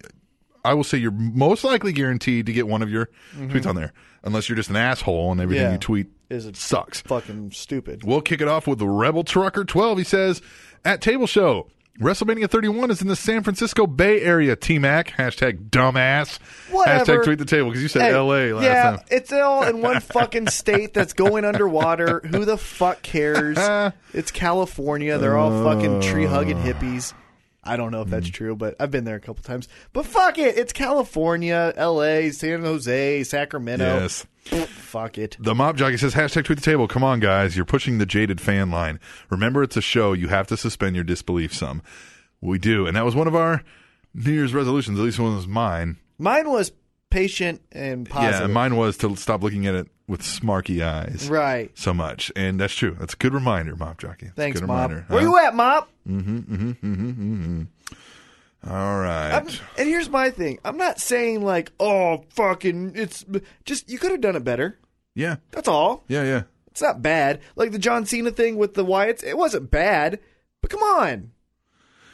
Speaker 3: I will say, you're most likely guaranteed to get one of your tweets on there, unless you're just an asshole and everything
Speaker 4: Mm-hmm. Yeah.
Speaker 3: you tweet
Speaker 4: Is it-
Speaker 3: sucks.
Speaker 4: Fucking stupid.
Speaker 3: We'll kick it off with the Rebel Trucker 12. He says, at Table Show, WrestleMania 31 is in the San Francisco Bay Area, T Mac. Hashtag dumbass.
Speaker 4: Whatever.
Speaker 3: Hashtag tweet the table because you said
Speaker 4: Hey,
Speaker 3: LA last
Speaker 4: yeah,
Speaker 3: time.
Speaker 4: it's all in one fucking state that's going underwater.
Speaker 3: Uh.
Speaker 4: Who the fuck cares? It's California. They're all fucking tree hugging hippies. I don't know if
Speaker 3: Mm.
Speaker 4: that's true, but I've been there a couple times. But fuck it, it's California, L.A., San Jose, Sacramento.
Speaker 3: Yes.
Speaker 4: Pfft, fuck it.
Speaker 3: The mob jockey says, hashtag tweet the table. Come on, guys. You're pushing the jaded fan line. Remember, it's a show. You have to suspend your disbelief some. We do. And that was one of our New Year's resolutions, at least one was mine.
Speaker 4: Mine was patient and positive.
Speaker 3: Yeah, and mine was to stop looking at it with smarky eyes
Speaker 4: right.
Speaker 3: so much. And that's true. That's a good reminder, mob jockey. That's a
Speaker 4: Thanks,
Speaker 3: good Um,
Speaker 4: Mop.
Speaker 3: reminder.
Speaker 4: Where
Speaker 3: Huh?
Speaker 4: you at, Mop?
Speaker 3: All right.
Speaker 4: I'm- and here's my thing. I'm not saying like, oh, fucking, it's just you could have done it better.
Speaker 3: yeah.
Speaker 4: That's all.
Speaker 3: Yeah, yeah.
Speaker 4: It's not bad. Like the John Cena thing with the Wyatts, it wasn't bad. But come on,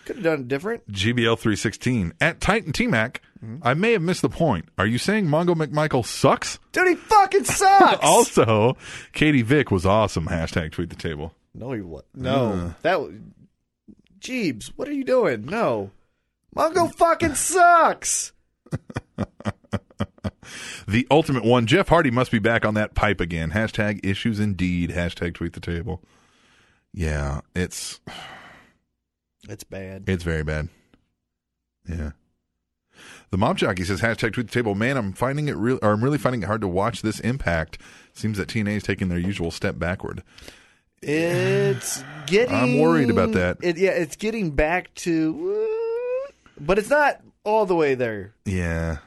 Speaker 4: could have done it different.
Speaker 3: GBL 316. At Titan T Mac,
Speaker 4: Mm-hmm.
Speaker 3: I may have missed the point. Are you saying Mongo McMichael sucks?
Speaker 4: Dude, he fucking sucks.
Speaker 3: Also, Katie Vick was awesome. Hashtag tweet the table.
Speaker 4: no, he what? No, that. w- Jeebs, what are you doing? No, Mongo fucking sucks.
Speaker 3: The ultimate one. Jeff Hardy must be back on that pipe again. Hashtag issues indeed. Hashtag tweet the table. Yeah, it's
Speaker 4: It's bad.
Speaker 3: it's very bad. Yeah. The mob jockey says hashtag tweet the table. Man, I'm finding it real. Or I'm really finding it hard to watch this impact. Seems that TNA is taking their usual step backward.
Speaker 4: It's getting.
Speaker 3: I'm worried about that.
Speaker 4: It, yeah, it's getting back to, uh, but it's not all the way there.
Speaker 3: Yeah.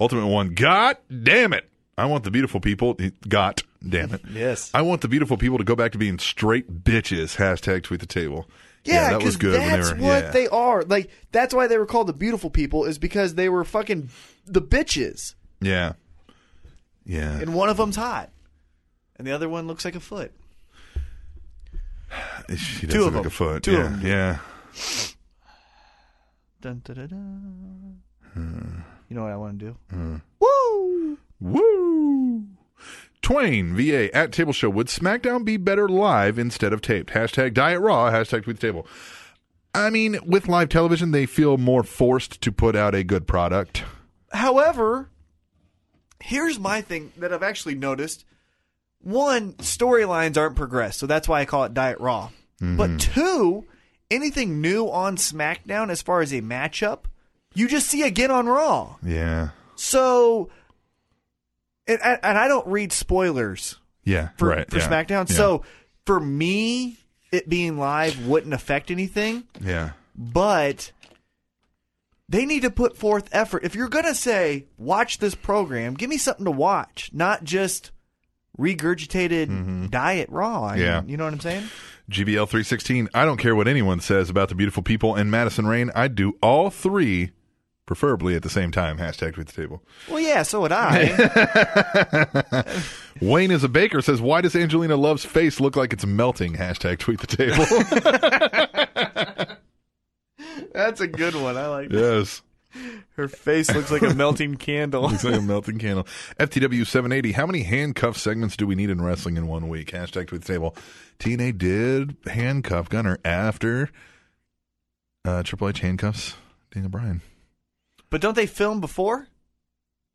Speaker 3: Ultimate one. God damn it. I want the beautiful people. God damn it.
Speaker 4: Yes.
Speaker 3: I want the beautiful people to go back to being straight bitches. Hashtag tweet the table.
Speaker 4: Yeah,
Speaker 3: that was
Speaker 4: 'cause
Speaker 3: good. when
Speaker 4: That's
Speaker 3: they were,
Speaker 4: what
Speaker 3: yeah.
Speaker 4: they are. Like that's why they were called the beautiful people is because they were fucking the bitches,
Speaker 3: Yeah. Yeah.
Speaker 4: and one of them's hot, and the other one looks like a foot.
Speaker 3: she does two
Speaker 4: of
Speaker 3: like a
Speaker 4: them.
Speaker 3: foot.
Speaker 4: Two
Speaker 3: yeah.
Speaker 4: of them.
Speaker 3: Yeah.
Speaker 4: Dun, dun, dun, dun.
Speaker 3: Hmm.
Speaker 4: You know what I want to do?
Speaker 3: Woo. Twain, VA, at Table Show. Would SmackDown be better live instead of taped? Hashtag Diet Raw. Hashtag Tweet the Table. I mean, with live television, they feel more forced to put out a good product.
Speaker 4: However, here's my thing that I've actually noticed. One, storylines aren't progressed, so that's why I call it Diet Raw.
Speaker 3: Mm-hmm.
Speaker 4: But two, anything new on SmackDown as far as a matchup, you just see again on Raw.
Speaker 3: Yeah.
Speaker 4: So, and, and and I don't read spoilers
Speaker 3: Yeah.
Speaker 4: for,
Speaker 3: right.
Speaker 4: for
Speaker 3: yeah,
Speaker 4: SmackDown.
Speaker 3: yeah,
Speaker 4: So for me, it being live wouldn't affect anything,
Speaker 3: Yeah.
Speaker 4: but they need to put forth effort. If you're going to say, watch this program, give me something to watch, not just regurgitated diet raw. I
Speaker 3: Yeah.
Speaker 4: mean, you know what I'm saying?
Speaker 3: GBL 316. I don't care what anyone says about the beautiful people and Madison Rain. I'd do all three, preferably at the same time. Hashtag tweet the table.
Speaker 4: Well, yeah, so would I.
Speaker 3: Wayne is a baker says, Why does Angelina Love's face look like it's melting? Hashtag tweet the table.
Speaker 4: That's a good one. I like
Speaker 3: yes.
Speaker 4: Her face looks like a melting candle.
Speaker 3: Looks like a melting candle. FTW 780. How many handcuff segments do we need in wrestling in one week? Hashtag tweet the table. TNA did handcuff Gunner after uh, Triple H handcuffs Daniel Bryan.
Speaker 4: But don't they film before?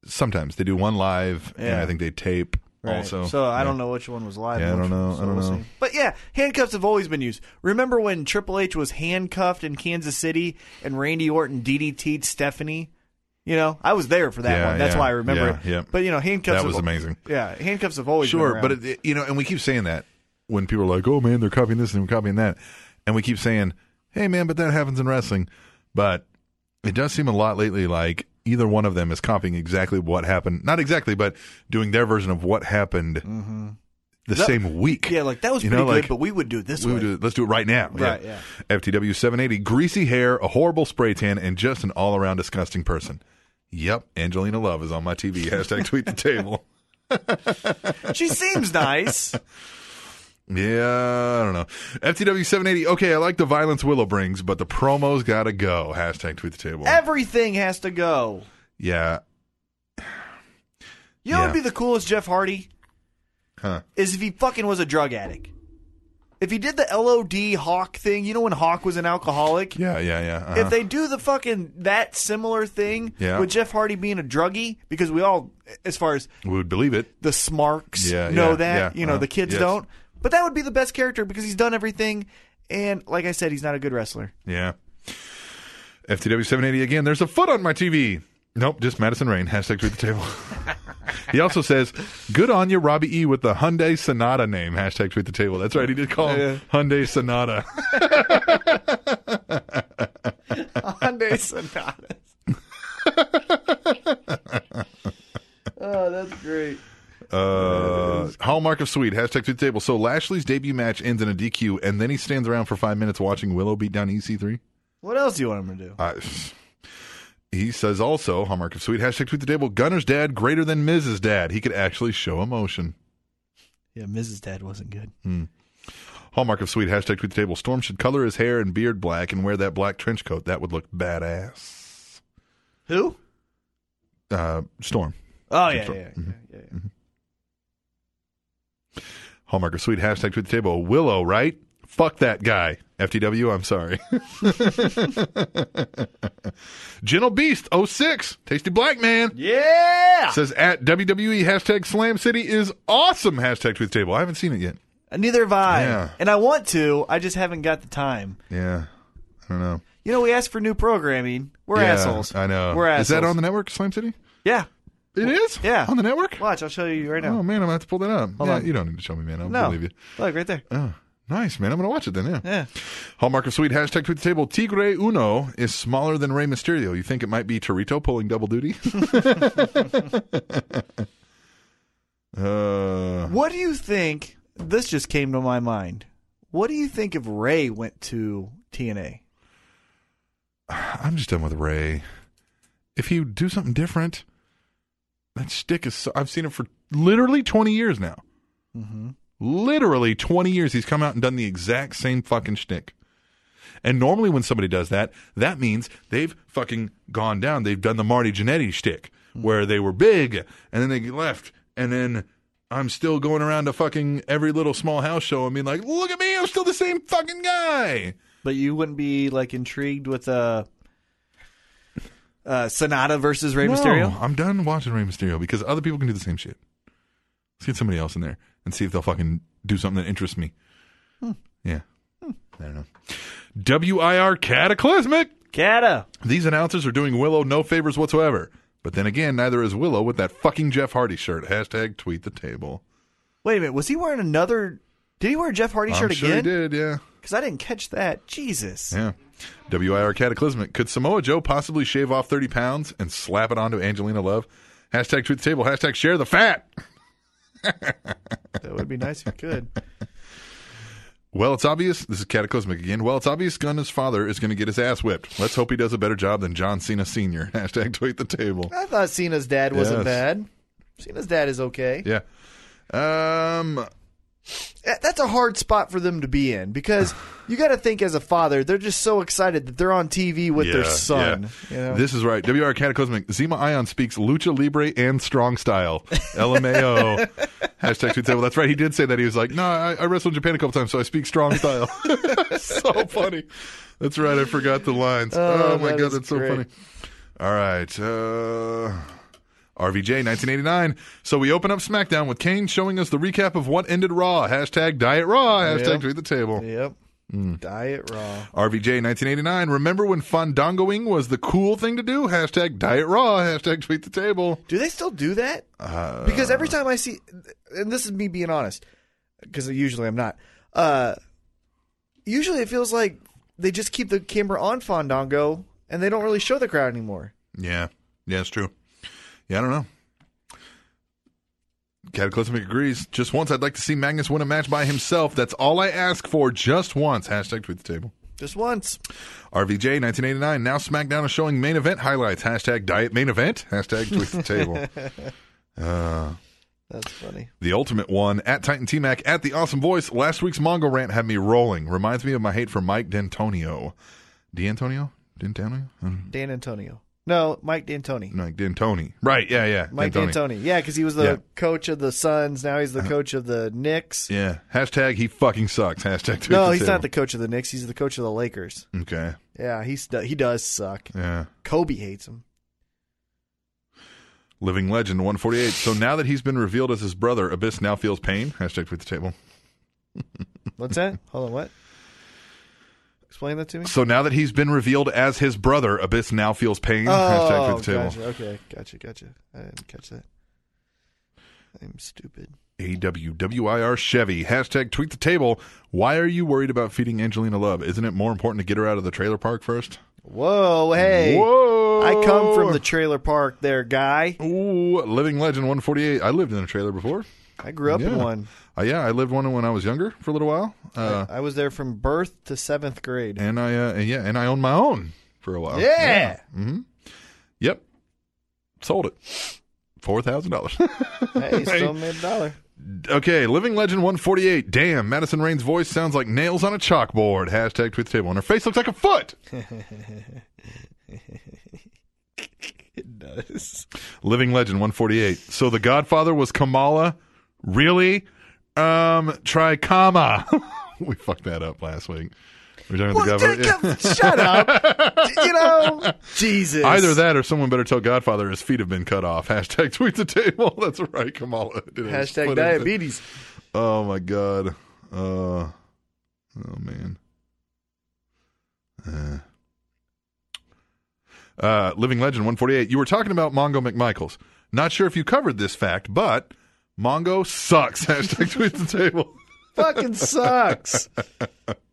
Speaker 3: sometimes they do one live and
Speaker 4: Yeah.
Speaker 3: I think they tape
Speaker 4: Right.
Speaker 3: also.
Speaker 4: so I
Speaker 3: Yeah.
Speaker 4: don't know which one was live.
Speaker 3: Yeah, I
Speaker 4: and
Speaker 3: don't
Speaker 4: which-
Speaker 3: know.
Speaker 4: so
Speaker 3: I don't
Speaker 4: we'll
Speaker 3: know.
Speaker 4: see. But yeah, handcuffs have always been used. Remember when Triple H was handcuffed in Kansas City and Randy Orton DDT'd Stephanie? You know, I was there for that
Speaker 3: Yeah,
Speaker 4: one. That's
Speaker 3: yeah,
Speaker 4: why I remember
Speaker 3: yeah,
Speaker 4: it.
Speaker 3: yeah.
Speaker 4: But you know, handcuffs.
Speaker 3: That was
Speaker 4: have,
Speaker 3: amazing.
Speaker 4: Yeah, handcuffs have always
Speaker 3: Sure,
Speaker 4: been
Speaker 3: but
Speaker 4: around.
Speaker 3: it, you know, and we keep saying that when people are like, "Oh man, they're copying this and they're copying that," and we keep saying, "Hey man, but that happens in wrestling." But it does seem a lot lately like either one of them is copying exactly what happened, not exactly, but doing their version of what happened the
Speaker 4: Mm-hmm. That-
Speaker 3: same week.
Speaker 4: yeah, like that was
Speaker 3: You
Speaker 4: pretty
Speaker 3: know,
Speaker 4: good.
Speaker 3: like,
Speaker 4: but we would do it this
Speaker 3: we
Speaker 4: way.
Speaker 3: would do it. Let's do it right now.
Speaker 4: Right, yeah.
Speaker 3: FTW 780, greasy hair, a horrible spray tan, and just an all around disgusting person. Yep, Angelina Love is on my TV. Hashtag tweet the table.
Speaker 4: she seems nice.
Speaker 3: Yeah, I don't know. FTW 780, okay, I like the violence Willow brings, but the promo's gotta go. Hashtag tweet the table.
Speaker 4: Everything has to go.
Speaker 3: yeah.
Speaker 4: You know what
Speaker 3: Yeah.
Speaker 4: would be the coolest Jeff Hardy?
Speaker 3: Huh.
Speaker 4: Is if he fucking was a drug addict. If he did the LOD Hawk thing, you know when Hawk was an alcoholic?
Speaker 3: Yeah, yeah, yeah. uh-huh.
Speaker 4: If they do the fucking that similar thing
Speaker 3: Yeah.
Speaker 4: with Jeff Hardy being a druggie, because we all, as far as
Speaker 3: we would believe it.
Speaker 4: the smarks
Speaker 3: Yeah,
Speaker 4: know
Speaker 3: yeah,
Speaker 4: that,
Speaker 3: yeah,
Speaker 4: you know,
Speaker 3: uh-huh,
Speaker 4: the kids
Speaker 3: yes.
Speaker 4: don't. But that would be the best character because he's done everything. And like I said, he's not a good wrestler.
Speaker 3: Yeah. FTW 780 again. There's a foot on my TV. Nope, just Madison Rain. Hashtag tweet the table. he also says, good on you, Robbie E, with the Hyundai Sonata name. Hashtag tweet the table. That's right. He did call him Hyundai Sonata.
Speaker 4: Hyundai Sonata. oh, that's great.
Speaker 3: Uh, Hallmark of Sweet. Hashtag tweet the table. So Lashley's debut match ends in a DQ, and then he stands around for five minutes watching Willow beat down EC3.
Speaker 4: What else do you want him to do?
Speaker 3: I, he says also, hallmark of sweet, hashtag tweet the table, Gunner's dad greater than Mrs. Dad. He could actually show emotion.
Speaker 4: Yeah, Mrs. Dad wasn't good.
Speaker 3: Hallmark of sweet, hashtag tweet the table, Storm should color his hair and beard black and wear that black trench coat. That would look badass.
Speaker 4: Who?
Speaker 3: Uh, Storm.
Speaker 4: Oh yeah, yeah,
Speaker 3: Storm.
Speaker 4: yeah, yeah, yeah, yeah.
Speaker 3: Hallmark of sweet, hashtag tweet the table, Willow, right? Fuck that guy. FTW, I'm sorry. Gentle Beast 06, Tasty Black Man.
Speaker 4: Yeah!
Speaker 3: Says at WWE hashtag Slam City is awesome hashtag tweet the table. I haven't seen it yet.
Speaker 4: Neither have I.
Speaker 3: Yeah.
Speaker 4: And I want to. I just haven't got the time.
Speaker 3: Yeah. I don't know.
Speaker 4: You know, we asked for new programming. We're
Speaker 3: Yeah,
Speaker 4: assholes.
Speaker 3: I know.
Speaker 4: We're assholes.
Speaker 3: Is that on the network, Slam City?
Speaker 4: Yeah.
Speaker 3: It is?
Speaker 4: Yeah.
Speaker 3: On the network?
Speaker 4: Watch, I'll show you right now.
Speaker 3: Oh, man, I'm going to have to pull that up. yeah,
Speaker 4: on.
Speaker 3: You don't need to show me, man. I'll
Speaker 4: no.
Speaker 3: believe you.
Speaker 4: Look right there.
Speaker 3: Oh, nice, man. I'm going to watch it then, yeah.
Speaker 4: Yeah.
Speaker 3: Hallmark of Sweet hashtag tweet the table. Tigre Uno is smaller than Rey Mysterio. You think it might be Torito pulling double duty? uh,
Speaker 4: What do you think? This just came to my mind. What do you think if Ray went to TNA?
Speaker 3: I'm just done with Ray. If you do something different, that shtick is. So, I've seen it for literally 20 years now. Literally 20 years. He's come out and done the exact same fucking shtick. And normally, when somebody does that, that means they've fucking gone down. They've done the Marty Jannetty shtick, where they were big and then they left, and then I'm still going around to fucking every little small house show and being like, "Look at me, I'm still the same fucking guy."
Speaker 4: But you wouldn't be like intrigued with uh, uh, Sonata versus Rey Mysterio.
Speaker 3: No, I'm done watching Rey Mysterio because other people can do the same shit. Let's get somebody else in there and see if they'll fucking do something that interests me.
Speaker 4: Hmm.
Speaker 3: Yeah. I don't know. WIR Cataclysmic.
Speaker 4: Kata.
Speaker 3: These announcers are doing Willow no favors whatsoever. But then again, neither is Willow with that fucking Jeff Hardy shirt. Hashtag tweet the table.
Speaker 4: Wait a minute. Was he wearing another? Did he wear a Jeff Hardy
Speaker 3: I'm
Speaker 4: shirt
Speaker 3: sure
Speaker 4: again?
Speaker 3: he did, yeah.
Speaker 4: Because I didn't catch that. Jesus.
Speaker 3: Yeah. WIR Cataclysmic. Could Samoa Joe possibly shave off 30 pounds and slap it onto Angelina Love? Hashtag tweet the table. Hashtag share the fat.
Speaker 4: That would be nice if you could.
Speaker 3: Well, it's obvious. This is Cataclysmic again. Well, it's obvious Gunna's father is going to get his ass whipped. Let's hope he does a better job than John Cena Sr. Hashtag tweet the table.
Speaker 4: I thought Cena's dad wasn't
Speaker 3: Yes.
Speaker 4: bad. Cena's dad is okay.
Speaker 3: Yeah. Um,
Speaker 4: That- That's a hard spot for them to be in because you got to think as a father, they're just so excited that they're on TV with their
Speaker 3: yeah,
Speaker 4: son.
Speaker 3: yeah.
Speaker 4: You know?
Speaker 3: This is right. WR Cataclysmic. Zima Ion speaks lucha libre and strong style. LMAO. Hashtag tweet the table. That's right. He did say that. He was like, no, I, I wrestled in Japan a couple times, so I speak strong style. so funny. That's right. I forgot the lines. Oh, my
Speaker 4: that
Speaker 3: God.
Speaker 4: is
Speaker 3: That's so
Speaker 4: great.
Speaker 3: funny. All right. Uh, RVJ 1989. So we open up SmackDown with Kane showing us the recap of what ended Raw. Hashtag Diet Raw. Hashtag
Speaker 4: Yeah.
Speaker 3: tweet the table.
Speaker 4: Yep. Hmm. Diet Raw.
Speaker 3: RVJ 1989. Remember when fandangoing was the cool thing to do? Hashtag Diet Raw. Hashtag Tweet the Table.
Speaker 4: Do they still do that? because
Speaker 3: Uh.
Speaker 4: every time I see, and this is me being honest, because usually I'm not. Uh, usually it feels like they just keep the camera on Fandango and they don't really show the crowd anymore.
Speaker 3: Yeah. Yeah, it's true. Yeah, I don't know. Cataclysmic agrees. Just once, I'd like to see Magnus win a match by himself. That's all I ask for. Just once. Hashtag Tweet the Table.
Speaker 4: Just once.
Speaker 3: RVJ 1989. Now SmackDown is showing main event highlights. Hashtag Diet Main Event. Hashtag Tweet the Table. Uh,
Speaker 4: That's funny.
Speaker 3: The Ultimate One at Titan T Mac at the Awesome Voice. Last week's Mongo rant had me rolling. Reminds me of my hate for Mike D'Antonio. D'Antonio? D'Antonio? Uh, I don't
Speaker 4: Dan Antonio. No, Mike D'Antoni.
Speaker 3: know. Like D'Antoni. Right, yeah, yeah.
Speaker 4: Mike
Speaker 3: D'Antoni.
Speaker 4: D'Antoni. Yeah, because he was the
Speaker 3: Yeah. Uh-huh.
Speaker 4: coach of the Suns. Now he's the coach of the Knicks.
Speaker 3: Yeah. Hashtag he fucking sucks. Hashtag tweet
Speaker 4: no, he's not the
Speaker 3: table.
Speaker 4: coach of the Knicks. He's the coach of the Lakers.
Speaker 3: Okay.
Speaker 4: Yeah, he's he does suck.
Speaker 3: Yeah.
Speaker 4: Kobe hates him.
Speaker 3: Living Legend 148. So now that he's been revealed as his brother, Abyss now feels pain. Hashtag tweet the table.
Speaker 4: What's that? Hold on, what? Explain that to me.
Speaker 3: So now that he's been revealed as his brother, Abyss now feels pain. Hashtag
Speaker 4: Oh,
Speaker 3: through the table.
Speaker 4: gotcha. Okay, gotcha, gotcha. I didn't catch that. I'm stupid.
Speaker 3: AWWIR Chevy. Hashtag tweet the table. Why are you worried about feeding Angelina Love? Isn't it more important to get her out of the trailer park first?
Speaker 4: Whoa, hey.
Speaker 3: Whoa.
Speaker 4: I come from the trailer park there, guy.
Speaker 3: Ooh, Living Legend 148. I lived in a trailer before.
Speaker 4: I grew up in
Speaker 3: Yeah.
Speaker 4: one.
Speaker 3: Uh, yeah, I lived one when I was younger for a little while. Uh,
Speaker 4: I was there from birth to seventh grade.
Speaker 3: and I uh, and yeah, and I owned my own for a while.
Speaker 4: Yeah.
Speaker 3: hmm Yep. Sold it. Four thousand dollars.
Speaker 4: hey, still made a dollar.
Speaker 3: Okay, Living Legend 148. Damn, Madison Rain's voice sounds like nails on a chalkboard. Hashtag tweet the table. And her face looks like a foot.
Speaker 4: It does.
Speaker 3: Living Legend 148. So the Godfather was Kamala. Really? Um, try comma. we fucked that up last week. We We're talking about the Godfather. Yeah.
Speaker 4: Shut up. you know, Jesus.
Speaker 3: Either that or someone better tell Godfather his feet have been cut off. Hashtag tweet the table. That's right, Kamala. Did it.
Speaker 4: Hashtag
Speaker 3: Put it-
Speaker 4: diabetes.
Speaker 3: Oh my god. Uh, oh man. Uh. Uh, Living Legend 148. You were talking about Mongo McMichaels. Not sure if you covered this fact, but Mongo sucks. Hashtag tweet the table.
Speaker 4: fucking sucks.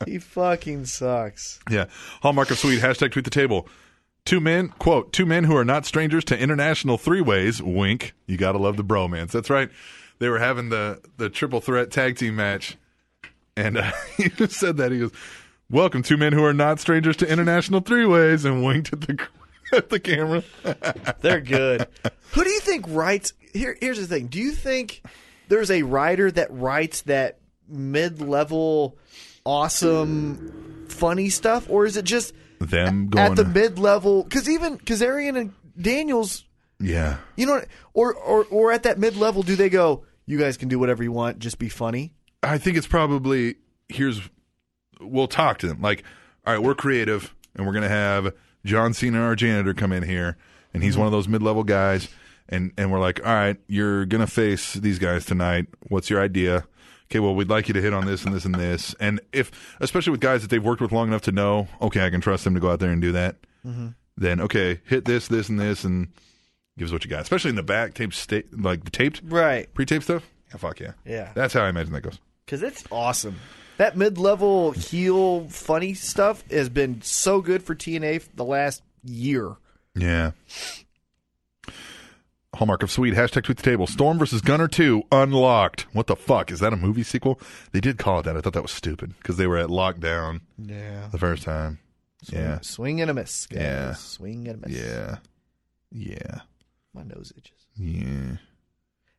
Speaker 4: he fucking sucks.
Speaker 3: Yeah. Hallmark of Sweet. Hashtag tweet the table. Two men, quote, two men who are not strangers to international three ways. Wink. You got to love the bromance. That's right. They were having the, the triple threat tag team match. And uh, he just said that. He goes, Welcome, two men who are not strangers to international three ways. And winked at the, at the camera.
Speaker 4: They're good. Who do you think writes? Here, here's the thing. Do you think there's a writer that writes that mid-level, awesome, funny stuff, or is it just
Speaker 3: Them going.
Speaker 4: at the mid-level? Because even Kazarian and Daniels,
Speaker 3: yeah.
Speaker 4: you know, or or or at that mid-level, do they go? You guys can do whatever you want. Just be funny.
Speaker 3: I think it's probably here's we'll talk to them. Like, all right, we're creative and we're gonna have John Cena, our janitor, come in here, and he's one of those mid level guys, and and we're like, all right, you're gonna face these guys tonight. What's your idea? Okay, well, we'd like you to hit on this and this and this, and if especially with guys that they've worked with long enough to know, okay, I can trust them to go out there and do that. Then okay, hit this, this, and this, and give us what you got. Especially in the back taped, sta- like the taped,
Speaker 4: Right.
Speaker 3: pre-taped stuff. Yeah, fuck yeah,
Speaker 4: Yeah.
Speaker 3: That's how I imagine that goes.
Speaker 4: Because it's awesome. That mid level heel funny stuff has been so good for TNA the last year.
Speaker 3: Yeah. Hallmark of Sweet, hashtag tweet the table. Storm versus Gunner 2, unlocked. What the fuck? Is that a movie sequel? They did call it that. I thought that was stupid because they were at lockdown
Speaker 4: Yeah.
Speaker 3: the first time. Yeah.
Speaker 4: Swing and a miss. Guys.
Speaker 3: Yeah.
Speaker 4: Swing and a miss.
Speaker 3: Yeah. Yeah.
Speaker 4: My nose itches.
Speaker 3: Yeah.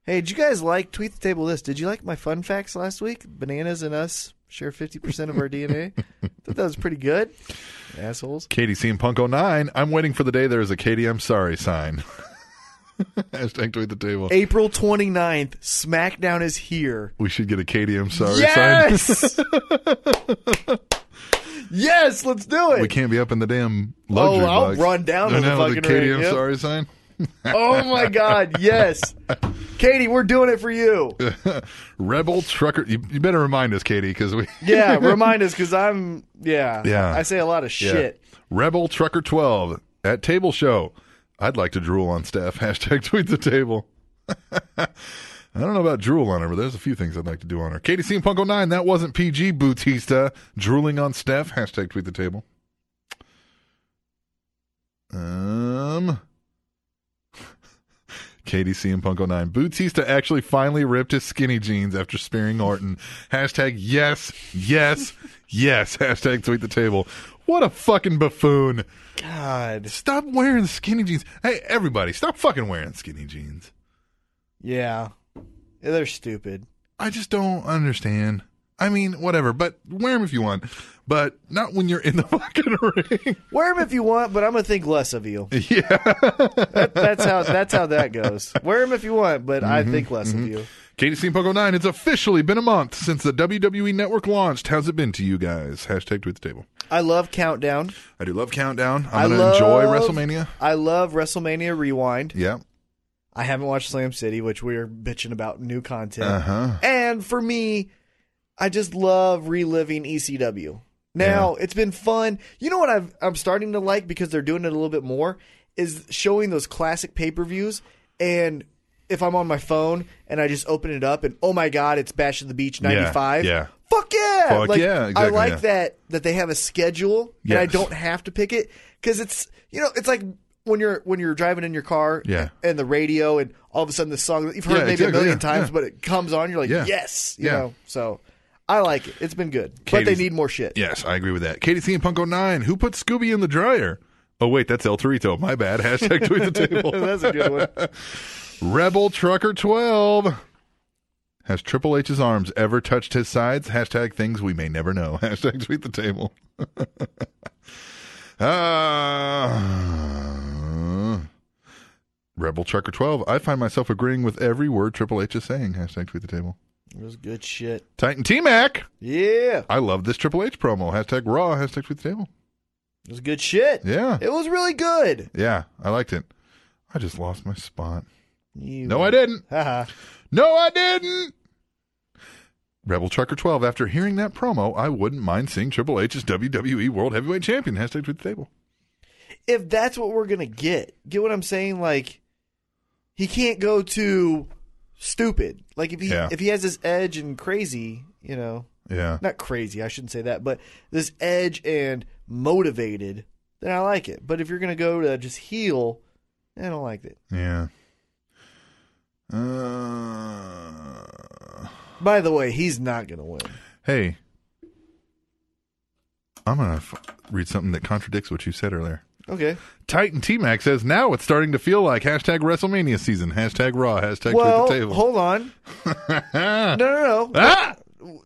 Speaker 4: Hey, did you guys like tweet the table this? Did you like my fun facts last week? Bananas and us share fifty percent of our DNA. Thought that was pretty good. Assholes.
Speaker 3: Katie CM Punk 09, I'm waiting for the day there is a Katie I'm sorry sign. hashtag tweet the table.
Speaker 4: April 29th, SmackDown is here.
Speaker 3: We should get a Katie I'm sorry sign.
Speaker 4: yes. yes, let's do it.
Speaker 3: We can't be up in the damn luxury
Speaker 4: Oh, I'll
Speaker 3: box.
Speaker 4: run down to
Speaker 3: Run
Speaker 4: the
Speaker 3: with
Speaker 4: fucking
Speaker 3: a Katie
Speaker 4: ring,
Speaker 3: I'm
Speaker 4: yep.
Speaker 3: sorry sign.
Speaker 4: Oh my God! Yes, Katie, we're doing it for you.
Speaker 3: Rebel trucker. You, you better remind us, Katie, because we.
Speaker 4: Yeah, remind us because I'm yeah.
Speaker 3: Yeah.
Speaker 4: I say a lot of
Speaker 3: Yeah.
Speaker 4: shit.
Speaker 3: Rebel Trucker 12 at Table Show. I'd like to drool on Steph. Hashtag tweet the table. I don't know about drool on her, but there's a few things I'd like to do on her. Katie Scene Punk 09, that wasn't PG Bautista. Drooling on Steph. Hashtag tweet the table. Um. KDC and Punk 09. Bautista actually finally ripped his skinny jeans after spearing Orton. Hashtag yes, yes, yes. Hashtag tweet the table. What a fucking buffoon.
Speaker 4: God,
Speaker 3: Stop wearing skinny jeans. Hey, everybody, stop fucking wearing skinny jeans.
Speaker 4: yeah, Yeah, they're stupid.
Speaker 3: I just don't understand. I mean, whatever, but wear them if you want, but not when you're in the fucking ring.
Speaker 4: Wear them if you want, but I'm gonna think less of you.
Speaker 3: yeah.
Speaker 4: That's how that's how that goes. Wear them if you want, but
Speaker 3: Mm-hmm.
Speaker 4: I think less of you.
Speaker 3: Katie Scene Pogo 9, oh it's officially been a month since the WWE Network launched. How's it been to you guys? Hashtag tweet the table.
Speaker 4: I love countdown.
Speaker 3: I do love Countdown.
Speaker 4: I
Speaker 3: I'm going to
Speaker 4: love-
Speaker 3: enjoy WrestleMania.
Speaker 4: I love WrestleMania Rewind.
Speaker 3: Yeah.
Speaker 4: I haven't watched Slam City, which we are bitching about new content.
Speaker 3: Uh huh.
Speaker 4: And for me, I just love reliving ECW. E Now it's been fun. You know what I've, I'm starting to like because they're doing it a little bit more is showing those classic pay per views. And if I'm on my phone and I just open it up and oh my god, it's Bash of the Beach '95.
Speaker 3: yeah.
Speaker 4: Fuck yeah!
Speaker 3: Fuck
Speaker 4: like,
Speaker 3: yeah, exactly,
Speaker 4: I like
Speaker 3: yeah.
Speaker 4: that that they have a schedule and I
Speaker 3: Yes.
Speaker 4: don't have to pick it because it's you know it's like. When you're when you're driving in your car
Speaker 3: Yeah.
Speaker 4: and the radio and all of a sudden the song that you've heard
Speaker 3: Yeah,
Speaker 4: maybe
Speaker 3: exactly,
Speaker 4: a million
Speaker 3: yeah,
Speaker 4: times
Speaker 3: yeah.
Speaker 4: but it comes on you're like
Speaker 3: Yeah.
Speaker 4: yes you
Speaker 3: Yeah.
Speaker 4: know so I like it it's been good but
Speaker 3: Katie's-
Speaker 4: they need more shit
Speaker 3: Yes, I agree with that. KDC and Punko Nine. Who put Scooby in the dryer? Oh wait, that's El Torito. My bad. Hashtag tweet the table.
Speaker 4: That's a good one.
Speaker 3: Rebel Trucker Twelve. Has Triple H's arms ever touched his sides? Hashtag things we may never know. Hashtag tweet the table. uh, Rebel Trucker Twelve. I find myself agreeing with every word Triple H is saying. Hashtag tweet the table.
Speaker 4: It was good shit.
Speaker 3: Titan T Mac.
Speaker 4: Yeah,
Speaker 3: I love this Triple H promo. Hashtag Raw. Hashtag tweet the table.
Speaker 4: it was good shit.
Speaker 3: Yeah.
Speaker 4: It was really good.
Speaker 3: Yeah, I liked it. I just lost my spot.
Speaker 4: You,
Speaker 3: No, I didn't.
Speaker 4: Haha.
Speaker 3: No, I didn't. Rebel Trucker 12. After hearing that promo, I wouldn't mind seeing Triple H as WWE E World Heavyweight Champion. Hashtag tweet the table.
Speaker 4: if that's what we're gonna get, get what I'm saying? Like, he can't go too stupid. Like if he
Speaker 3: Yeah.
Speaker 4: if he has this edge and crazy, you know,
Speaker 3: Yeah.
Speaker 4: not crazy. I shouldn't say that, but this edge and motivated, then I like it. But if you're gonna go to just heal, I don't like it.
Speaker 3: Yeah. Uh,
Speaker 4: By the way, he's not gonna win.
Speaker 3: hey, I'm going to f- read something that contradicts what you said earlier.
Speaker 4: Okay.
Speaker 3: Titan T Mac says, now it's starting to feel like hashtag WrestleMania season, hashtag Raw, hashtag
Speaker 4: well,
Speaker 3: tweet the table.
Speaker 4: hold on. No, no, no.
Speaker 3: ah!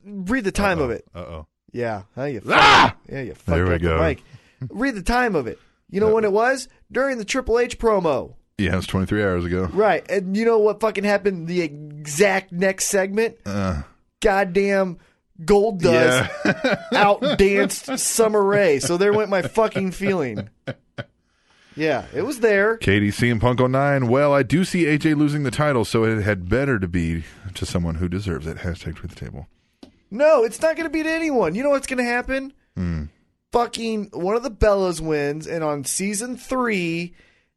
Speaker 4: Read the time of it.
Speaker 3: Uh oh.
Speaker 4: Yeah. How you
Speaker 3: Ah!
Speaker 4: fucking- Yeah, you fucked
Speaker 3: There we
Speaker 4: up
Speaker 3: go. Uh,
Speaker 4: the mic. Read the time of it. You know when it was? During the Triple H promo.
Speaker 3: Yeah, it was 23 hours ago.
Speaker 4: Right. And you know what fucking happened the exact next segment?
Speaker 3: Uh.
Speaker 4: Goddamn Gold Dust outdanced Summer Rae. So there went my fucking feeling. Yeah, it was there.
Speaker 3: Katie, CM Punk 09. Well, I do see AJ losing the title, so it had better to be to someone who deserves it. Hashtag tweet the table.
Speaker 4: No, it's not going to be to anyone. You know what's going to happen? Fucking one of the Bellas wins, and on season three,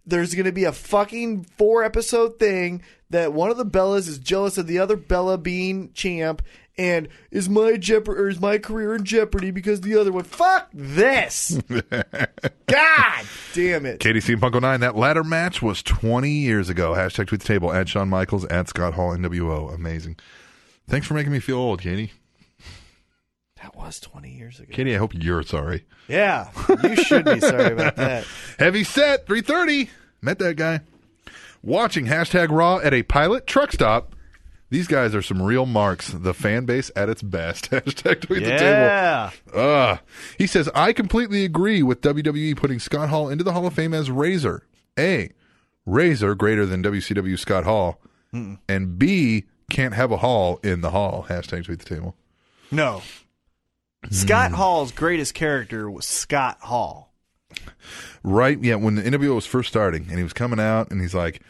Speaker 4: there's going to be a fucking four episode thing that one of the Bellas is jealous of the other Bella being champ, and is my jeopardy or is my career in jeopardy because the other one? Fuck this! God damn it!
Speaker 3: Katie, CM Punk 09. That latter match was 20 years ago. Hashtag tweet the table. At Shawn Michaels, at Scott Hall, NWO. Amazing. Thanks for making me feel old, Katie.
Speaker 4: That was 20 years ago.
Speaker 3: Katie, I hope you're sorry.
Speaker 4: Yeah, you should be sorry about that.
Speaker 3: Heavy set, 330. Met that guy. Watching hashtag raw at a pilot truck stop. These guys are some real marks. The fan base at its best. Hashtag tweet the table.
Speaker 6: Yeah.
Speaker 3: Ugh. He says, I completely agree with WWE putting Scott Hall into the Hall of Fame as Razor. A, Razor greater than WCW Scott Hall. And B, can't have a Hall in the Hall. Hashtag tweet the table.
Speaker 6: No.
Speaker 3: Hmm.
Speaker 6: Scott Hall's greatest character was Scott Hall.
Speaker 3: Right, yeah, when the NWO was first starting and he was coming out and he's like,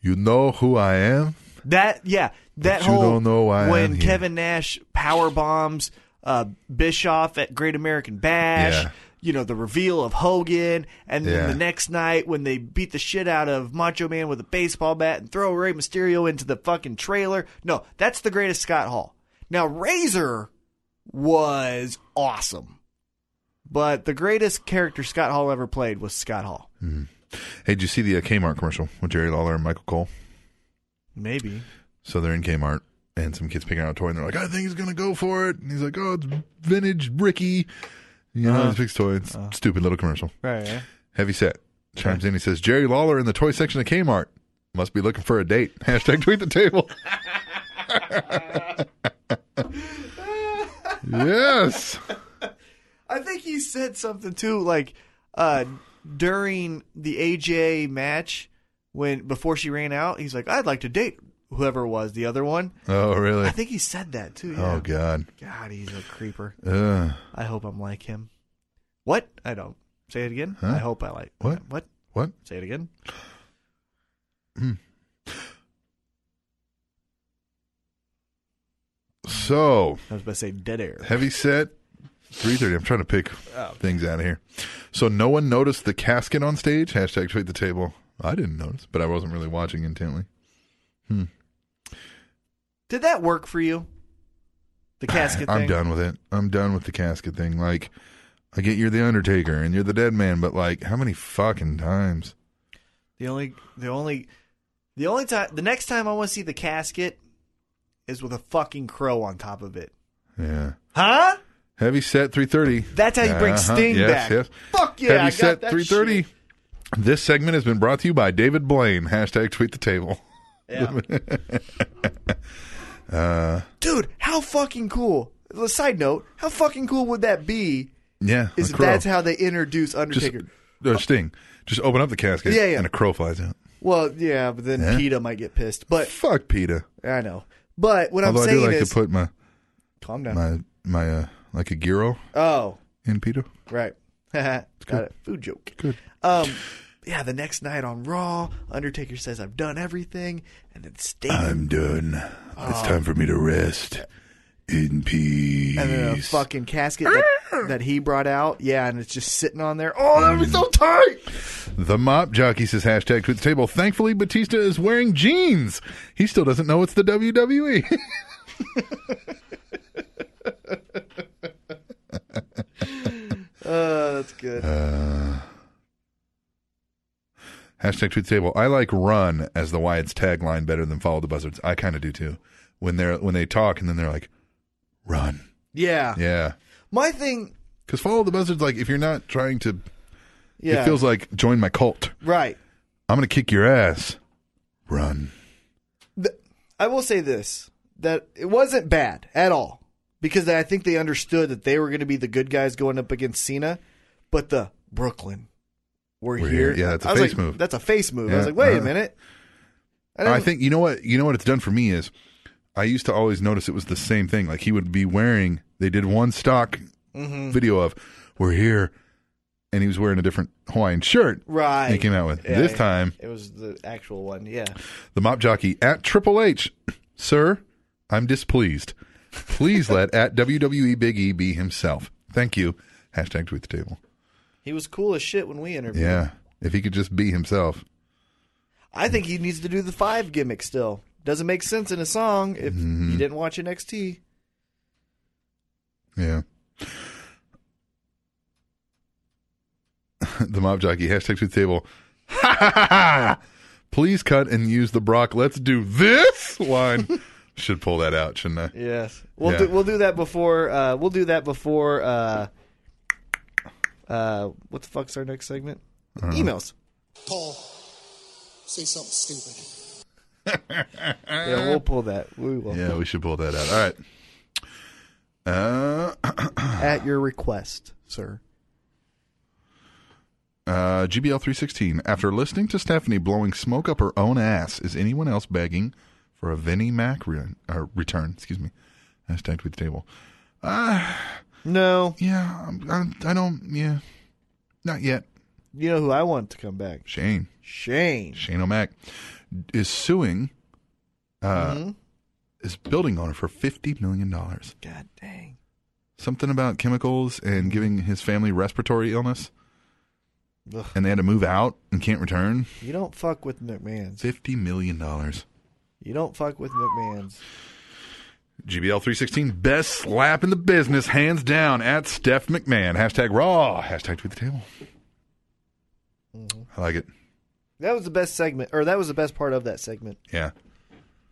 Speaker 3: You know who I am?
Speaker 6: That yeah, that
Speaker 3: But you
Speaker 6: whole
Speaker 3: don't know why I'm
Speaker 6: when
Speaker 3: here.
Speaker 6: Kevin Nash power bombs uh, Bischoff at Great American Bash.
Speaker 3: Yeah.
Speaker 6: You know the reveal of Hogan, and then
Speaker 3: Yeah.
Speaker 6: the next night when they beat the shit out of Macho Man with a baseball bat and throw Rey Mysterio into the fucking trailer. No, that's the greatest Scott Hall. Now Razor was awesome, but the greatest character Scott Hall ever played was Scott Hall.
Speaker 3: Hey, did you see the uh, Kmart commercial with Jerry Lawler and Michael Cole?
Speaker 6: Maybe
Speaker 3: So they're in Kmart and some kids picking out a toy and they're like, I think he's gonna go for it. And he's like, Oh, it's vintage Ricky. You know, he picks toy. It's stupid little commercial.
Speaker 6: right.
Speaker 3: Heavy set chimes in. He says, Jerry Lawler in the toy section of Kmart must be looking for a date. Hashtag tweet the table. yes.
Speaker 6: I think he said something too, like uh, during the AJ match when before she ran out, he's like, "I'd like to date whoever was the other one."
Speaker 3: Oh, really?
Speaker 6: I think he said that too. Yeah.
Speaker 3: Oh, God.
Speaker 6: God, he's a creeper.
Speaker 3: Ugh.
Speaker 6: I hope I'm like him. What? I don't say it again. I hope I like
Speaker 3: What?
Speaker 6: What?
Speaker 3: What?
Speaker 6: Say it again.
Speaker 3: So,
Speaker 6: I was about to say dead air.
Speaker 3: heavy set Three thirty. I'm trying to pick
Speaker 4: Oh.
Speaker 3: things out of here. So no one noticed the casket on stage. Hashtag tweet the table. I didn't notice, but I wasn't really watching intently.
Speaker 4: Did that work for you? The casket
Speaker 3: I'm
Speaker 4: thing.
Speaker 3: done with it. I'm done with the casket thing. Like, I get you're the Undertaker and you're the Dead Man, but like, how many fucking times?
Speaker 4: The only, the only, the only time, the next time I want to see the casket is with a fucking crow on top of it.
Speaker 3: Yeah.
Speaker 4: Huh?
Speaker 3: Heavy set 330.
Speaker 4: That's how you bring Sting
Speaker 3: yes,
Speaker 4: back.
Speaker 3: Yes.
Speaker 4: Fuck yeah,
Speaker 3: Heavy
Speaker 4: I got
Speaker 3: set
Speaker 4: that
Speaker 3: 330. This segment has been brought to you by David Blaine. Hashtag tweet the table.
Speaker 4: Yeah. Dude, how fucking cool. A Side note, how fucking cool would that be?
Speaker 3: Yeah. a
Speaker 4: Is if
Speaker 3: crow.
Speaker 4: that's how they introduce
Speaker 3: Just,
Speaker 4: Undertaker?
Speaker 3: or Sting. Just open up the casket
Speaker 4: Yeah, yeah.
Speaker 3: and a crow flies out.
Speaker 4: well, yeah, but then
Speaker 3: Yeah.
Speaker 4: PETA might get pissed. But
Speaker 3: Fuck PETA.
Speaker 4: I know. But Uh, what
Speaker 3: Although
Speaker 4: I'm
Speaker 3: I do
Speaker 4: saying
Speaker 3: like
Speaker 4: is,
Speaker 3: to put my,
Speaker 4: calm down.
Speaker 3: my, my, uh, like a gyro
Speaker 4: oh,
Speaker 3: in PETA.
Speaker 4: right. Got it. Food joke.
Speaker 3: Good.
Speaker 4: Um, yeah, the next night on Raw, Undertaker says, I've done everything. And then Sting.
Speaker 3: I'm done. It's time for me to rest in peace.
Speaker 4: Oh. and then uh, a fucking casket
Speaker 3: Ah!
Speaker 4: that, that he brought out. Yeah, and it's just sitting on there. Oh, that would be so tight.
Speaker 3: The mop jockey says hashtag tweet the table. Thankfully, Batista is wearing jeans. He still doesn't know it's the E. WWE.
Speaker 4: Uh, that's good.
Speaker 3: Uh, hashtag tweet the table. I like run as the Wyatt's tagline better than follow the buzzards. I kind of do too. When they're when they talk and then they're like, run.
Speaker 4: yeah.
Speaker 3: Yeah.
Speaker 4: My thing.
Speaker 3: Because follow the buzzards, like if you're not trying to,
Speaker 4: Yeah.
Speaker 3: it feels like join my cult.
Speaker 4: right.
Speaker 3: I'm gonna kick your ass. Run.
Speaker 4: Th- I will say this that it wasn't bad at all because I think they understood that they were going to be the good guys going up against Cena, but the Brooklyn were
Speaker 3: We're
Speaker 4: here.
Speaker 3: here. Yeah, that's a
Speaker 4: I was
Speaker 3: face
Speaker 4: like,
Speaker 3: move.
Speaker 4: That's a face move. I was
Speaker 3: Yeah,
Speaker 4: like, wait
Speaker 3: uh,
Speaker 4: a minute.
Speaker 3: I, think you know what you know what it's done for me is I used to always notice it was the same thing. Like he would be wearing they did one stock video of we're here and he was wearing a different Hawaiian shirt.
Speaker 4: Right.
Speaker 3: He came out with
Speaker 4: Yeah,
Speaker 3: this
Speaker 4: yeah.
Speaker 3: time
Speaker 4: It was the actual one. Yeah.
Speaker 3: the mop jockey at Triple H. Sir, I'm displeased. Please let at WWE Big E be himself. Thank you. Hashtag tweet the table.
Speaker 4: He was cool as shit when we interviewed him.
Speaker 3: Yeah. If he could just be himself.
Speaker 4: I think he needs to do the five gimmick still. Doesn't make sense in a song if
Speaker 3: Mm-hmm.
Speaker 4: you didn't watch NXT.
Speaker 3: Yeah. the mob jockey hashtag to the table. Ha ha ha ha! Please cut and use the Brock. Let's do this line. Should pull that out, shouldn't I?
Speaker 4: Yes, we'll
Speaker 3: Yeah.
Speaker 4: do we'll do that before uh, we'll do that before uh, uh, what the fuck's our next segment?
Speaker 3: Uh-huh.
Speaker 4: Emails.
Speaker 2: Paul, say something stupid.
Speaker 4: Yeah, we'll pull that. We will
Speaker 3: Yeah, we should pull that out. All right. Uh,
Speaker 4: at your request, sir.
Speaker 3: uh, GBL316. After listening to Stephanie blowing smoke up her own ass, is anyone else begging for a Vinnie Mac re- uh, return? Excuse me. Hashtag tweet the table.
Speaker 4: No,
Speaker 3: Yeah, I'm, I'm, I don't. Yeah. Not yet.
Speaker 4: you know who I want to come back.
Speaker 3: Shane.
Speaker 4: Shane.
Speaker 3: Shane O'Mac is suing, uh,
Speaker 4: Mm-hmm.
Speaker 3: is building owner for fifty million dollars.
Speaker 4: God dang.
Speaker 3: Something about chemicals and giving his family respiratory illness,
Speaker 4: Ugh.
Speaker 3: and they had to move out and can't return.
Speaker 4: You don't fuck with McMahon's.
Speaker 3: Fifty million dollars.
Speaker 4: You don't fuck with McMahon's.
Speaker 3: GBL three sixteen best slap in the business, hands down. At Steph McMahon. Hashtag Raw. Hashtag Tweet the Table. I like it.
Speaker 4: That was the best segment, or that was the best part of that segment.
Speaker 3: Yeah.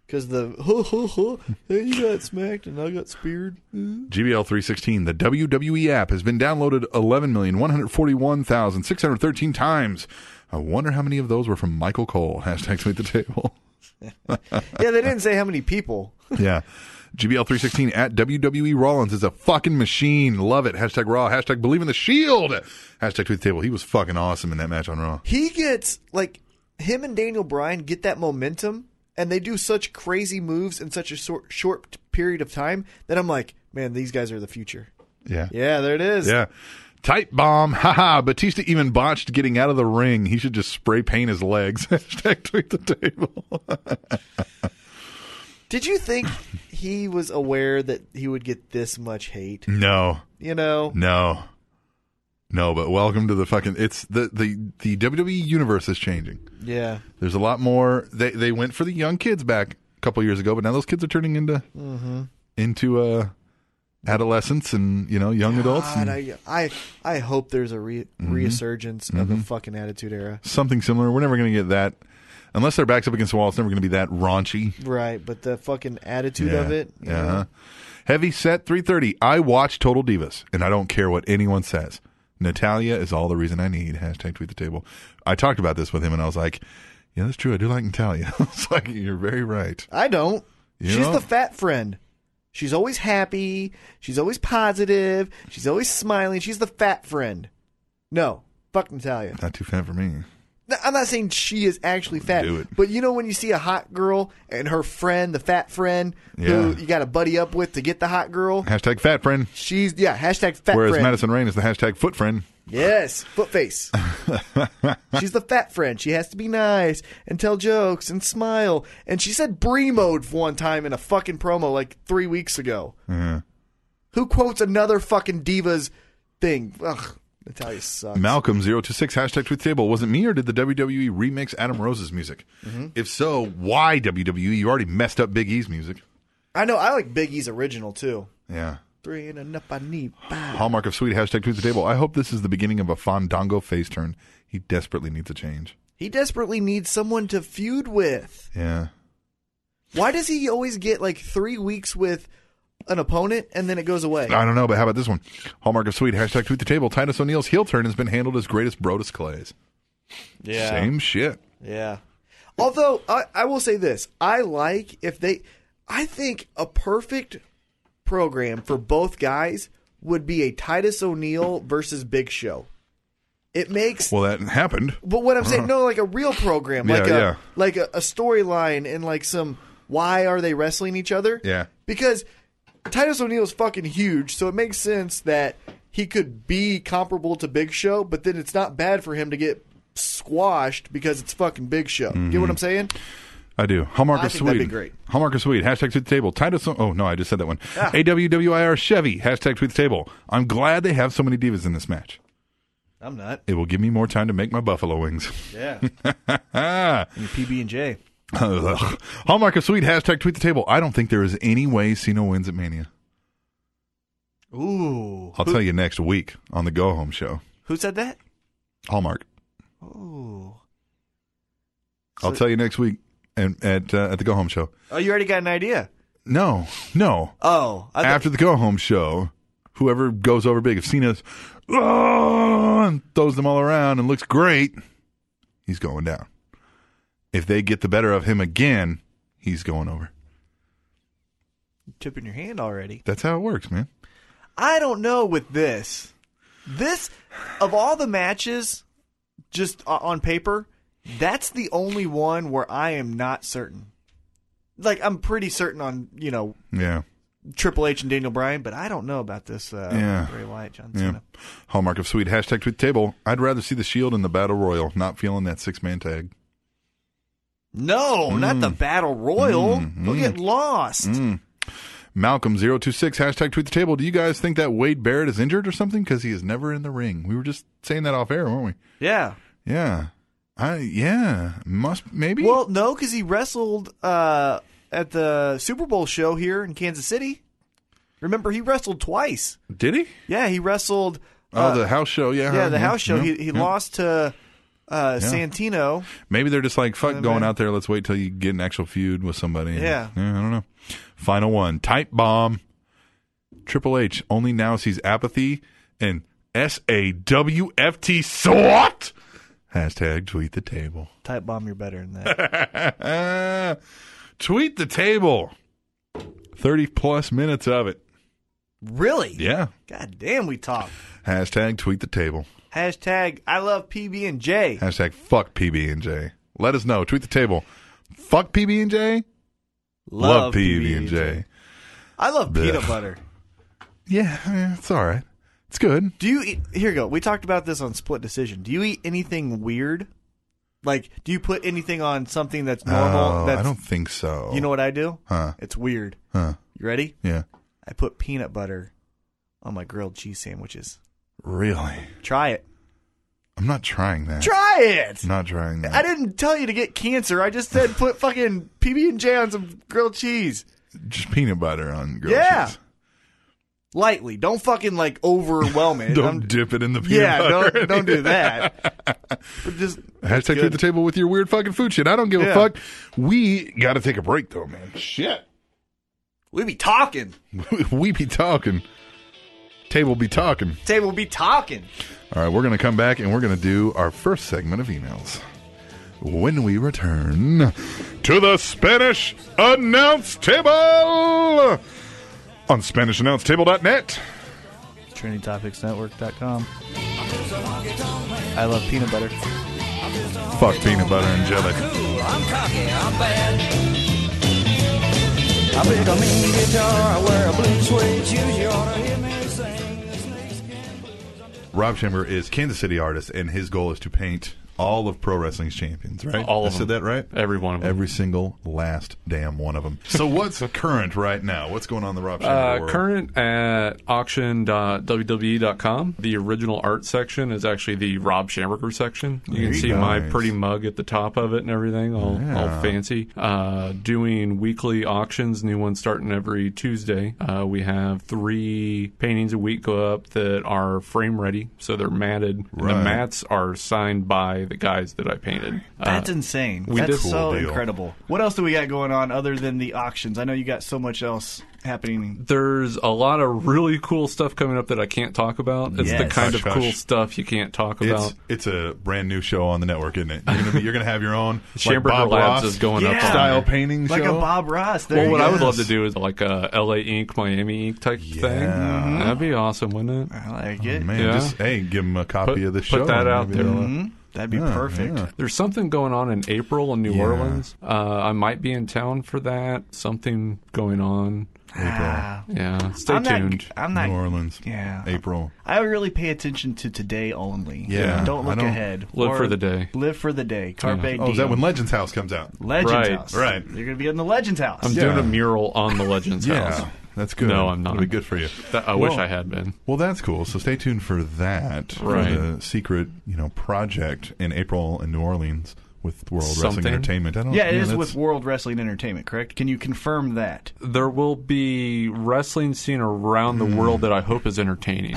Speaker 4: Because the ho ho ho, hey, you got smacked and I got speared.
Speaker 3: GBL316, the WWE app has been downloaded 11,141,613 times. I wonder how many of those were from Michael Cole. Hashtag tweet the table.
Speaker 4: Yeah, they didn't say how many people.
Speaker 3: yeah. GBL316 at WWE Rollins is a fucking machine. Love it. Hashtag Raw. Hashtag Believe in the Shield. Hashtag tweet the table. He was fucking awesome in that match on Raw.
Speaker 4: He gets like him and Daniel Bryan get that momentum, and they do such crazy moves in such a sor- short period of time that I'm like, man, these guys are the future.
Speaker 3: Yeah.
Speaker 4: Yeah, there it is.
Speaker 3: Yeah. Type bomb. Haha. Batista even botched getting out of the ring. He should just spray paint his legs. Hashtag tweet the table.
Speaker 4: Did you think he was aware that he would get this much hate?
Speaker 3: No,
Speaker 4: You know,
Speaker 3: no, no. But welcome to the fucking. It's the the the WWE universe is changing.
Speaker 4: yeah.
Speaker 3: There's a lot more. They they went for the young kids back a couple years ago, but now those kids are turning into
Speaker 4: Mm-hmm.
Speaker 3: into uh, adolescents and you know young adults.
Speaker 4: God,
Speaker 3: and
Speaker 4: I, I I hope there's a re-
Speaker 3: Mm-hmm.
Speaker 4: resurgence of the fucking Attitude Era.
Speaker 3: something similar. We're never going to get that unless their backs up against the wall. It's never going to be that raunchy.
Speaker 4: Right, but the fucking attitude of it. you
Speaker 3: Yeah.
Speaker 4: know?
Speaker 3: Uh-huh. Heavy set 330. I watch Total Divas, and I don't care what anyone says. Natalia is all the reason I need. Hashtag tweet the table. I talked about this with him, and I was like, yeah, that's true. I do like Natalia. it's like, you're very right.
Speaker 4: I don't.
Speaker 3: You
Speaker 4: She's
Speaker 3: know?
Speaker 4: the fat friend. She's always happy. She's always positive. She's always smiling. She's the fat friend. No, fuck Natalia.
Speaker 3: Not too fat for me.
Speaker 4: No, I'm not saying she is actually fat,
Speaker 3: Do it.
Speaker 4: but you know when you see a hot girl and her friend, the fat friend,
Speaker 3: Yeah.
Speaker 4: who you got to buddy up with to get the hot girl.
Speaker 3: Hashtag fat friend.
Speaker 4: She's yeah. Hashtag fat
Speaker 3: Whereas
Speaker 4: friend.
Speaker 3: Madison Rain is the hashtag foot friend.
Speaker 4: Yes, foot face. She's the fat friend. She has to be nice and tell jokes and smile. And she said Bree mode one time in a fucking promo like three weeks ago. Who quotes another fucking diva's thing? Ugh, Natalia sucks.
Speaker 3: Malcolm026 hashtag tweet table. Was it me or did the WWE remix Adam Rose's music?
Speaker 4: Mm-hmm.
Speaker 3: If so, why WWE? You already messed up Big E's music.
Speaker 4: I know. I like Big E's original too.
Speaker 3: Yeah.
Speaker 4: Three and enough. I need five.
Speaker 3: Hallmark of Sweet hashtag tweet the table. I hope this is the beginning of a Fandango face turn. He desperately needs a change.
Speaker 4: He desperately needs someone to feud with.
Speaker 3: Yeah.
Speaker 4: Why does he always get like three weeks with an opponent and then it goes away?
Speaker 3: I don't know, but how about this one? Hallmark of Sweet hashtag tweet the table. Titus O'Neil's heel turn has been handled as greatest Brodus Clays.
Speaker 4: Yeah.
Speaker 3: Same shit.
Speaker 4: Yeah. Although I, I will say this, I like if they. I think a perfect program for both guys would be a Titus O'Neil versus Big Show. It makes.
Speaker 3: Well, that happened.
Speaker 4: but what I'm saying, no, like a real program, like
Speaker 3: Yeah,
Speaker 4: a
Speaker 3: yeah.
Speaker 4: like a, a storyline and like some why are they wrestling each other?
Speaker 3: Yeah.
Speaker 4: because Titus O'Neil is fucking huge, so it makes sense that he could be comparable to Big Show, but then it's not bad for him to get squashed because it's fucking Big Show. Get
Speaker 3: Mm-hmm.
Speaker 4: what I'm saying?
Speaker 3: I do. Hallmark
Speaker 4: I
Speaker 3: of
Speaker 4: think
Speaker 3: Sweet.
Speaker 4: that'd be great. Ah.
Speaker 3: Hallmark of Sweet. Hashtag tweet the table. Titus. O- Oh no, I just said that one. AWWIR Chevy. Hashtag tweet the table. I'm glad they have so many divas in this match.
Speaker 4: I'm not.
Speaker 3: It will give me more time to make my buffalo wings.
Speaker 4: Yeah.
Speaker 3: Ah.
Speaker 4: PB and J.
Speaker 3: Ugh. Hallmark of Sweet. Hashtag tweet the table. I don't think there is any way Cena wins at Mania.
Speaker 4: Ooh.
Speaker 3: I'll tell you next week on the Go Home Show.
Speaker 4: Who said that?
Speaker 3: Hallmark.
Speaker 4: Ooh.
Speaker 3: I'll tell you next week and at uh, at the Go Home Show.
Speaker 4: Oh, you already got an idea.
Speaker 3: No, no.
Speaker 4: Oh, I
Speaker 3: After the Go Home Show, whoever goes over big, if Cena's "Oh," and throws them all around and looks great, he's going down. If they get the better of him again, he's going over.
Speaker 4: tipping your hand already.
Speaker 3: That's how it works, man.
Speaker 4: I don't know with this. This of all the matches, just o- on paper, that's the only one where I am not certain. Like I'm pretty certain on you know
Speaker 3: Yeah,
Speaker 4: Triple H and Daniel Bryan, but I don't know about this uh,
Speaker 3: Yeah.
Speaker 4: Bray Wyatt John
Speaker 3: yeah.
Speaker 4: Cena.
Speaker 3: Hallmark of sweet hashtag tweet table. I'd rather see the Shield in the Battle Royal. Not feeling that six man tag.
Speaker 4: No,
Speaker 3: Mm.
Speaker 4: not the Battle Royal. They'll get lost.
Speaker 3: Malcolm 026 hashtag tweet the table. Do you guys think that Wade Barrett is injured or something? Because he is never in the ring. We were just saying that off air, weren't we?
Speaker 4: Yeah.
Speaker 3: Yeah. I yeah. Must maybe
Speaker 4: Well, no, because he wrestled uh, at the Super Bowl show here in Kansas City. Remember, he wrestled twice.
Speaker 3: did he?
Speaker 4: Yeah, he wrestled. uh,
Speaker 3: Oh, the house show, yeah.
Speaker 4: Yeah, the
Speaker 3: yeah,
Speaker 4: house show.
Speaker 3: yeah,
Speaker 4: he he
Speaker 3: yeah.
Speaker 4: lost to uh, Santino.
Speaker 3: Maybe they're just like, fuck going
Speaker 4: man.
Speaker 3: out there, let's wait till you get an actual feud with somebody.
Speaker 4: Yeah.
Speaker 3: I don't know. Final one. Type bomb. Triple H only now sees apathy and S A W F T SWAT. Hashtag tweet the table.
Speaker 4: Type bomb, you're better than that.
Speaker 3: tweet the table. Thirty plus minutes of it.
Speaker 4: really?
Speaker 3: Yeah.
Speaker 4: God damn, we talk.
Speaker 3: Hashtag tweet the table.
Speaker 4: Hashtag I love PB and J.
Speaker 3: Hashtag fuck PB and J. Let us know. Tweet the table. Fuck PB and J. Love PB and J.
Speaker 4: I love peanut
Speaker 3: Blech.
Speaker 4: butter.
Speaker 3: Yeah, eh, it's all right. It's good.
Speaker 4: Do you eat? Here you go. We talked about this on Split Decision. Do you eat anything weird? Like, do you put anything on something that's normal?
Speaker 3: Oh,
Speaker 4: that's,
Speaker 3: I don't think so.
Speaker 4: You know what I do?
Speaker 3: Huh.
Speaker 4: It's weird.
Speaker 3: Huh.
Speaker 4: You ready?
Speaker 3: Yeah.
Speaker 4: I put peanut butter on my grilled cheese sandwiches.
Speaker 3: Really?
Speaker 4: Try it.
Speaker 3: I'm not trying that.
Speaker 4: Try it.
Speaker 3: I'm not trying that.
Speaker 4: I didn't tell you to get cancer. I just said put fucking PB and J on some grilled cheese.
Speaker 3: Just peanut butter on grilled
Speaker 4: Yeah.
Speaker 3: cheese.
Speaker 4: Lightly. Don't fucking like overwhelm it.
Speaker 3: Don't
Speaker 4: I'm-
Speaker 3: dip it in the peanut
Speaker 4: yeah,
Speaker 3: butter.
Speaker 4: don't don't do that. But just
Speaker 3: Hashtag
Speaker 4: good.
Speaker 3: treat the table with your weird fucking food shit. I don't give a
Speaker 4: Yeah.
Speaker 3: fuck. We got to take a break though, man. Shit.
Speaker 4: we be talking.
Speaker 3: we be talking. Table be talking.
Speaker 4: Table be talking.
Speaker 3: All right, we're going to come back and we're going to do our first segment of emails. When we return to the Spanish Announce Table on SpanishAnnounceTable.net.
Speaker 4: TrainingTopicsNetwork.com. I love peanut butter.
Speaker 3: Fuck peanut butter and jelly.
Speaker 2: I'm cocky, I'm bad. I pick a mean guitar, I wear a blue suede shoes, you ought to hear me sing. the snakeskin blues. I'm just-
Speaker 3: Rob Chamber is Kansas City artist, and his goal is to paint all of pro wrestling's champions. Right?
Speaker 8: All
Speaker 3: I
Speaker 8: of
Speaker 3: said
Speaker 8: them.
Speaker 3: that right.
Speaker 8: Every one of them.
Speaker 3: Every single last damn one of them. So what's current right now? What's going on in the Rob Chamber
Speaker 8: Uh,
Speaker 3: world?
Speaker 8: current at auction.wwe.com. E The original art section is actually the Rob Shamberger section. You can
Speaker 3: Very
Speaker 8: see my
Speaker 3: nice.
Speaker 8: pretty mug at the top of it and everything, all, all fancy. Uh, doing weekly auctions, new ones starting every Tuesday. Uh, we have three paintings a week go up that are frame ready, so they're matted. And
Speaker 3: Right.
Speaker 8: the mats are signed by the guys that I painted. Uh,
Speaker 4: That's insane.
Speaker 8: we
Speaker 4: That's
Speaker 8: did- Cool
Speaker 4: so
Speaker 3: deal.
Speaker 4: incredible. What else do we got going on other than the auctions? I know you got so much else happening.
Speaker 8: there's a lot of really cool stuff coming up that I can't talk about. It's the
Speaker 4: Yes.
Speaker 8: kind
Speaker 3: Hush,
Speaker 8: of cool
Speaker 3: hush.
Speaker 8: stuff you can't talk about.
Speaker 3: It's, it's a brand new show on the network, isn't it? You're gonna, be, you're gonna have your own like
Speaker 8: Schamberger
Speaker 3: Bob
Speaker 8: Labs
Speaker 3: Ross
Speaker 8: is going up
Speaker 4: Yeah.
Speaker 8: on
Speaker 3: style
Speaker 8: there.
Speaker 3: painting
Speaker 4: Like
Speaker 3: show.
Speaker 4: a Bob Ross. There
Speaker 8: Well,
Speaker 4: you
Speaker 8: what I would
Speaker 4: go.
Speaker 8: love to do is like uh, a LA Ink, Miami Ink type
Speaker 3: Yeah.
Speaker 8: thing. That'd be awesome, wouldn't it?
Speaker 4: I like it.
Speaker 3: Oh, Man,
Speaker 8: Yeah.
Speaker 3: just hey, give him a copy
Speaker 8: Put-
Speaker 3: of the
Speaker 8: put
Speaker 3: show.
Speaker 8: that out
Speaker 3: Maybe
Speaker 8: there.
Speaker 3: they'll-
Speaker 4: That'd be
Speaker 3: Yeah,
Speaker 4: perfect.
Speaker 3: yeah.
Speaker 8: There's something going on in April in New
Speaker 3: Yeah.
Speaker 8: Orleans. Uh, I might be in town for that. Something going on.
Speaker 4: Ah,
Speaker 8: Yeah, stay
Speaker 4: I'm
Speaker 8: tuned.
Speaker 4: not. I'm not.
Speaker 3: New Orleans,
Speaker 4: Yeah.
Speaker 3: April.
Speaker 4: I really pay attention to today only.
Speaker 3: Yeah,
Speaker 4: Don't
Speaker 3: I
Speaker 4: look
Speaker 3: don't-
Speaker 4: ahead.
Speaker 8: Live
Speaker 4: Or-
Speaker 8: for the day.
Speaker 4: Live for the day. Carpe
Speaker 8: Yeah.
Speaker 4: diem.
Speaker 3: Oh, is that when Legends House comes out?
Speaker 4: Legends
Speaker 8: Right.
Speaker 4: House.
Speaker 3: Right.
Speaker 4: You're gonna be in the Legends House.
Speaker 8: I'm
Speaker 3: Yeah.
Speaker 8: doing a mural on the Legends
Speaker 3: Yeah,
Speaker 8: house.
Speaker 3: that's good.
Speaker 8: No, I'm not.
Speaker 3: That'll be good for you.
Speaker 8: That, I wish
Speaker 3: Well-
Speaker 8: I had been.
Speaker 3: Well, that's cool. So stay tuned for that.
Speaker 8: Right.
Speaker 3: For the secret, you know, project in April in New Orleans with World
Speaker 8: Something.
Speaker 3: Wrestling Entertainment. I don't.
Speaker 4: yeah, it is
Speaker 3: that's-
Speaker 4: with World Wrestling Entertainment, correct? Can you confirm that?
Speaker 8: There will be wrestling scene around the world that I hope is entertaining.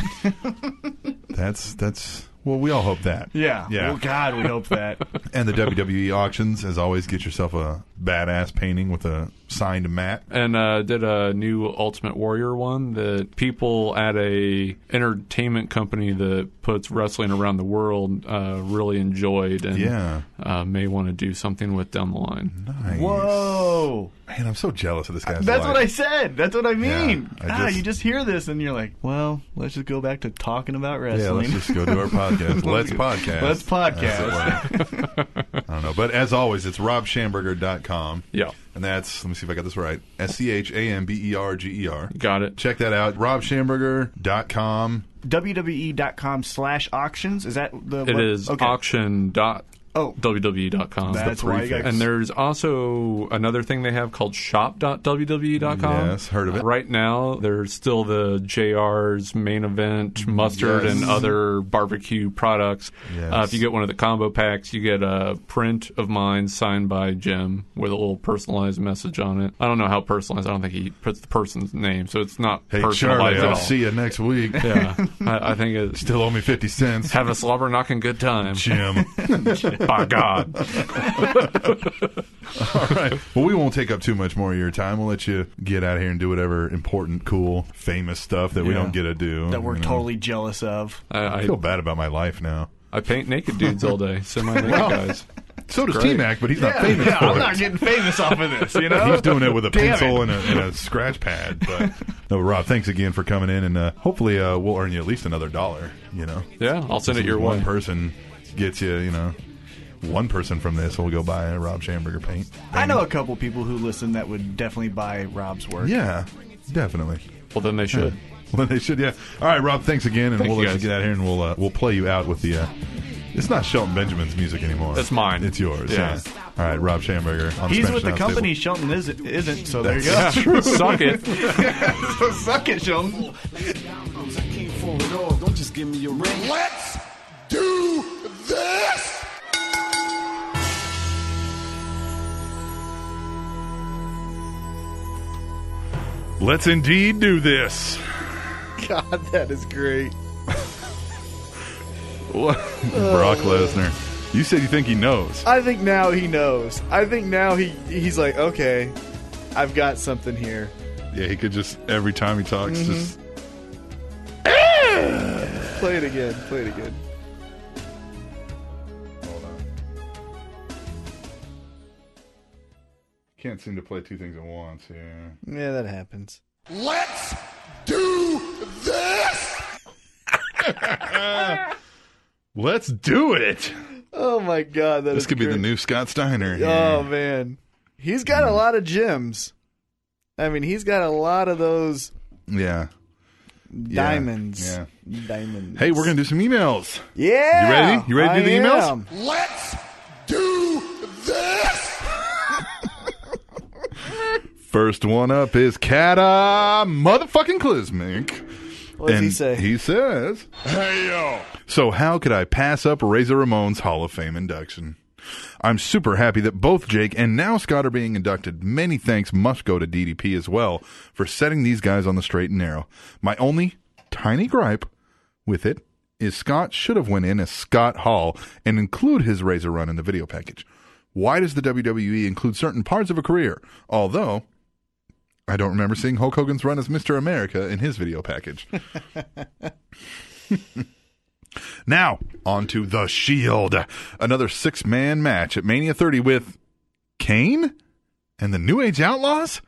Speaker 3: That's that's. Well, we all hope that.
Speaker 4: Yeah.
Speaker 3: Yeah.
Speaker 4: Well, God, we hope that.
Speaker 3: And the WWE auctions, as always, get yourself a badass painting with a signed mat.
Speaker 8: and uh, did a new Ultimate Warrior one that people at a entertainment company that puts wrestling around the world uh, really enjoyed and
Speaker 3: Yeah.
Speaker 8: uh, may want to do something with down the line.
Speaker 3: Nice.
Speaker 4: Whoa.
Speaker 3: Man, I'm so jealous of this guy's
Speaker 4: That's
Speaker 3: life.
Speaker 4: what I said. That's what I mean.
Speaker 3: I
Speaker 4: ah,
Speaker 3: just-
Speaker 4: you just hear this and you're like, well, let's just go back to talking about
Speaker 3: Yeah,
Speaker 4: wrestling.
Speaker 3: let's just go do our podcast. Let's podcast.
Speaker 4: Let's
Speaker 3: That's the way. I don't know. But as always, it's robshamberger.com.
Speaker 8: Yeah.
Speaker 3: And that's, let me see if I got this right S C H A M B E R G E R.
Speaker 8: Got it.
Speaker 3: Check that out. robshamberger.com.
Speaker 4: WWE.com E slash auctions. Is that the
Speaker 8: It
Speaker 4: what-
Speaker 8: is
Speaker 4: okay.
Speaker 8: auction dot E
Speaker 4: Oh.
Speaker 8: www.com.
Speaker 4: That's why you got-
Speaker 8: And there's also another thing they have called shop.wwe.com.
Speaker 3: Yes, heard of it.
Speaker 8: E Right now, there's still the JR's main event mustard
Speaker 3: Yes.
Speaker 8: and other barbecue products.
Speaker 3: Yes.
Speaker 8: Uh, if you get one of the combo packs, you get a print of mine signed by Jim with a little personalized message on it. I don't know how personalized. I don't think he puts the person's name, so it's not
Speaker 3: Hey,
Speaker 8: personalized
Speaker 3: Charlie,
Speaker 8: at all.
Speaker 3: I'll see you next week.
Speaker 8: Yeah, I, I think it's
Speaker 3: Still owe me 50 cents.
Speaker 8: have a slobber knocking good time.
Speaker 3: Jim.
Speaker 8: By God.
Speaker 3: All right. Well, we won't take up too much more of your time. We'll let you get out of here and do whatever important, cool, famous stuff that we
Speaker 8: Yeah.
Speaker 3: don't get to do.
Speaker 4: that we're
Speaker 3: you know.
Speaker 4: totally jealous of.
Speaker 8: I,
Speaker 3: I
Speaker 8: I,
Speaker 3: feel bad about my life now.
Speaker 8: I paint naked dudes all day, semi naked guys.
Speaker 3: So does T
Speaker 8: great.
Speaker 3: Mac, but he's not famous for it.
Speaker 4: getting famous off of this, you
Speaker 3: He's doing it with a
Speaker 4: Damn
Speaker 3: pencil and a, and a scratch pad. But no, Rob, thanks again for coming in, and uh, hopefully uh, we'll earn you at least another dollar. You know,
Speaker 8: Yeah, I'll send it your
Speaker 3: one
Speaker 8: way.
Speaker 3: person gets you. You know, one person from this will go buy a Rob Schamberger paint.
Speaker 4: I know a couple people who listen that would definitely buy Rob's work.
Speaker 3: Yeah, definitely.
Speaker 8: Well, then they should.
Speaker 3: Well, they should. Yeah. All right, Rob. Thanks again, and
Speaker 8: Thank
Speaker 3: we'll
Speaker 8: you
Speaker 3: let you
Speaker 8: guys.
Speaker 3: get out of here, and we'll uh, we'll play you out with the uh, It's not Shelton Benjamin's music anymore.
Speaker 8: That's mine.
Speaker 3: It's yours.
Speaker 8: Yeah.
Speaker 3: Yeah. All right, Rob Schamberger. On
Speaker 6: He's
Speaker 3: Smash
Speaker 6: with the
Speaker 3: Mouth
Speaker 6: company
Speaker 3: Table.
Speaker 6: Shelton isn't, isn't so there you go.
Speaker 3: That's true.
Speaker 8: Suck it.
Speaker 6: so suck it, Shelton.
Speaker 9: Let's do this!
Speaker 3: Let's indeed do this.
Speaker 4: God, that is great.
Speaker 3: What? Brock Lesnar. You said you think he knows.
Speaker 4: I think now he knows. I think now he he's like, okay, I've got something here.
Speaker 3: Yeah, he could just every time he talks, just
Speaker 4: Play it again. Play it again.
Speaker 3: can't seem to play two things at once. Yeah.
Speaker 4: Yeah, that happens.
Speaker 9: Let's do this!
Speaker 3: Let's do it.
Speaker 4: Oh my God, that
Speaker 3: This
Speaker 4: is
Speaker 3: could be the
Speaker 4: great.
Speaker 3: new Scott Steiner.
Speaker 4: Oh man, he's got a lot of gems. I mean, he's got a lot of those
Speaker 3: Yeah.
Speaker 4: diamonds.
Speaker 3: Yeah.
Speaker 4: Diamonds.
Speaker 3: Hey, we're gonna do some emails.
Speaker 4: Yeah.
Speaker 3: You ready? You ready to do
Speaker 4: I
Speaker 3: the emails?
Speaker 4: am.
Speaker 9: Let's do this!
Speaker 3: First one up is Kata motherfucking Klizmink.
Speaker 4: What does he
Speaker 3: And
Speaker 4: say?
Speaker 3: He says, Hey, yo. So, how could I pass up Razor Ramon's Hall of Fame induction? I'm super happy that both Jake and now Scott are being inducted. Many thanks must go to DDP as well for setting these guys on the straight and narrow. My only tiny gripe with it is Scott should have went in as Scott Hall and include his Razor run in the video package. Why does the WWE include certain parts of a career? Although I don't remember seeing Hulk Hogan's run as Mr. America in his video package. now, on to The Shield. Another six man match at Mania 30 with Kane and the New Age Outlaws?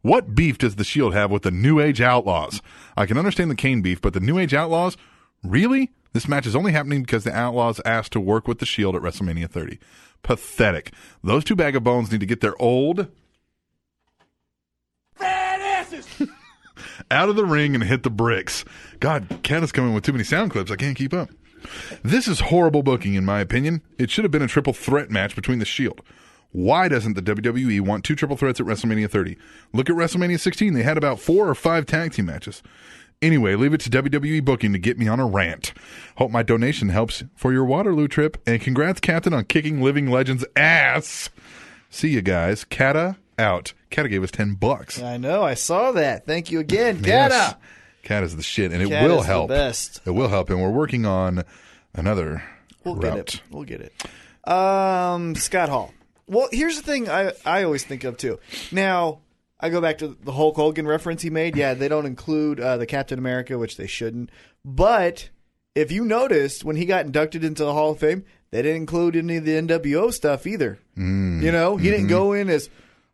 Speaker 3: What beef does The Shield have with the New Age Outlaws? I can understand the Kane beef, but the New Age Outlaws? Really? This match is only happening because the Outlaws asked to work with The Shield at WrestleMania 30. Pathetic. Those two bag of bones need to get their old out of the ring and hit the bricks. God, Candace coming with too many sound clips. I can't keep up. This is horrible booking, in my opinion. It should have been a triple threat match between the Shield. Why doesn't the WWE want two triple threats at WrestleMania 30? Look at WrestleMania 16. They had about four or five tag team matches. Anyway, leave it to WWE booking to get me on a rant. Hope my donation helps for your Waterloo trip, and congrats, Captain, on kicking Living Legends' ass. See you guys. Kata out. Kata gave us 10 bucks.
Speaker 4: I know. I saw that. Thank you again, Gata.
Speaker 3: Yes. Cat is the shit, and it
Speaker 4: Cat
Speaker 3: will
Speaker 4: is the
Speaker 3: help.
Speaker 4: best.
Speaker 3: It will help, and we're working on another
Speaker 4: We'll
Speaker 3: route.
Speaker 4: get it. We'll get it. Um, Scott Hall. Well, here's the thing I I always think of too. Now I go back to the Hulk Hogan reference he made. Yeah, they don't include uh, the Captain America, which they shouldn't. But if you noticed when he got inducted into the Hall of Fame, they didn't include any of the NWO stuff either.
Speaker 3: Mm.
Speaker 4: You know, he
Speaker 3: Mm-hmm.
Speaker 4: didn't go in as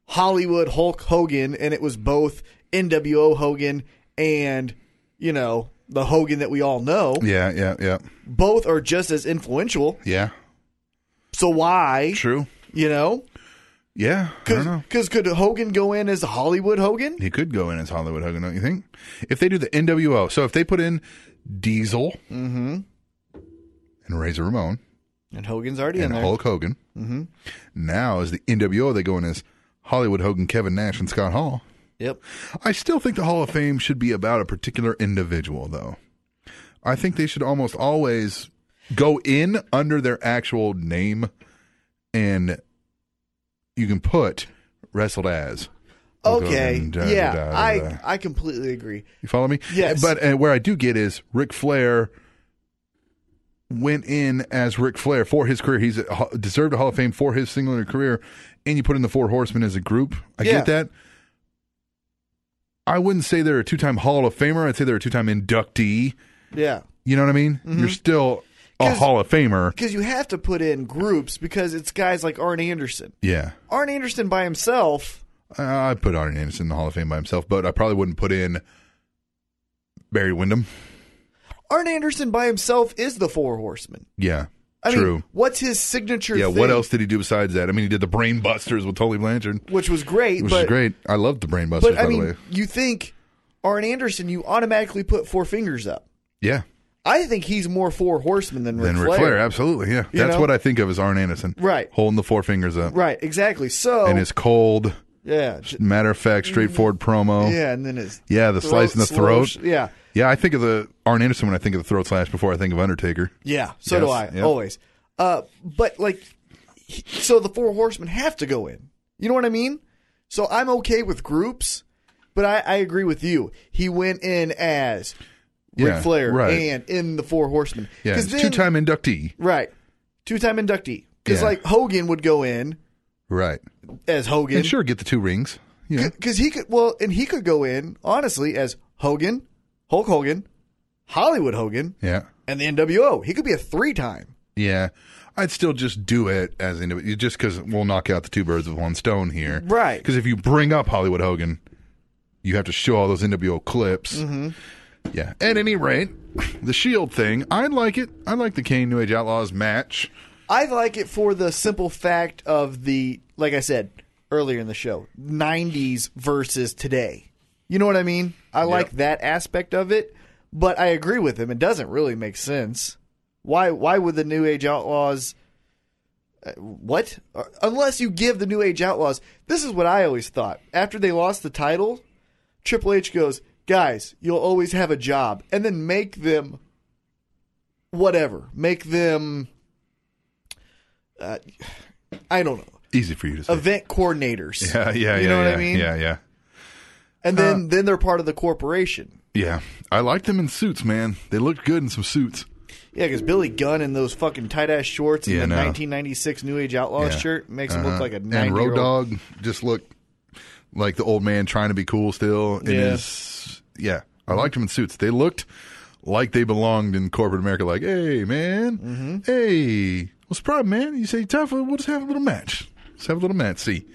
Speaker 4: Hollywood Hulk Hogan, and it was both NWO Hogan and you know the Hogan that we all know.
Speaker 3: Yeah, yeah, yeah,
Speaker 4: Both are just as influential.
Speaker 3: yeah.
Speaker 4: So why?
Speaker 3: True.
Speaker 4: You know,
Speaker 3: Yeah, I don't know.
Speaker 4: because could Hogan go in as Hollywood Hogan?
Speaker 3: He could go in as Hollywood Hogan, don't you think? If they do the NWO, so if they put in Diesel
Speaker 4: Mm-hmm.
Speaker 3: and Razor Ramon
Speaker 4: And Hogan's already in
Speaker 3: and
Speaker 4: there. Mm-hmm.
Speaker 3: Hulk Hogan, now as the NWO, they go in as Hollywood Hogan, Kevin Nash, and Scott Hall.
Speaker 4: Yep.
Speaker 3: I still think the Hall of Fame should be about a particular individual, though. I think they should almost always go in under their actual name, and you can put wrestled as. Hulk
Speaker 4: Okay.
Speaker 3: Hogan, da,
Speaker 4: yeah,
Speaker 3: da, da, da, da.
Speaker 4: I I completely agree.
Speaker 3: You follow me?
Speaker 4: Yes.
Speaker 3: But uh, where I do get is Ric Flair went in as Ric Flair for his career. He's a, deserved a Hall of Fame for his singular career, and you put in the Four Horsemen as a group. I
Speaker 4: Yeah.
Speaker 3: get that. I wouldn't say they're a two-time Hall of Famer. I'd say they're a two-time inductee.
Speaker 4: Yeah,
Speaker 3: You know what I mean?
Speaker 4: Mm-hmm.
Speaker 3: You're still a
Speaker 4: 'Cause-
Speaker 3: Hall of Famer.
Speaker 4: because you have to put in groups because it's guys like Arn Anderson.
Speaker 3: Yeah.
Speaker 4: Arn Anderson by himself.
Speaker 3: I I'd put Arn Anderson in the Hall of Fame by himself, but I probably wouldn't put in Barry Windham.
Speaker 4: Arn Anderson by himself is the Four Horsemen.
Speaker 3: Yeah.
Speaker 4: I
Speaker 3: True.
Speaker 4: mean, what's his signature?
Speaker 3: yeah,
Speaker 4: thing?
Speaker 3: what else did he do besides that? I mean, he did the Brain Busters with Tully Blanchard,
Speaker 4: Which was great,
Speaker 3: which
Speaker 4: but
Speaker 3: is great. I loved the Brain Busters,
Speaker 4: but
Speaker 3: by
Speaker 4: I
Speaker 3: the way.
Speaker 4: mean, you think Arn Anderson, you automatically put four fingers up.
Speaker 3: Yeah,
Speaker 4: I think he's more four horsemen than Ric
Speaker 3: Then Ric
Speaker 4: Flair.
Speaker 3: Flair, absolutely, yeah. That's
Speaker 4: know?
Speaker 3: what I think of as Arn Anderson,
Speaker 4: Right.
Speaker 3: Holding the four fingers up,
Speaker 4: Right, exactly. So
Speaker 3: and his cold,
Speaker 4: yeah, j-
Speaker 3: matter of fact, straightforward promo.
Speaker 4: Mm. yeah, and then his
Speaker 3: Yeah, the slice in the throat.
Speaker 4: slosh- Yeah,
Speaker 3: Yeah, I think of the Arn Anderson when I think of the throat slash before I think of Undertaker.
Speaker 4: yeah. So do I
Speaker 3: Yes, yep.
Speaker 4: always. Uh, but like, he- so the four horsemen have to go in. You know what I mean? So I'm okay with groups, but I, I agree with you. He went in as Ric
Speaker 3: Yeah,
Speaker 4: Flair
Speaker 3: right.
Speaker 4: and in the four horsemen.
Speaker 3: Yeah,
Speaker 4: 'Cause
Speaker 3: it's
Speaker 4: then-
Speaker 3: two-time inductee.
Speaker 4: right, two time inductee. Because
Speaker 3: Yeah.
Speaker 4: like Hogan would go in
Speaker 3: Right.
Speaker 4: as Hogan.
Speaker 3: And sure, get the two rings. Yeah.
Speaker 4: because he could well, and he could go in honestly as Hogan, Hulk Hogan, Hollywood Hogan,
Speaker 3: Yeah.
Speaker 4: and the NWO. He could be a three time.
Speaker 3: Yeah. I'd still just do it as into it, just because we'll knock out the two birds with one stone here.
Speaker 4: Right.
Speaker 3: Because if you bring up Hollywood Hogan, you have to show all those NWO clips.
Speaker 4: Mm-hmm.
Speaker 3: Yeah. At any rate, the Shield thing, I like it. I like the Kane New Age Outlaws match.
Speaker 4: I like it for the simple fact of the, like I said earlier in the show, '90s versus today. You know what I mean? I like that aspect of it, but I agree with him. It doesn't really make sense. Why? Why would the New Age Outlaws? uh, What? Uh, Unless you give the New Age Outlaws. This is what I always thought. After they lost the title, Triple H goes, guys, you'll always have a job, and then make them whatever. Make them, uh, I don't know,
Speaker 3: Easy for you to say.
Speaker 4: event coordinators.
Speaker 3: yeah, yeah,
Speaker 4: You
Speaker 3: yeah,
Speaker 4: know what I
Speaker 3: yeah,
Speaker 4: mean?
Speaker 3: Yeah, yeah.
Speaker 4: And then, then they're part of the corporation.
Speaker 3: Yeah. I liked them in suits, man. They looked good in some suits.
Speaker 4: Yeah, because Billy Gunn in those fucking tight ass shorts and
Speaker 3: Yeah,
Speaker 4: the
Speaker 3: no.
Speaker 4: 1996 New Age Outlaws
Speaker 3: Yeah.
Speaker 4: shirt makes him
Speaker 3: Uh-huh.
Speaker 4: look like a 90
Speaker 3: and
Speaker 4: year
Speaker 3: Road
Speaker 4: old.
Speaker 3: Dog just looked like the old man trying to be cool still. It
Speaker 4: Yeah.
Speaker 3: is- yeah. I liked them in suits. They looked like they belonged in corporate America. Like, hey man,
Speaker 4: Mm-hmm.
Speaker 3: hey, what's the problem, man? You say tough? We'll just have a little match. Let's have a little match. See.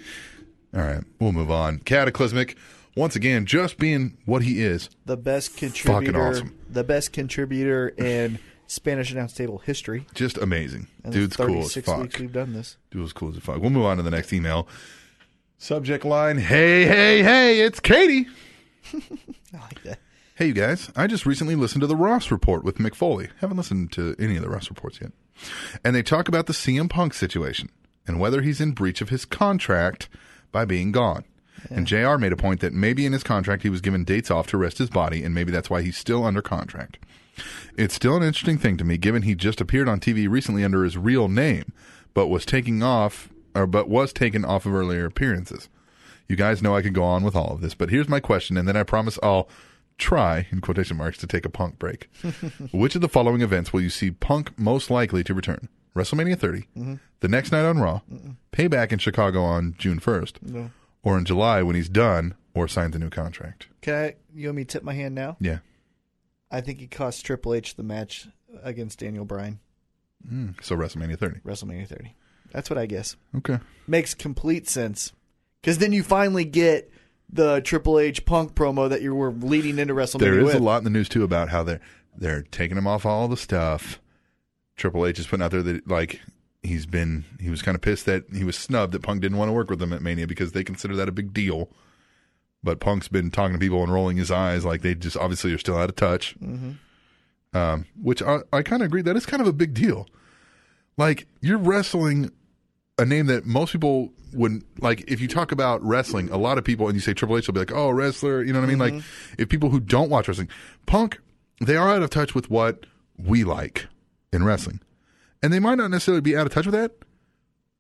Speaker 3: All right, we'll move on. Cataclysmic, once again, just being what he is.
Speaker 4: The best contributor,
Speaker 3: awesome.
Speaker 4: the best contributor in Spanish announce table history.
Speaker 3: Just amazing.
Speaker 4: And
Speaker 3: Dude's cool as
Speaker 4: 36
Speaker 3: fuck.
Speaker 4: weeks we've done this.
Speaker 3: Dude was cool as fuck. We'll move on to the next email. Subject line: Hey, hey, hey! It's Katie.
Speaker 4: I like that.
Speaker 3: Hey, you guys. I just recently listened to the Ross Report with Mick Foley. Haven't listened to any of the Ross Reports yet. And they talk about the CM Punk situation and whether he's in breach of his contract by being gone. And JR made a point that maybe in his contract he was given dates off to rest his body, and maybe that's why he's still under contract. It's still an interesting thing to me, given he just appeared on TV recently under his real name, but was taking off, or but was taken off of earlier appearances. You guys know I could go on with all of this, but here's my question, and then I promise I'll try, in quotation marks, to take a punk break. Which of the following events will you see punk most likely to return? WrestleMania 30, the next night on Raw, Payback in Chicago on June 1st, or in July when he's done or signs a new contract.
Speaker 4: Can I? You want me to tip my hand now?
Speaker 3: Yeah.
Speaker 4: I think he cost Triple H the match against Daniel Bryan,
Speaker 3: Hmm. So WrestleMania 30.
Speaker 4: WrestleMania 30. That's what I guess.
Speaker 3: Okay.
Speaker 4: Makes complete sense. Because then you finally get the Triple H Punk promo that you were leading into WrestleMania
Speaker 3: There is
Speaker 4: with.
Speaker 3: a lot in the news too about how they're they're taking him off all the stuff. Triple H is putting out there that like he's been he was kind of pissed that he was snubbed that Punk didn't want to work with them at Mania because they consider that a big deal. But Punk's been talking to people and rolling his eyes like they just obviously are still out of touch. Um, which I, I kind of agree. That is kind of a big deal. Like you're wrestling a name that most people wouldn't like if you talk about wrestling a lot of people and you say triple h will be like oh wrestler you know what i mean like
Speaker 4: Mm-hmm.
Speaker 3: if people who don't watch wrestling punk they are out of touch with what we like in wrestling and they might not necessarily be out of touch with that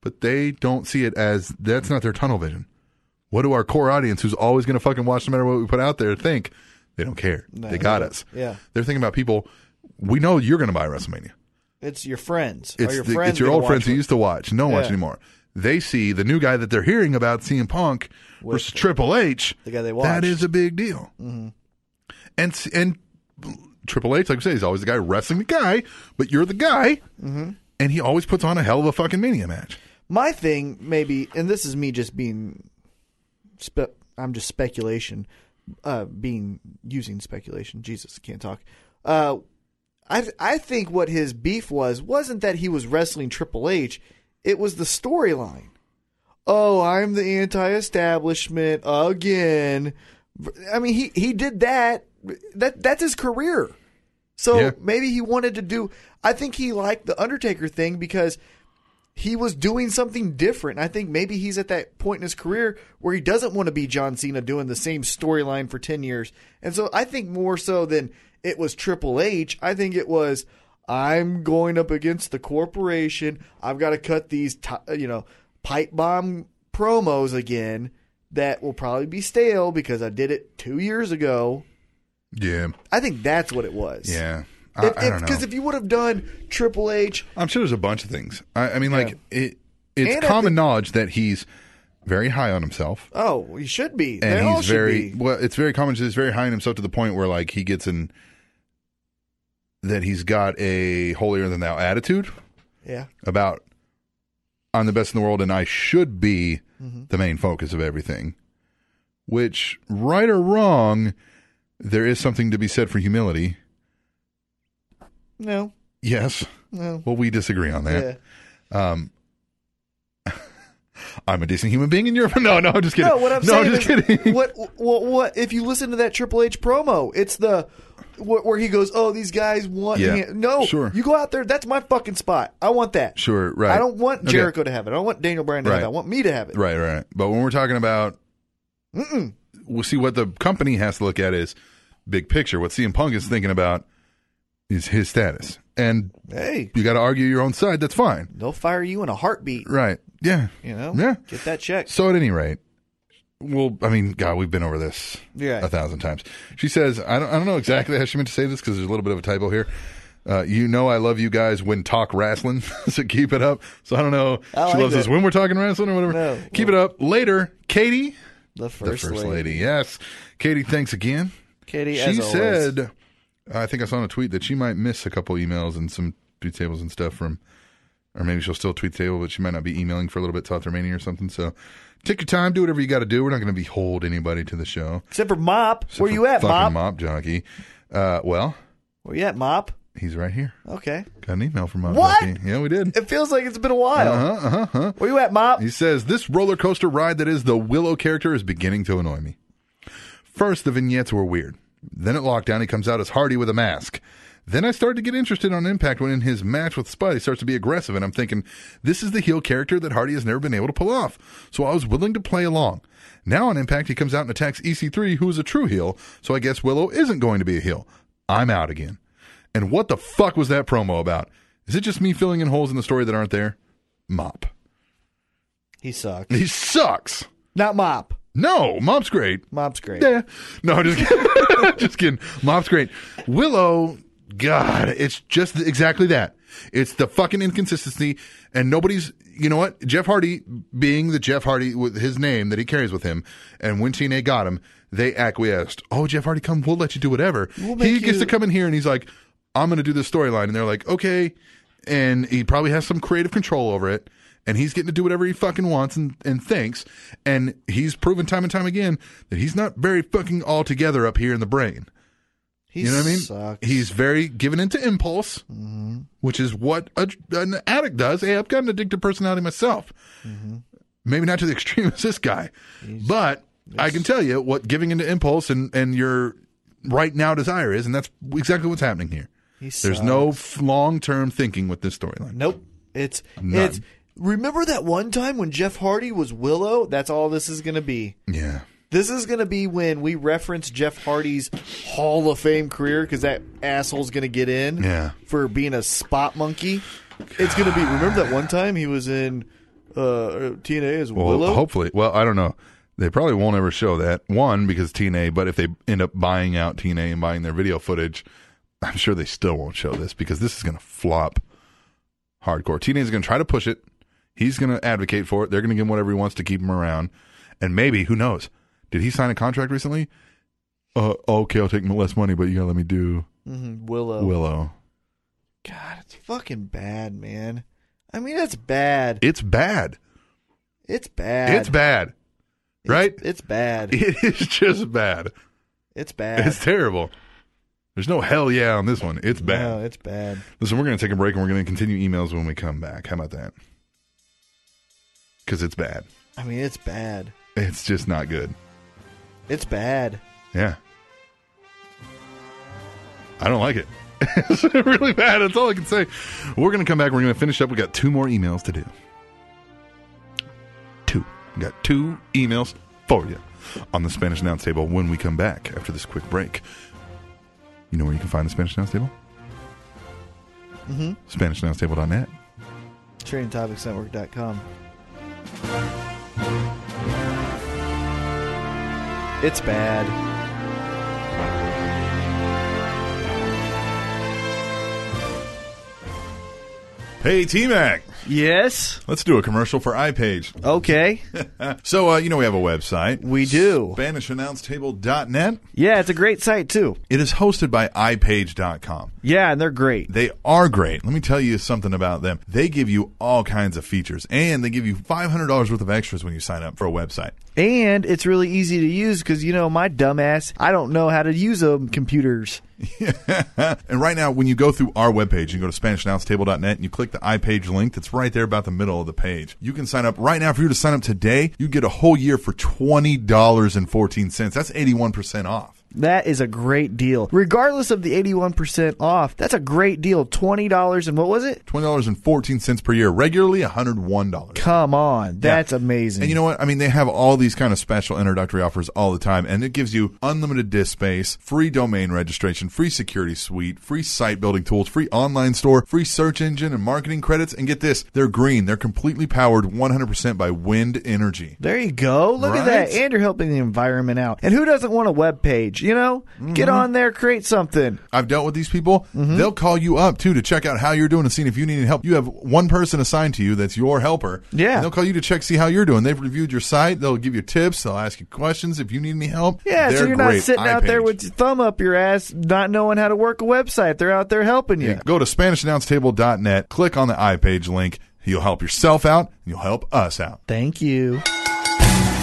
Speaker 3: but they don't see it as that's not their tunnel vision what do our core audience who's always going to fucking watch no matter what we put out there think they don't care they got us
Speaker 4: yeah.
Speaker 3: they're thinking about people we know you're going to buy wrestlemania
Speaker 4: It's your friends. Are
Speaker 3: it's,
Speaker 4: your
Speaker 3: the-
Speaker 4: friends
Speaker 3: it's your
Speaker 4: gonna
Speaker 3: old
Speaker 4: watch
Speaker 3: friends who
Speaker 4: it?
Speaker 3: used to watch, no watch
Speaker 4: Yeah.
Speaker 3: anymore. They see the new guy that they're hearing about, CM Punk versus Triple H.
Speaker 4: The guy they
Speaker 3: That
Speaker 4: watched. Mm-hmm.
Speaker 3: is a big deal. And s- and Triple H, like I say, is always the guy wrestling the guy, but you're the guy,
Speaker 4: Mm-hmm.
Speaker 3: and he always puts on a hell of a fucking mania match.
Speaker 4: My thing, maybe, and this is me just being, spe- I'm just speculation, uh, being using speculation. Jesus, can't talk. Uh, I I think what his beef was wasn't that he was wrestling Triple H, it was the storyline. Oh, I'm the anti-establishment again. I mean, he he did that. That that's his career. So
Speaker 3: Yeah.
Speaker 4: maybe he wanted to do. I think he liked the Undertaker thing because he was doing something different. I think maybe he's at that point in his career where he doesn't want to be John Cena doing the same storyline for 10 years. And so I think more so than it was Triple H, I think it was I'm going up against the corporation. I've got to cut these, ti- uh, you know, pipe bomb promos again that will probably be stale because I did it 2 years ago.
Speaker 3: Yeah,
Speaker 4: I think that's what it was.
Speaker 3: yeah. I,
Speaker 4: Because
Speaker 3: I don't
Speaker 4: if,
Speaker 3: know.
Speaker 4: you would have done Triple H,
Speaker 3: I'm sure there's a bunch of things. I, I mean, like it. It's
Speaker 4: And I
Speaker 3: common
Speaker 4: think-
Speaker 3: knowledge that he's very high on himself,
Speaker 4: oh, he should be.
Speaker 3: and
Speaker 4: they all
Speaker 3: he's
Speaker 4: should
Speaker 3: very
Speaker 4: be.
Speaker 3: well. It's very common. that He's very high on himself to the point where like he gets in that he's got a holier than thou attitude
Speaker 4: Yeah.
Speaker 3: about I'm the best in the world and I should be
Speaker 4: Mm-hmm.
Speaker 3: the main focus of everything. Which, right or wrong, there is something to be said for humility.
Speaker 4: No.
Speaker 3: Yes.
Speaker 4: No.
Speaker 3: Well, we disagree on that.
Speaker 4: Yeah.
Speaker 3: Um, I'm a decent human being in Europe. No, no, I'm just kidding.
Speaker 4: No, what I'm
Speaker 3: no,
Speaker 4: saying
Speaker 3: I'm just
Speaker 4: is,
Speaker 3: kidding.
Speaker 4: what, what, what, if you listen to that Triple H promo, it's the, wh- where he goes, oh, these guys want,
Speaker 3: Yeah.
Speaker 4: him." no,
Speaker 3: Sure.
Speaker 4: you go out there, that's my fucking spot. I want that.
Speaker 3: Sure, right.
Speaker 4: I don't want
Speaker 3: Okay.
Speaker 4: Jericho to have it. I don't want Daniel Bryan to
Speaker 3: Right.
Speaker 4: have it. I want me to have it.
Speaker 3: Right, right. right. But when we're talking about, we'll see what the company has to look at is big picture. What CM Punk is thinking about is his status, and
Speaker 4: Hey,
Speaker 3: you got to argue your own side. That's fine.
Speaker 4: they'll fire you in a heartbeat,
Speaker 3: Right. Yeah.
Speaker 4: you know?
Speaker 3: Yeah.
Speaker 4: Get that check.
Speaker 3: So at any rate, well, I mean, God, we've been over this
Speaker 4: Yeah.
Speaker 3: a thousand times. She says, I don't, I don't know exactly how she meant to say this because there's a little bit of a typo here. Uh, you know, I love you guys when talk wrestling, so keep it up. So I don't know.
Speaker 4: I
Speaker 3: she
Speaker 4: like
Speaker 3: loves
Speaker 4: that.
Speaker 3: us when we're talking wrestling or whatever.
Speaker 4: No.
Speaker 3: Keep it up. Later, Katie,
Speaker 4: The first,
Speaker 3: the first
Speaker 4: lady.
Speaker 3: lady. Yes, Katie. Thanks again.
Speaker 4: Katie,
Speaker 3: She
Speaker 4: as always.
Speaker 3: said, I think I saw in a tweet that she might miss a couple emails and some tweet tables and stuff from, or maybe she'll still tweet table, but she might not be emailing for a little bit till after Mania or something. So take your time, do whatever you got to do. We're not going to be hold anybody to the show.
Speaker 4: except for Mop.
Speaker 3: Except
Speaker 4: Where
Speaker 3: for
Speaker 4: you at,
Speaker 3: fucking
Speaker 4: Mop?
Speaker 3: Mop Jockey. Uh, well,
Speaker 4: Where you at, Mop?
Speaker 3: he's right here.
Speaker 4: Okay.
Speaker 3: Got an email from Mop
Speaker 4: What?
Speaker 3: Jockey. Yeah, we did.
Speaker 4: It feels like it's been a while.
Speaker 3: Uh huh. Uh huh.
Speaker 4: Where you at, Mop?
Speaker 3: He says, This roller coaster ride that is the Willow character is beginning to annoy me. First, the vignettes were weird. Then at lockdown, he comes out as Hardy with a mask. Then I started to get interested on Impact when in his match with Spuddy starts to be aggressive, and I'm thinking, this is the heel character that Hardy has never been able to pull off. So I was willing to play along. Now on Impact, he comes out and attacks EC3, who is a true heel, so I guess Willow isn't going to be a heel. I'm out again. And what the fuck was that promo about? Is it just me filling in holes in the story that aren't there? Mop.
Speaker 4: He sucks.
Speaker 3: He sucks.
Speaker 4: Not Mop.
Speaker 3: No, Mop's great.
Speaker 4: Mop's great.
Speaker 3: Yeah. No, I'm just kidding. just kidding. Mop's great. Willow, God, it's just exactly that. It's the fucking inconsistency, and nobody's. You know what? Jeff Hardy, being the Jeff Hardy with his name that he carries with him, and when TNA got him, they acquiesced. Oh, Jeff Hardy, come, we'll let you do whatever. he
Speaker 4: make
Speaker 3: gets
Speaker 4: you-
Speaker 3: to come in here, and he's like, "I'm going to do this storyline," and they're like, "Okay," and he probably has some creative control over it. And he's getting to do whatever he fucking wants and, and thinks. And he's proven time and time again that he's not very fucking all together up here in the brain.
Speaker 4: He
Speaker 3: You know what I mean?
Speaker 4: Sucks. Mm-hmm.
Speaker 3: He's very given into impulse, which is what a, an addict does. Hey, I've got an addictive personality myself.
Speaker 4: Mm-hmm.
Speaker 3: Maybe not to the extreme as this guy, but I can tell you what giving into impulse and, and your right now desire is, and that's exactly what's happening here.
Speaker 4: He
Speaker 3: There's no long term thinking with this storyline.
Speaker 4: Nope. It's
Speaker 3: None.
Speaker 4: it's. Remember that one time when Jeff Hardy was Willow? That's all this is going to be.
Speaker 3: Yeah.
Speaker 4: This is going to be when we reference Jeff Hardy's Hall of Fame career because that asshole's going to get in
Speaker 3: Yeah.
Speaker 4: for being a spot monkey. It's going to be. Remember that one time he was in uh, TNA as
Speaker 3: Well,
Speaker 4: Willow.
Speaker 3: hopefully. Well, I don't know. They probably won't ever show that one because TNA. But if they end up buying out TNA and buying their video footage, I'm sure they still won't show this because this is going to flop hardcore. TNA is going to try to push it. He's going to advocate for it. They're going to give him whatever he wants to keep him around. And maybe who knows? Did he sign a contract recently? Uh, okay, I'll take less money, but you got to let me do
Speaker 4: Mhm, Willow.
Speaker 3: Willow.
Speaker 4: God, it's fucking bad, man. I mean, it's bad.
Speaker 3: It's bad.
Speaker 4: It's bad.
Speaker 3: It's bad. Right?
Speaker 4: It's, it's bad.
Speaker 3: It is just bad.
Speaker 4: It's bad.
Speaker 3: It's terrible. There's no hell yeah on this one. It's bad.
Speaker 4: No, it's bad.
Speaker 3: Listen, we're going to take a break and we're going to continue emails when we come back. How about that? Because it's bad.
Speaker 4: I mean, it's bad.
Speaker 3: It's just not good.
Speaker 4: It's bad.
Speaker 3: Yeah. I don't like it. it's really bad. That's all I can say. We're going to come back. We're going to finish up. We got two more emails to do. Two. We got two emails for you on the Spanish Announce Table when we come back after this quick break. You know where you can find the Spanish Announce Table? Mm-hmm. SpanishAnnounceTable.net.
Speaker 4: TrainingTopicsNetwork.com. It's bad.
Speaker 3: Hey, T Mac,
Speaker 4: Yes.
Speaker 3: let's do a commercial for iPage.
Speaker 4: Okay.
Speaker 3: So, uh, you know, we have a website.
Speaker 4: We do.
Speaker 3: SpanishAnnounceTable.net.
Speaker 4: Yeah, it's a great site too.
Speaker 3: It is hosted by iPage.com.
Speaker 4: Yeah, and they're great.
Speaker 3: They are great. Let me tell you something about them. They give you all kinds of features and they give you $500 worth of extras when you sign up for a website.
Speaker 4: And it's really easy to use because, you know, my dumbass, I don't know how to use them computers.
Speaker 3: and right now, when you go through our webpage, you go to SpanishAnnounceTable.net and you click the iPage link that's right there about the middle of the page. You can sign up right now. If you were to sign up today, you get a whole year for $20.14. That's 81% off.
Speaker 4: That is a great deal. Regardless of the 81% off, that's a great deal. $20 and what was it?
Speaker 3: $20.14 per year, regularly $101.
Speaker 4: Come on. That's amazing.
Speaker 3: And you know what? I mean, they have all these kind of special introductory offers all the time, and it gives you unlimited disk space, free domain registration, free security suite, free site building tools, free online store, free search engine and marketing credits. And get this, they're green. They're completely powered 100% by wind energy.
Speaker 4: there you go. Look at that.
Speaker 3: Right?
Speaker 4: And you're helping the environment out. And who doesn't want a web page? You know, get on there, create something.
Speaker 3: I've dealt with these people. They'll call you up too to check out how you're doing and see if you need any help. You have one person assigned to you that's your helper.
Speaker 4: Yeah.
Speaker 3: And they'll call you to check see how you're doing. They've reviewed your site. They'll give you tips. They'll ask you questions if you need any help.
Speaker 4: Yeah, so
Speaker 3: They're
Speaker 4: you're
Speaker 3: great.
Speaker 4: not sitting out there
Speaker 3: iPage.
Speaker 4: with your thumb up your ass, not knowing how to work a website. They're out there helping you.
Speaker 3: Yeah. Go to SpanishAnnounceTable.net, click on the iPage link. You'll help yourself out and you'll help us out.
Speaker 4: Thank
Speaker 2: You
Speaker 4: you.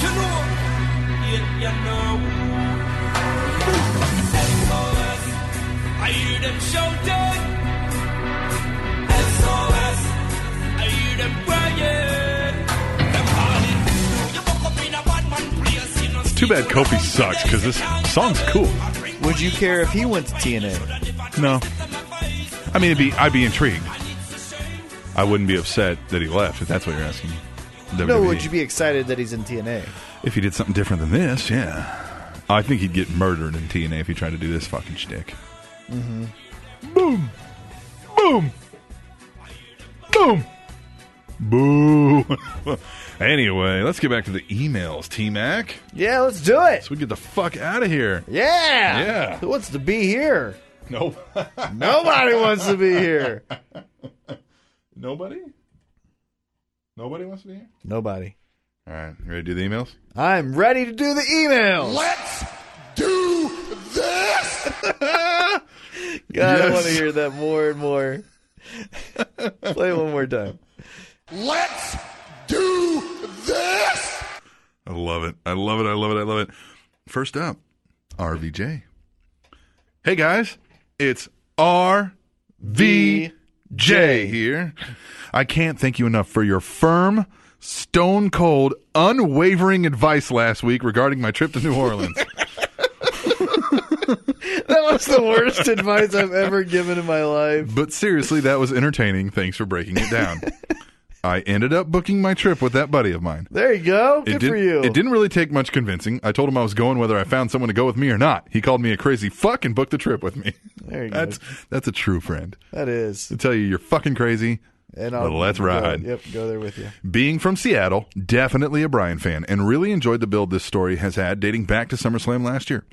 Speaker 2: know, you, you know. SOS, are you them shouting? SOS, are you them crying? Them calling. You woke up in a bad man place, you know,
Speaker 3: Too bad Kofi sucks because this song's cool.
Speaker 4: Would you care if he went to TNA?
Speaker 3: No. I mean, it'd be, I'd be intrigued. I wouldn't be upset that he left if that's what you're asking. E.
Speaker 4: No,
Speaker 3: WWE.
Speaker 4: would you be excited that he's in TNA?
Speaker 3: If he did something different than this, yeah. I think he'd get murdered in TNA if he tried to do this fucking shtick. Boom! Boom! Boom! Boo! anyway, let's get back to the emails, T Mac.
Speaker 4: Yeah, let's do it.
Speaker 3: So we get the fuck out of here.
Speaker 4: Yeah.
Speaker 3: Yeah.
Speaker 4: Who wants to be here?
Speaker 3: Nope.
Speaker 4: Nobody wants to be here.
Speaker 3: Nobody? Nobody wants to be here?
Speaker 4: Nobody.
Speaker 3: All right, you ready to do the emails?
Speaker 4: I'm ready to do the emails.
Speaker 9: Let's do this.
Speaker 4: God, I
Speaker 3: Yes.
Speaker 4: want to hear that more and more. Play it one more time.
Speaker 9: Let's do this.
Speaker 3: I love it. I love it. I love it. I love it. First up, RVJ. Hey guys, it's RVJ here. I can't thank you enough for your firm, stone cold, unwavering advice last week regarding my trip to New Orleans.
Speaker 4: That was the worst advice I've ever given in my life.
Speaker 3: but seriously, that was entertaining. Thanks for breaking it down. I ended up booking my trip with that buddy of mine.
Speaker 4: There you go. Good
Speaker 3: it did,
Speaker 4: for you.
Speaker 3: It didn't really take much convincing. I told him I was going whether I found someone to go with me or not. He called me a crazy fuck and booked the trip with me.
Speaker 4: There you go.
Speaker 3: that's that's a true friend.
Speaker 4: That is.
Speaker 3: To tell you you're fucking crazy.
Speaker 4: And
Speaker 3: Well, let's
Speaker 4: go-
Speaker 3: ride.
Speaker 4: Yep, go there with you.
Speaker 3: Being from Seattle, definitely a Brian fan, and really enjoyed the build this story has had dating back to SummerSlam last year.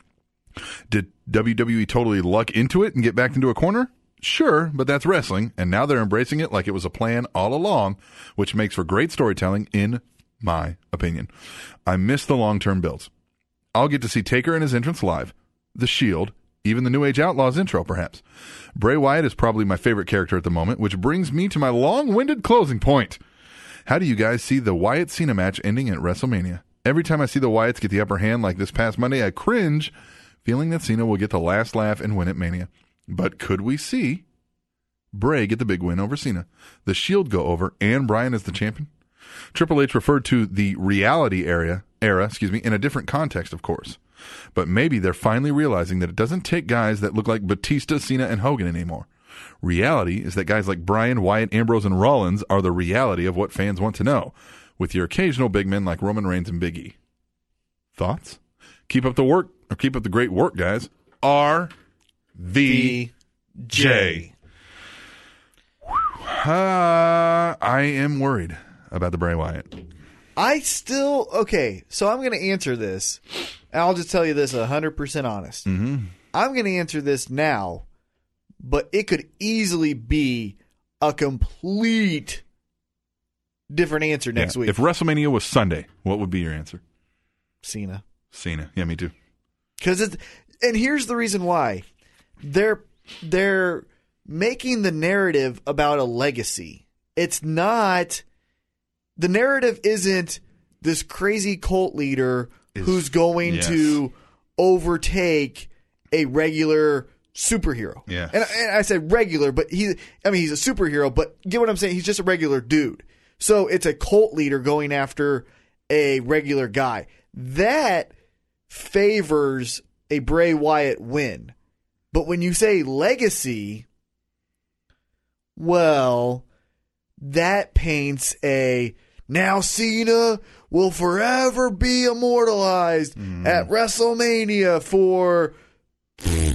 Speaker 3: Did WWE totally luck into it and get backed into a corner? Sure, but that's wrestling, and now they're embracing it like it was a plan all along, which makes for great storytelling, in my opinion. I miss the long term builds. I'll get to see Taker and his entrance live, The Shield, even the New Age Outlaws intro, perhaps. Bray Wyatt is probably my favorite character at the moment, which brings me to my long winded closing point. How do you guys see the Wyatt Cena match ending at WrestleMania? Every time I see the Wyatts get the upper hand like this past Monday, I cringe, feeling that Cena will get the last laugh and win at Mania. But could we see Bray get the big win over Cena, the Shield go over, and Bryan as the champion? Triple H referred to the reality area era, excuse me, in a different context, of course. But maybe they're finally realizing that it doesn't take guys that look like Batista, Cena, and Hogan anymore. Reality is that guys like Bryan, Wyatt, Ambrose, and Rollins are the reality of what fans want to know, with your occasional big men like Roman Reigns and Big E. Thoughts? Keep up the work, or keep up the great work, guys. R. V. J. Uh, I am worried about the Bray Wyatt.
Speaker 4: I still okay. So I'm going to answer this, and I'll just tell you this 100 percent honest. Mm-hmm. I'm going to answer this now, but it could easily be a complete different answer next
Speaker 3: Yeah.
Speaker 4: week.
Speaker 3: If WrestleMania was Sunday, what would be your answer?
Speaker 4: Cena,
Speaker 3: Cena. Yeah, me too.
Speaker 4: because it's and here's the reason why they're they're making the narrative about a legacy. It's not the narrative isn't this crazy cult leader
Speaker 3: Is-
Speaker 4: who's going
Speaker 3: yes.
Speaker 4: to overtake a regular superhero.
Speaker 3: Yes.
Speaker 4: And, and I said regular, but he I mean he's a superhero, but get what I'm saying? He's just a regular dude. So it's a cult leader going after a regular guy. That favors a Bray Wyatt win. But when you say legacy, well, that paints a now Cena will forever be immortalized
Speaker 3: Hmm.
Speaker 4: at WrestleMania for you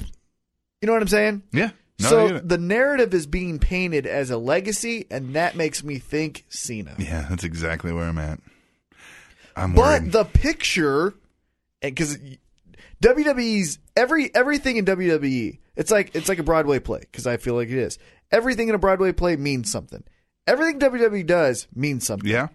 Speaker 4: know what I'm saying?
Speaker 3: Yeah. No, I
Speaker 4: so
Speaker 3: get it.
Speaker 4: the narrative is being painted as a legacy, and that makes me think Cena.
Speaker 3: yeah, that's exactly where I'm at. I'm
Speaker 4: But
Speaker 3: worried.
Speaker 4: the picture, because WWE's every everything in WWE, it's like it's like a Broadway play because I feel like it is. Everything in a Broadway play means something. Everything WWE does means something.
Speaker 3: yeah.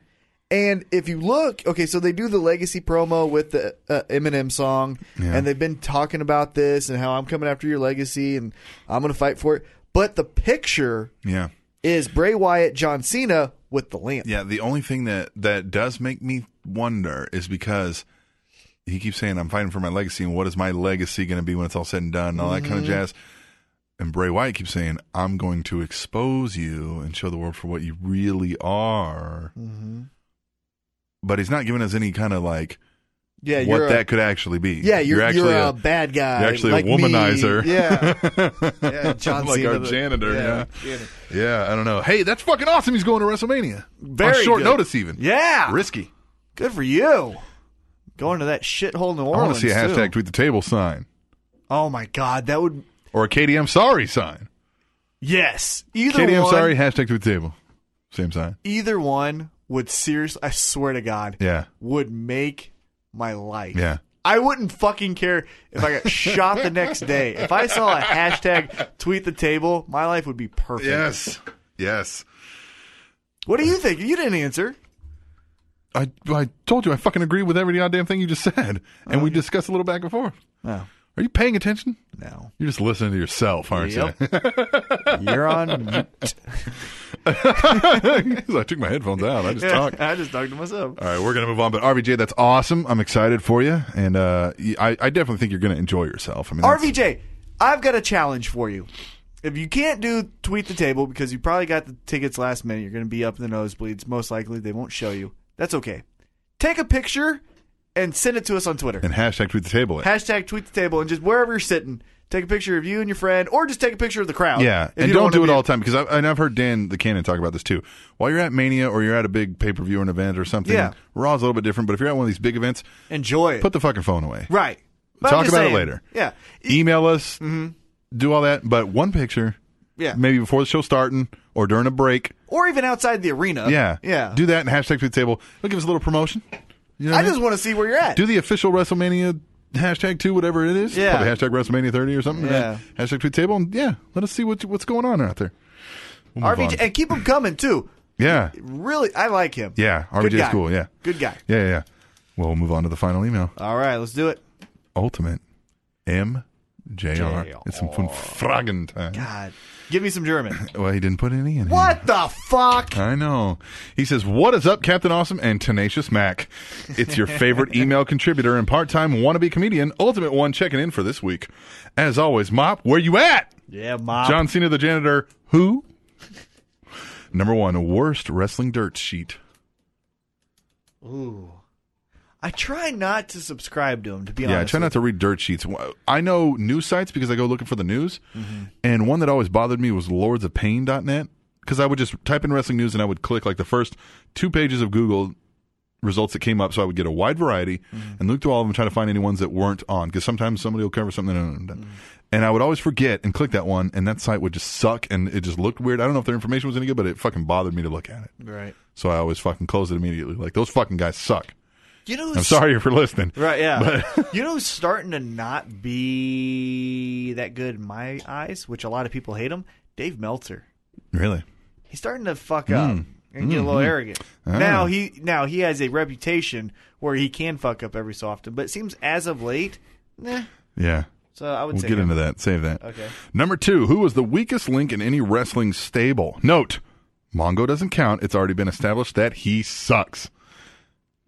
Speaker 4: And if you look, okay, so they do the legacy promo with the uh, Eminem song,
Speaker 3: Yeah.
Speaker 4: and they've been talking about this and how I'm coming after your legacy and I'm going to fight for it. But the picture
Speaker 3: Yeah.
Speaker 4: is Bray Wyatt, John Cena with the lamp.
Speaker 3: Yeah, the only thing that that does make me wonder is because he keeps saying I'm fighting for my legacy, and what is my legacy going to be when it's all said and done, and all that kind of jazz. And Bray Wyatt keeps saying, "I'm going to expose you and show the world for what you really are." But he's not giving us any kind of like
Speaker 4: Yeah,
Speaker 3: what
Speaker 4: you're a-
Speaker 3: that could actually be.
Speaker 4: Yeah, you're, you're,
Speaker 3: actually
Speaker 4: a, bad guy.
Speaker 3: you're actually a
Speaker 4: like me.
Speaker 3: womanizer.
Speaker 4: Yeah. yeah, John
Speaker 3: like
Speaker 4: Cena.
Speaker 3: our
Speaker 4: the-
Speaker 3: janitor. Yeah.
Speaker 4: yeah.
Speaker 3: yeah, I don't know. Hey, that's fucking awesome. He's going to WrestleMania
Speaker 4: Very
Speaker 3: on short
Speaker 4: good.
Speaker 3: notice, even.
Speaker 4: Yeah.
Speaker 3: risky.
Speaker 4: Good for you. Going to that shithole New Orleans.
Speaker 3: I want to see a
Speaker 4: too.
Speaker 3: hashtag tweet the table sign
Speaker 4: Oh my god, that would
Speaker 3: or a KDM sorry sign.
Speaker 4: yes. Either
Speaker 3: KDM
Speaker 4: one,
Speaker 3: sorry hashtag tweet the table, same sign.
Speaker 4: Either one would seriously. I swear to God,
Speaker 3: Yeah,
Speaker 4: would make my life.
Speaker 3: yeah.
Speaker 4: I wouldn't fucking care if I got shot the next day. If I saw a hashtag tweet the table, my life would be perfect.
Speaker 3: Yes, yes.
Speaker 4: What do you think? You didn't answer.
Speaker 3: I I told you I fucking agree with every goddamn thing you just said, and
Speaker 4: Oh,
Speaker 3: we discussed a little back and forth.
Speaker 4: No.
Speaker 3: Are you paying attention?
Speaker 4: No.
Speaker 3: You're just listening to yourself, aren't
Speaker 4: You're on mute.
Speaker 3: you? I took my headphones out. I just talked.
Speaker 4: I just talked to myself.
Speaker 3: All right, we're gonna move on. But RVJ, that's awesome. I'm excited for you, and uh, y- I, I definitely think you're gonna enjoy yourself. I mean, that's-
Speaker 4: RVJ, I've got a challenge for you. If you can't do tweet the table because you probably got the tickets last minute, you're going to be up in the nosebleeds. Most likely, they won't show you. That's okay. Take a picture and send it to us on Twitter.
Speaker 3: and hashtag tweet the table. it.
Speaker 4: Hashtag tweet the table and just wherever you're sitting, take a picture of you and your friend, or just take a picture of the crowd.
Speaker 3: Yeah,
Speaker 4: if
Speaker 3: and
Speaker 4: you
Speaker 3: don't,
Speaker 4: wanna
Speaker 3: do it
Speaker 4: be-
Speaker 3: all the time because I, and I've heard Dan the Cannon talk about this too. While you're at Mania or you're at a big pay per view or an event or something,
Speaker 4: Yeah.
Speaker 3: Raw's a little bit different. But if you're at one of these big events,
Speaker 4: Enjoy it.
Speaker 3: put the fucking phone away.
Speaker 4: right. But I'm
Speaker 3: Talk
Speaker 4: just
Speaker 3: about it
Speaker 4: saying,
Speaker 3: later. E
Speaker 4: Yeah.
Speaker 3: Email us,
Speaker 4: Mm-hmm.
Speaker 3: do all that, but one picture,
Speaker 4: Yeah.
Speaker 3: maybe before the show starting or during a break.
Speaker 4: Or even outside the arena.
Speaker 3: yeah,
Speaker 4: Yeah.
Speaker 3: Do that and hashtag tweet the table. It'll give us a little promotion. You know what
Speaker 4: I
Speaker 3: mean?
Speaker 4: just want to see where you're at.
Speaker 3: do the official WrestleMania hashtag two, whatever it is.
Speaker 4: Yeah.
Speaker 3: Probably hashtag WrestleMania thirty or something.
Speaker 4: Yeah.
Speaker 3: and Hashtag tweet the table and yeah, let us see what what's going on out there. We'll move
Speaker 4: RVJ,
Speaker 3: on.
Speaker 4: and keep him coming too.
Speaker 3: yeah,
Speaker 4: Really, I like him.
Speaker 3: Yeah,
Speaker 4: Good
Speaker 3: RBJ is
Speaker 4: guy.
Speaker 3: cool. Yeah.
Speaker 4: Good guy.
Speaker 3: Yeah, yeah, yeah. Well, we'll move on to the final email.
Speaker 4: All right, let's do it.
Speaker 3: Ultimate MJR. It's some fun fragging time.
Speaker 4: God, give me some German.
Speaker 3: Well, he didn't put any in. here.
Speaker 4: what the fuck?
Speaker 3: I know. He says, What is up, Captain Awesome and Tenacious Mac? It's your favorite email contributor and part time wannabe comedian, Ultimate One, checking in for this week. As always, Mop, where you at?
Speaker 4: Yeah, mom.
Speaker 3: John Cena, the janitor, who? Number one, worst wrestling dirt sheet.
Speaker 4: I try not to subscribe to them, to be
Speaker 3: Yeah, I
Speaker 4: honest.
Speaker 3: try not to read dirt sheets. I know news sites because I go looking for the news.
Speaker 4: Mm-hmm.
Speaker 3: And one that always bothered me was lordsofpain.net because I would just type in wrestling news and I would click like the first two pages of Google results that came up. So I would get a wide variety
Speaker 4: Mm-hmm.
Speaker 3: and look through all of them, trying to find any ones that weren't on because sometimes somebody will cover something. And,
Speaker 4: Mm-hmm.
Speaker 3: and I would always forget and click that one, and that site would just suck and it just looked weird. I don't know if their information was any good, but it fucking bothered me to look at it.
Speaker 4: Right.
Speaker 3: So I always fucking closed it immediately. Like, those fucking guys suck.
Speaker 4: You know,
Speaker 3: I'm
Speaker 4: who's-
Speaker 3: sorry for listening.
Speaker 4: Right, yeah.
Speaker 3: But-
Speaker 4: you know who's starting to not be that good in my eyes, which a lot of people hate him? Dave Meltzer.
Speaker 3: Really?
Speaker 4: He's starting to fuck up
Speaker 3: Mm.
Speaker 4: and get a
Speaker 3: Mm-hmm.
Speaker 4: little arrogant.
Speaker 3: Ah.
Speaker 4: Now he now he has a reputation where he can fuck up every so often, but it seems as of late, nah.
Speaker 3: Yeah.
Speaker 4: So I would
Speaker 3: We'll
Speaker 4: say
Speaker 3: get
Speaker 4: him.
Speaker 3: into that. Save that.
Speaker 4: Okay.
Speaker 3: Number two, who was the weakest link in any wrestling stable? Note, Mongo doesn't count. It's already been established that he sucks.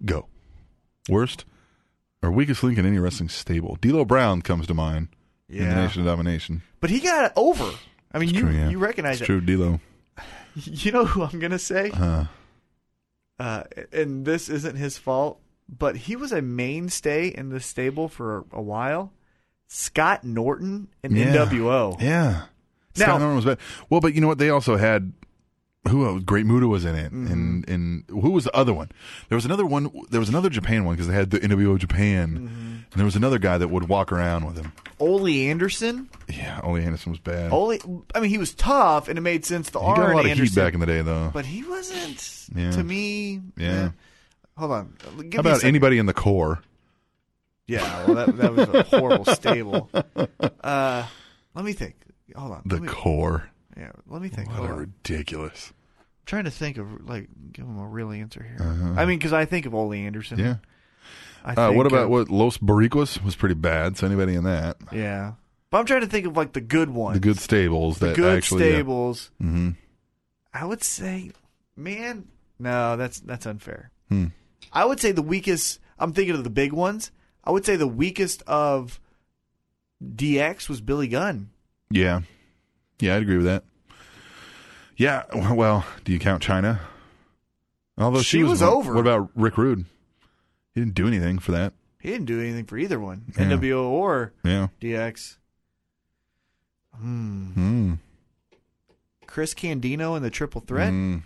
Speaker 3: Go. Worst or weakest link in any wrestling stable? D'Lo Brown comes to mind. In the
Speaker 4: Yeah.
Speaker 3: Nation of Domination.
Speaker 4: But he got over. I mean, you
Speaker 3: True, yeah.
Speaker 4: you recognize
Speaker 3: it's
Speaker 4: it.
Speaker 3: True, D'Lo.
Speaker 4: You know who I'm gonna say?
Speaker 3: Uh,
Speaker 4: Uh, and this isn't his fault, but he was a mainstay in the stable for a while. Scott Norton and
Speaker 3: Yeah.
Speaker 4: NWO.
Speaker 3: yeah.
Speaker 4: Now-
Speaker 3: Scott Norton was bad. Well, but you know what? They also had who else? Great Muda was in it,
Speaker 4: Mm-hmm.
Speaker 3: and and who was the other one? There was another one. There was another Japan one because they had the NWO Japan,
Speaker 4: Mm-hmm.
Speaker 3: and there was another guy that would walk around with him.
Speaker 4: Ole Anderson.
Speaker 3: Yeah, Ole Anderson was bad.
Speaker 4: Ole, I mean, he was tough, and it made sense. The
Speaker 3: he got a lot of
Speaker 4: Oh, Anderson,
Speaker 3: heat back in the day, though.
Speaker 4: but he wasn't
Speaker 3: Yeah.
Speaker 4: to me.
Speaker 3: Yeah.
Speaker 4: eh. Hold on. Give me
Speaker 3: How
Speaker 4: a
Speaker 3: about
Speaker 4: second.
Speaker 3: anybody in the core?
Speaker 4: Yeah, well, that, that was a horrible stable. Uh, let me think. Hold on.
Speaker 3: The
Speaker 4: let me,
Speaker 3: core.
Speaker 4: yeah, let me think.
Speaker 3: What
Speaker 4: Hold
Speaker 3: a
Speaker 4: on.
Speaker 3: ridiculous.
Speaker 4: trying to think of like give him a real answer here. I mean, because I think of Ole Anderson.
Speaker 3: Uh-huh. Yeah.
Speaker 4: I
Speaker 3: Uh, what
Speaker 4: think
Speaker 3: about
Speaker 4: of-
Speaker 3: what Los Barriquas was pretty bad. So anybody in that,
Speaker 4: Yeah, but I'm trying to think of like the good ones,
Speaker 3: the good stables that
Speaker 4: good
Speaker 3: actually. uh, yeah.
Speaker 4: stables.
Speaker 3: Mhm.
Speaker 4: I would say, man, no, that's that's unfair.
Speaker 3: Hmm.
Speaker 4: I would say the weakest. I'm thinking of the big ones. I would say the weakest of DX was Billy Gunn.
Speaker 3: Yeah. Yeah, I'd agree with that. Yeah, w- well, do you count China? Although she,
Speaker 4: She was
Speaker 3: one-
Speaker 4: over.
Speaker 3: What about Rick Rude? He didn't do anything for that.
Speaker 4: He didn't do anything for either one,
Speaker 3: Yeah.
Speaker 4: NWO or
Speaker 3: Yeah.
Speaker 4: DX. Hmm.
Speaker 3: Mm.
Speaker 4: Chris Candino and the Triple Threat.
Speaker 3: Mm.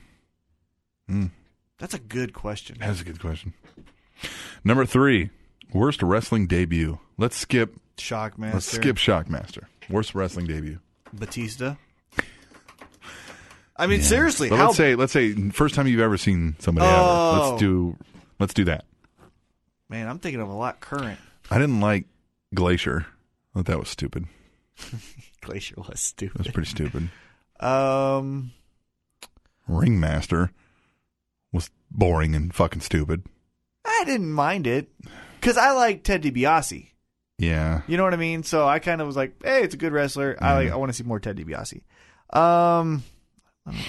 Speaker 4: That's a good question.
Speaker 3: That's a good question. Number three, worst wrestling debut. Let's skip.
Speaker 4: Shockmaster.
Speaker 3: Let's skip Shockmaster. Worst wrestling debut.
Speaker 4: Batista. I mean, seriously,
Speaker 3: But
Speaker 4: how?
Speaker 3: let's say let's say first time you've ever seen somebody ever.
Speaker 4: Oh.
Speaker 3: Let's do let's do that.
Speaker 4: man, I'm thinking of a lot current.
Speaker 3: I didn't like Glacier. I thought that was stupid.
Speaker 4: Glacier was
Speaker 3: That was
Speaker 4: stupid.
Speaker 3: pretty stupid.
Speaker 4: Um,
Speaker 3: Ringmaster was boring and fucking stupid.
Speaker 4: I didn't mind it because I like Ted DiBiase.
Speaker 3: Yeah.
Speaker 4: You know what I mean? So I kind of was like, hey, it's a good wrestler. I
Speaker 3: Mm-hmm.
Speaker 4: like, I want to see more Ted DiBiase. Um, let me-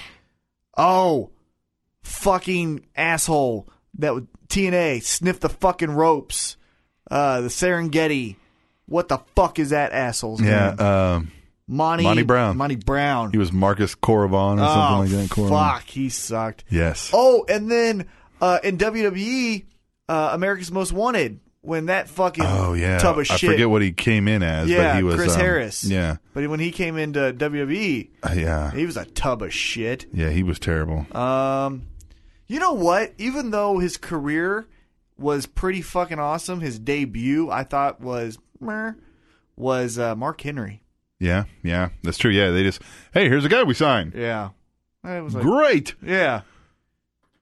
Speaker 4: oh, fucking asshole! That would TNA sniff the fucking ropes. Uh, the Serengeti. What the fuck is that asshole's
Speaker 3: Yeah.
Speaker 4: name?
Speaker 3: Um,
Speaker 4: Monty,
Speaker 3: Monty Brown.
Speaker 4: Monty Brown. Oh,
Speaker 3: he was Marcus Corvon or something like that. Corvon.
Speaker 4: Fuck, he sucked.
Speaker 3: Yes.
Speaker 4: Oh, and then uh, in WWE, uh, America's Most Wanted, when that fucking
Speaker 3: Oh, yeah.
Speaker 4: tub of
Speaker 3: I
Speaker 4: shit.
Speaker 3: forget what he came in as,
Speaker 4: yeah,
Speaker 3: but he was
Speaker 4: Chris
Speaker 3: um,
Speaker 4: Harris.
Speaker 3: Yeah.
Speaker 4: But when he came into WWE,
Speaker 3: Uh, Yeah.
Speaker 4: he was a tub of shit.
Speaker 3: Yeah, he was terrible.
Speaker 4: Um, you know what? Even though his career was pretty fucking awesome, his debut I thought was meh, was uh, Mark Henry.
Speaker 3: Yeah. Yeah. That's true. Yeah, they just Hey, here's a guy we signed.
Speaker 4: Yeah, I was like,
Speaker 3: Great.
Speaker 4: yeah.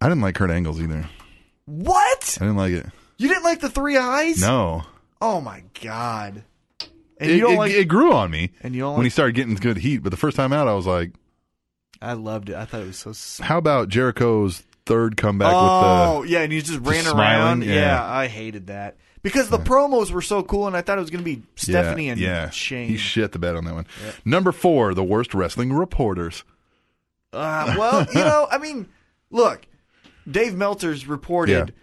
Speaker 3: I didn't like Kurt Angles either.
Speaker 4: What?
Speaker 3: I didn't like it.
Speaker 4: You didn't like the Three Eyes?
Speaker 3: No.
Speaker 4: Oh my god. And
Speaker 3: It,
Speaker 4: you don't
Speaker 3: it-
Speaker 4: like
Speaker 3: it grew on me
Speaker 4: And you don't
Speaker 3: when
Speaker 4: like-
Speaker 3: he started getting good heat, but the first time out I was like,
Speaker 4: I loved it. I thought it was so. s
Speaker 3: how about Jericho's third comeback with the
Speaker 4: oh yeah, and he just ran around.
Speaker 3: smiling,
Speaker 4: Yeah.
Speaker 3: yeah.
Speaker 4: I hated that because the promos were so cool, and I thought it was going to be Stephanie and Shane.
Speaker 3: He shit the bed on that one. Number four, the worst wrestling reporters.
Speaker 4: uh, well, you know, I mean, look, Dave Meltzer's reported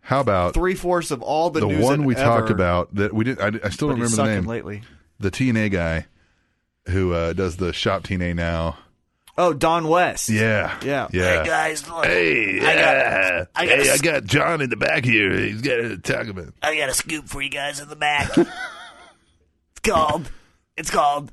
Speaker 3: How about
Speaker 4: three fourths of all the,
Speaker 3: the
Speaker 4: news
Speaker 3: one
Speaker 4: that
Speaker 3: we talked
Speaker 4: ever-
Speaker 3: about that we didn't? I, I still
Speaker 4: But
Speaker 3: don't remember the
Speaker 4: he's sucking
Speaker 3: name.
Speaker 4: lately.
Speaker 3: The TNA guy who uh, does the shop TNA now.
Speaker 6: Oh, Don West.
Speaker 3: Yeah.
Speaker 6: Yeah.
Speaker 3: Yeah.
Speaker 10: guys, look,
Speaker 3: Hey,
Speaker 10: I got-
Speaker 3: uh,
Speaker 10: I got
Speaker 3: hey,
Speaker 10: a
Speaker 3: I
Speaker 10: s-
Speaker 3: got John in the back here. He's got to talk about. it.
Speaker 10: I got a scoop for you guys in the back. it's called. It's called.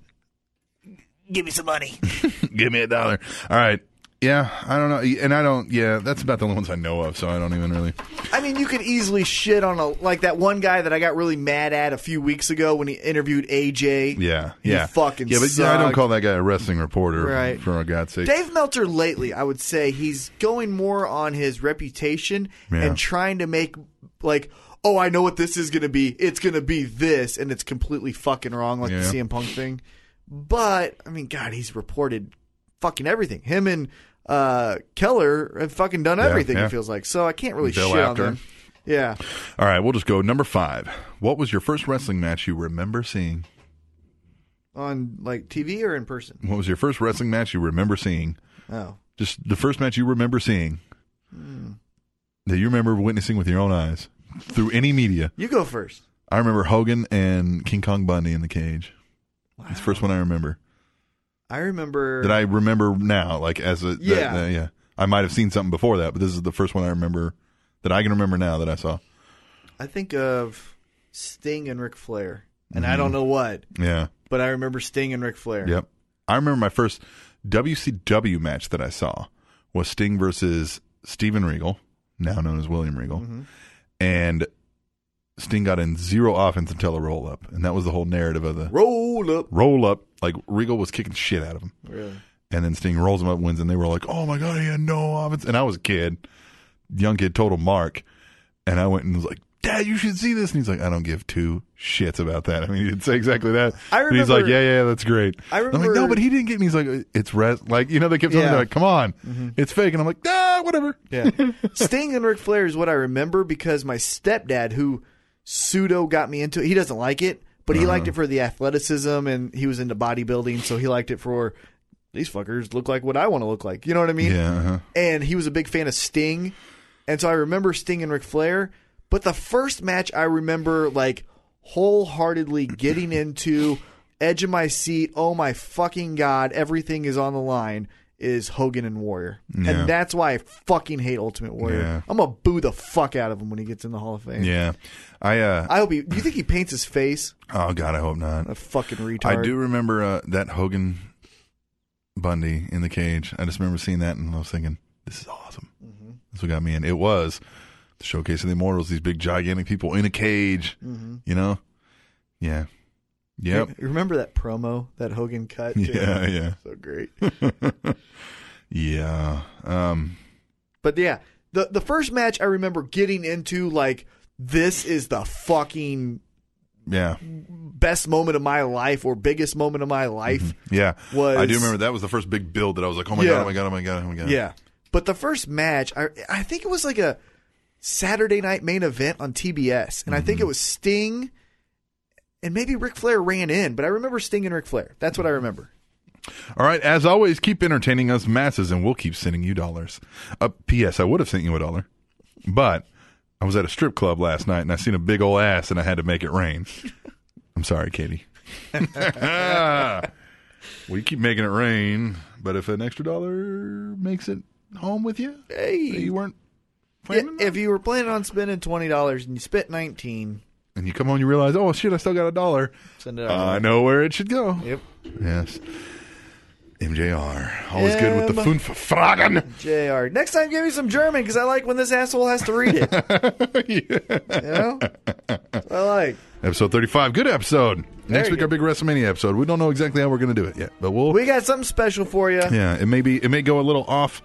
Speaker 10: Give me some money.
Speaker 3: Give me a dollar. All right. Yeah, I don't know, and I don't. Yeah, that's about the only ones I know of, so I don't even really.
Speaker 4: I mean, you could easily shit on a like that one guy that I got really mad at a few weeks ago when he interviewed AJ.
Speaker 3: Yeah,
Speaker 4: He
Speaker 3: yeah,
Speaker 4: fucking
Speaker 3: yeah, but yeah, I don't
Speaker 4: sucked.
Speaker 3: call that guy a wrestling reporter,
Speaker 4: Right.
Speaker 3: For God's sake,
Speaker 4: Dave Meltzer lately, I would say he's going more on his reputation
Speaker 3: Yeah.
Speaker 4: and trying to make like, oh, I know what this is going to be. It's going to be this, and it's completely fucking wrong, like
Speaker 3: Yeah.
Speaker 4: the CM Punk thing. But I mean, God, he's reported fucking everything. Him and uh, Keller have fucking done everything.
Speaker 3: yeah.
Speaker 4: It feels like so. I can't really
Speaker 3: Bill
Speaker 4: shit
Speaker 3: Apter.
Speaker 4: on them. Yeah,
Speaker 3: All right, we'll just go number five. What was your first wrestling match you remember seeing?
Speaker 4: on like TV or in person.
Speaker 3: What was your first wrestling match you remember seeing?
Speaker 4: Oh,
Speaker 3: Just the first match you remember seeing that you remember witnessing with your own eyes through any media.
Speaker 4: you go first.
Speaker 3: I remember Hogan and King Kong Bundy in the cage. That's the first one I remember.
Speaker 4: I remember.
Speaker 3: That I remember now, like as a that-
Speaker 4: Yeah.
Speaker 3: that- yeah. I might have seen something before that, but this is the first one I remember that I can remember now that I saw.
Speaker 4: I think of Sting and Ric Flair, and
Speaker 3: Mm-hmm.
Speaker 4: I don't know what,
Speaker 3: Yeah.
Speaker 4: but I remember Sting and Ric Flair.
Speaker 3: Yep. I remember my first WCW match that I saw was Sting versus Steven Regal, now known as William Regal. And Sting got in zero offense until a roll up. And that was the whole narrative of the
Speaker 4: Roll up.
Speaker 3: roll up. Like Regal was kicking shit out of him.
Speaker 4: Really?
Speaker 3: And then Sting rolls him up, wins, and they were like, "Oh my god, he had no offense." And I was a kid, young kid, total mark, and I went and was like, "Dad, you should see this." And he's like, "I don't give two shits about that." I mean, he didn't say exactly that.
Speaker 4: I
Speaker 3: but he's like,
Speaker 4: remember-
Speaker 3: "Yeah, yeah, that's great."
Speaker 4: I
Speaker 3: am like, "No,
Speaker 4: remember-
Speaker 3: but he didn't get." it." And he's like, "It's res like you know." They kept telling me,
Speaker 4: Yeah. Mm-hmm.
Speaker 3: they're like, "Come on, it's fake," and I'm like, "Nah, whatever."
Speaker 4: Yeah. Sting and Ric Flair is what I remember because my stepdad, who pseudo got me into it, he doesn't like it, but he liked it for the athleticism and he was into bodybuilding, so he liked it for these fuckers look like what I want to look like. You know what I mean?
Speaker 3: Yeah, uh-huh.
Speaker 4: and he was a big fan of Sting, and so I remember Sting and Ric Flair. But the first match I remember like wholeheartedly getting into, edge of my seat. Oh my fucking god! Everything is on the line. Is Hogan and Warrior,
Speaker 3: Yeah.
Speaker 4: and that's why I fucking hate Ultimate Warrior.
Speaker 3: Yeah.
Speaker 4: I'm gonna boo the fuck out of him when he gets in the Hall of Fame.
Speaker 3: yeah. I uh,
Speaker 4: I hope he. Do you think he paints his face?
Speaker 3: oh god, I hope not.
Speaker 4: A fucking retard.
Speaker 3: I do remember uh, that Hogan Bundy in the cage. I just remember seeing that and I was thinking, this is awesome.
Speaker 4: Mm-hmm.
Speaker 3: That's what got me in. It was the showcase of the immortals, these big, gigantic people in a cage,
Speaker 4: Mm-hmm.
Speaker 3: you know? Yeah. Yep.
Speaker 4: You remember that promo that Hogan cut? too?
Speaker 3: yeah, yeah.
Speaker 4: So great.
Speaker 3: Yeah. Um,
Speaker 4: But yeah, the the first match I remember getting into like this is the fucking
Speaker 3: yeah.
Speaker 4: best moment of my life or biggest moment of my
Speaker 3: Mm-hmm.
Speaker 4: life.
Speaker 3: Yeah.
Speaker 4: Was-
Speaker 3: I do remember that was the first big build that I was like, oh my
Speaker 4: Yeah.
Speaker 3: God, oh my God, oh my God, oh my God.
Speaker 4: Yeah. But the first match, I I think it was like a Saturday night main event on TBS, and I think it
Speaker 3: Mm-hmm.
Speaker 4: was Sting and maybe Ric Flair ran in, but I remember Sting and Ric Flair. That's what I remember.
Speaker 3: All right. As always, keep entertaining us masses, and we'll keep sending you dollars. Uh, P.S. I would have sent you a dollar, but I was at a strip club last night and I seen a big old ass, and I had to make it rain. I'm sorry, Katie. we keep making it rain, but if an extra dollar makes it home with you, hey, you weren't
Speaker 4: Yeah,
Speaker 3: planning
Speaker 4: if you were planning on spending twenty dollars and you spent nineteen,
Speaker 3: and you come home, and you realize, oh shit, I still got a dollar.
Speaker 4: send it out.
Speaker 3: Uh, I know where it should go.
Speaker 4: Uh, Yep.
Speaker 3: Yes. MJR, always good with the Funfragen.
Speaker 4: Jr. Next time, give me some German because I like when this asshole has to read it. You know, I like.
Speaker 3: Episode 35. Good episode. Next week, our big WrestleMania episode. We don't know exactly how we're going to do it yet, but we'll.
Speaker 4: We got something special for you.
Speaker 3: yeah, it may be. It may go a little off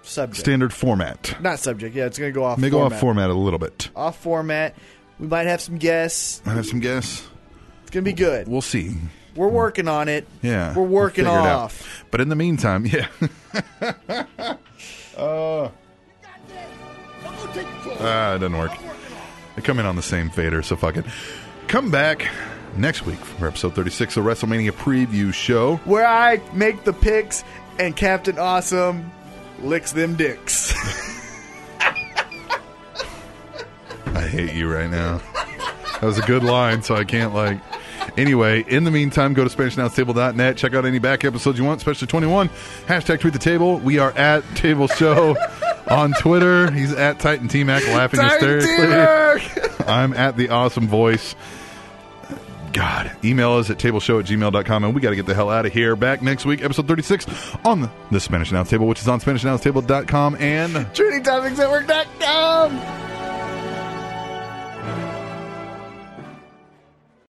Speaker 4: Subject,
Speaker 3: standard format.
Speaker 4: not subject. Yeah, it's gonna go off.
Speaker 3: It may
Speaker 4: format.
Speaker 3: go off format a little bit.
Speaker 4: Off format. We might have some guests.
Speaker 3: I have some guess.
Speaker 4: It's gonna be good.
Speaker 3: We'll see.
Speaker 4: We're working on it.
Speaker 3: Yeah,
Speaker 4: we're working
Speaker 3: we'll figure it out.
Speaker 4: off.
Speaker 3: But in the meantime, yeah. Uh, Ah, it doesn't work. They come in on the same fader, so fuck it. Come back next week for episode 36 of WrestleMania preview show.
Speaker 4: Where I make the picks and Captain Awesome licks them dicks.
Speaker 3: I hate you right now. That was a good line, so I can't like. Anyway, in the meantime, go to SpanishAnnounceTable.net. Check out any back episodes you want, especially 21. Hashtag tweet the table. We are at Table Show on Twitter. He's at Titan T Mac laughing hysterically. I'm at The Awesome Voice. God. Email us at tableshow at gmail.com and we got to get the hell out of here. Back next week, episode 36 on the Spanish Announce Table, which is on SpanishAnnounceTable.com and.
Speaker 4: TrinityTopicsNetwork.com.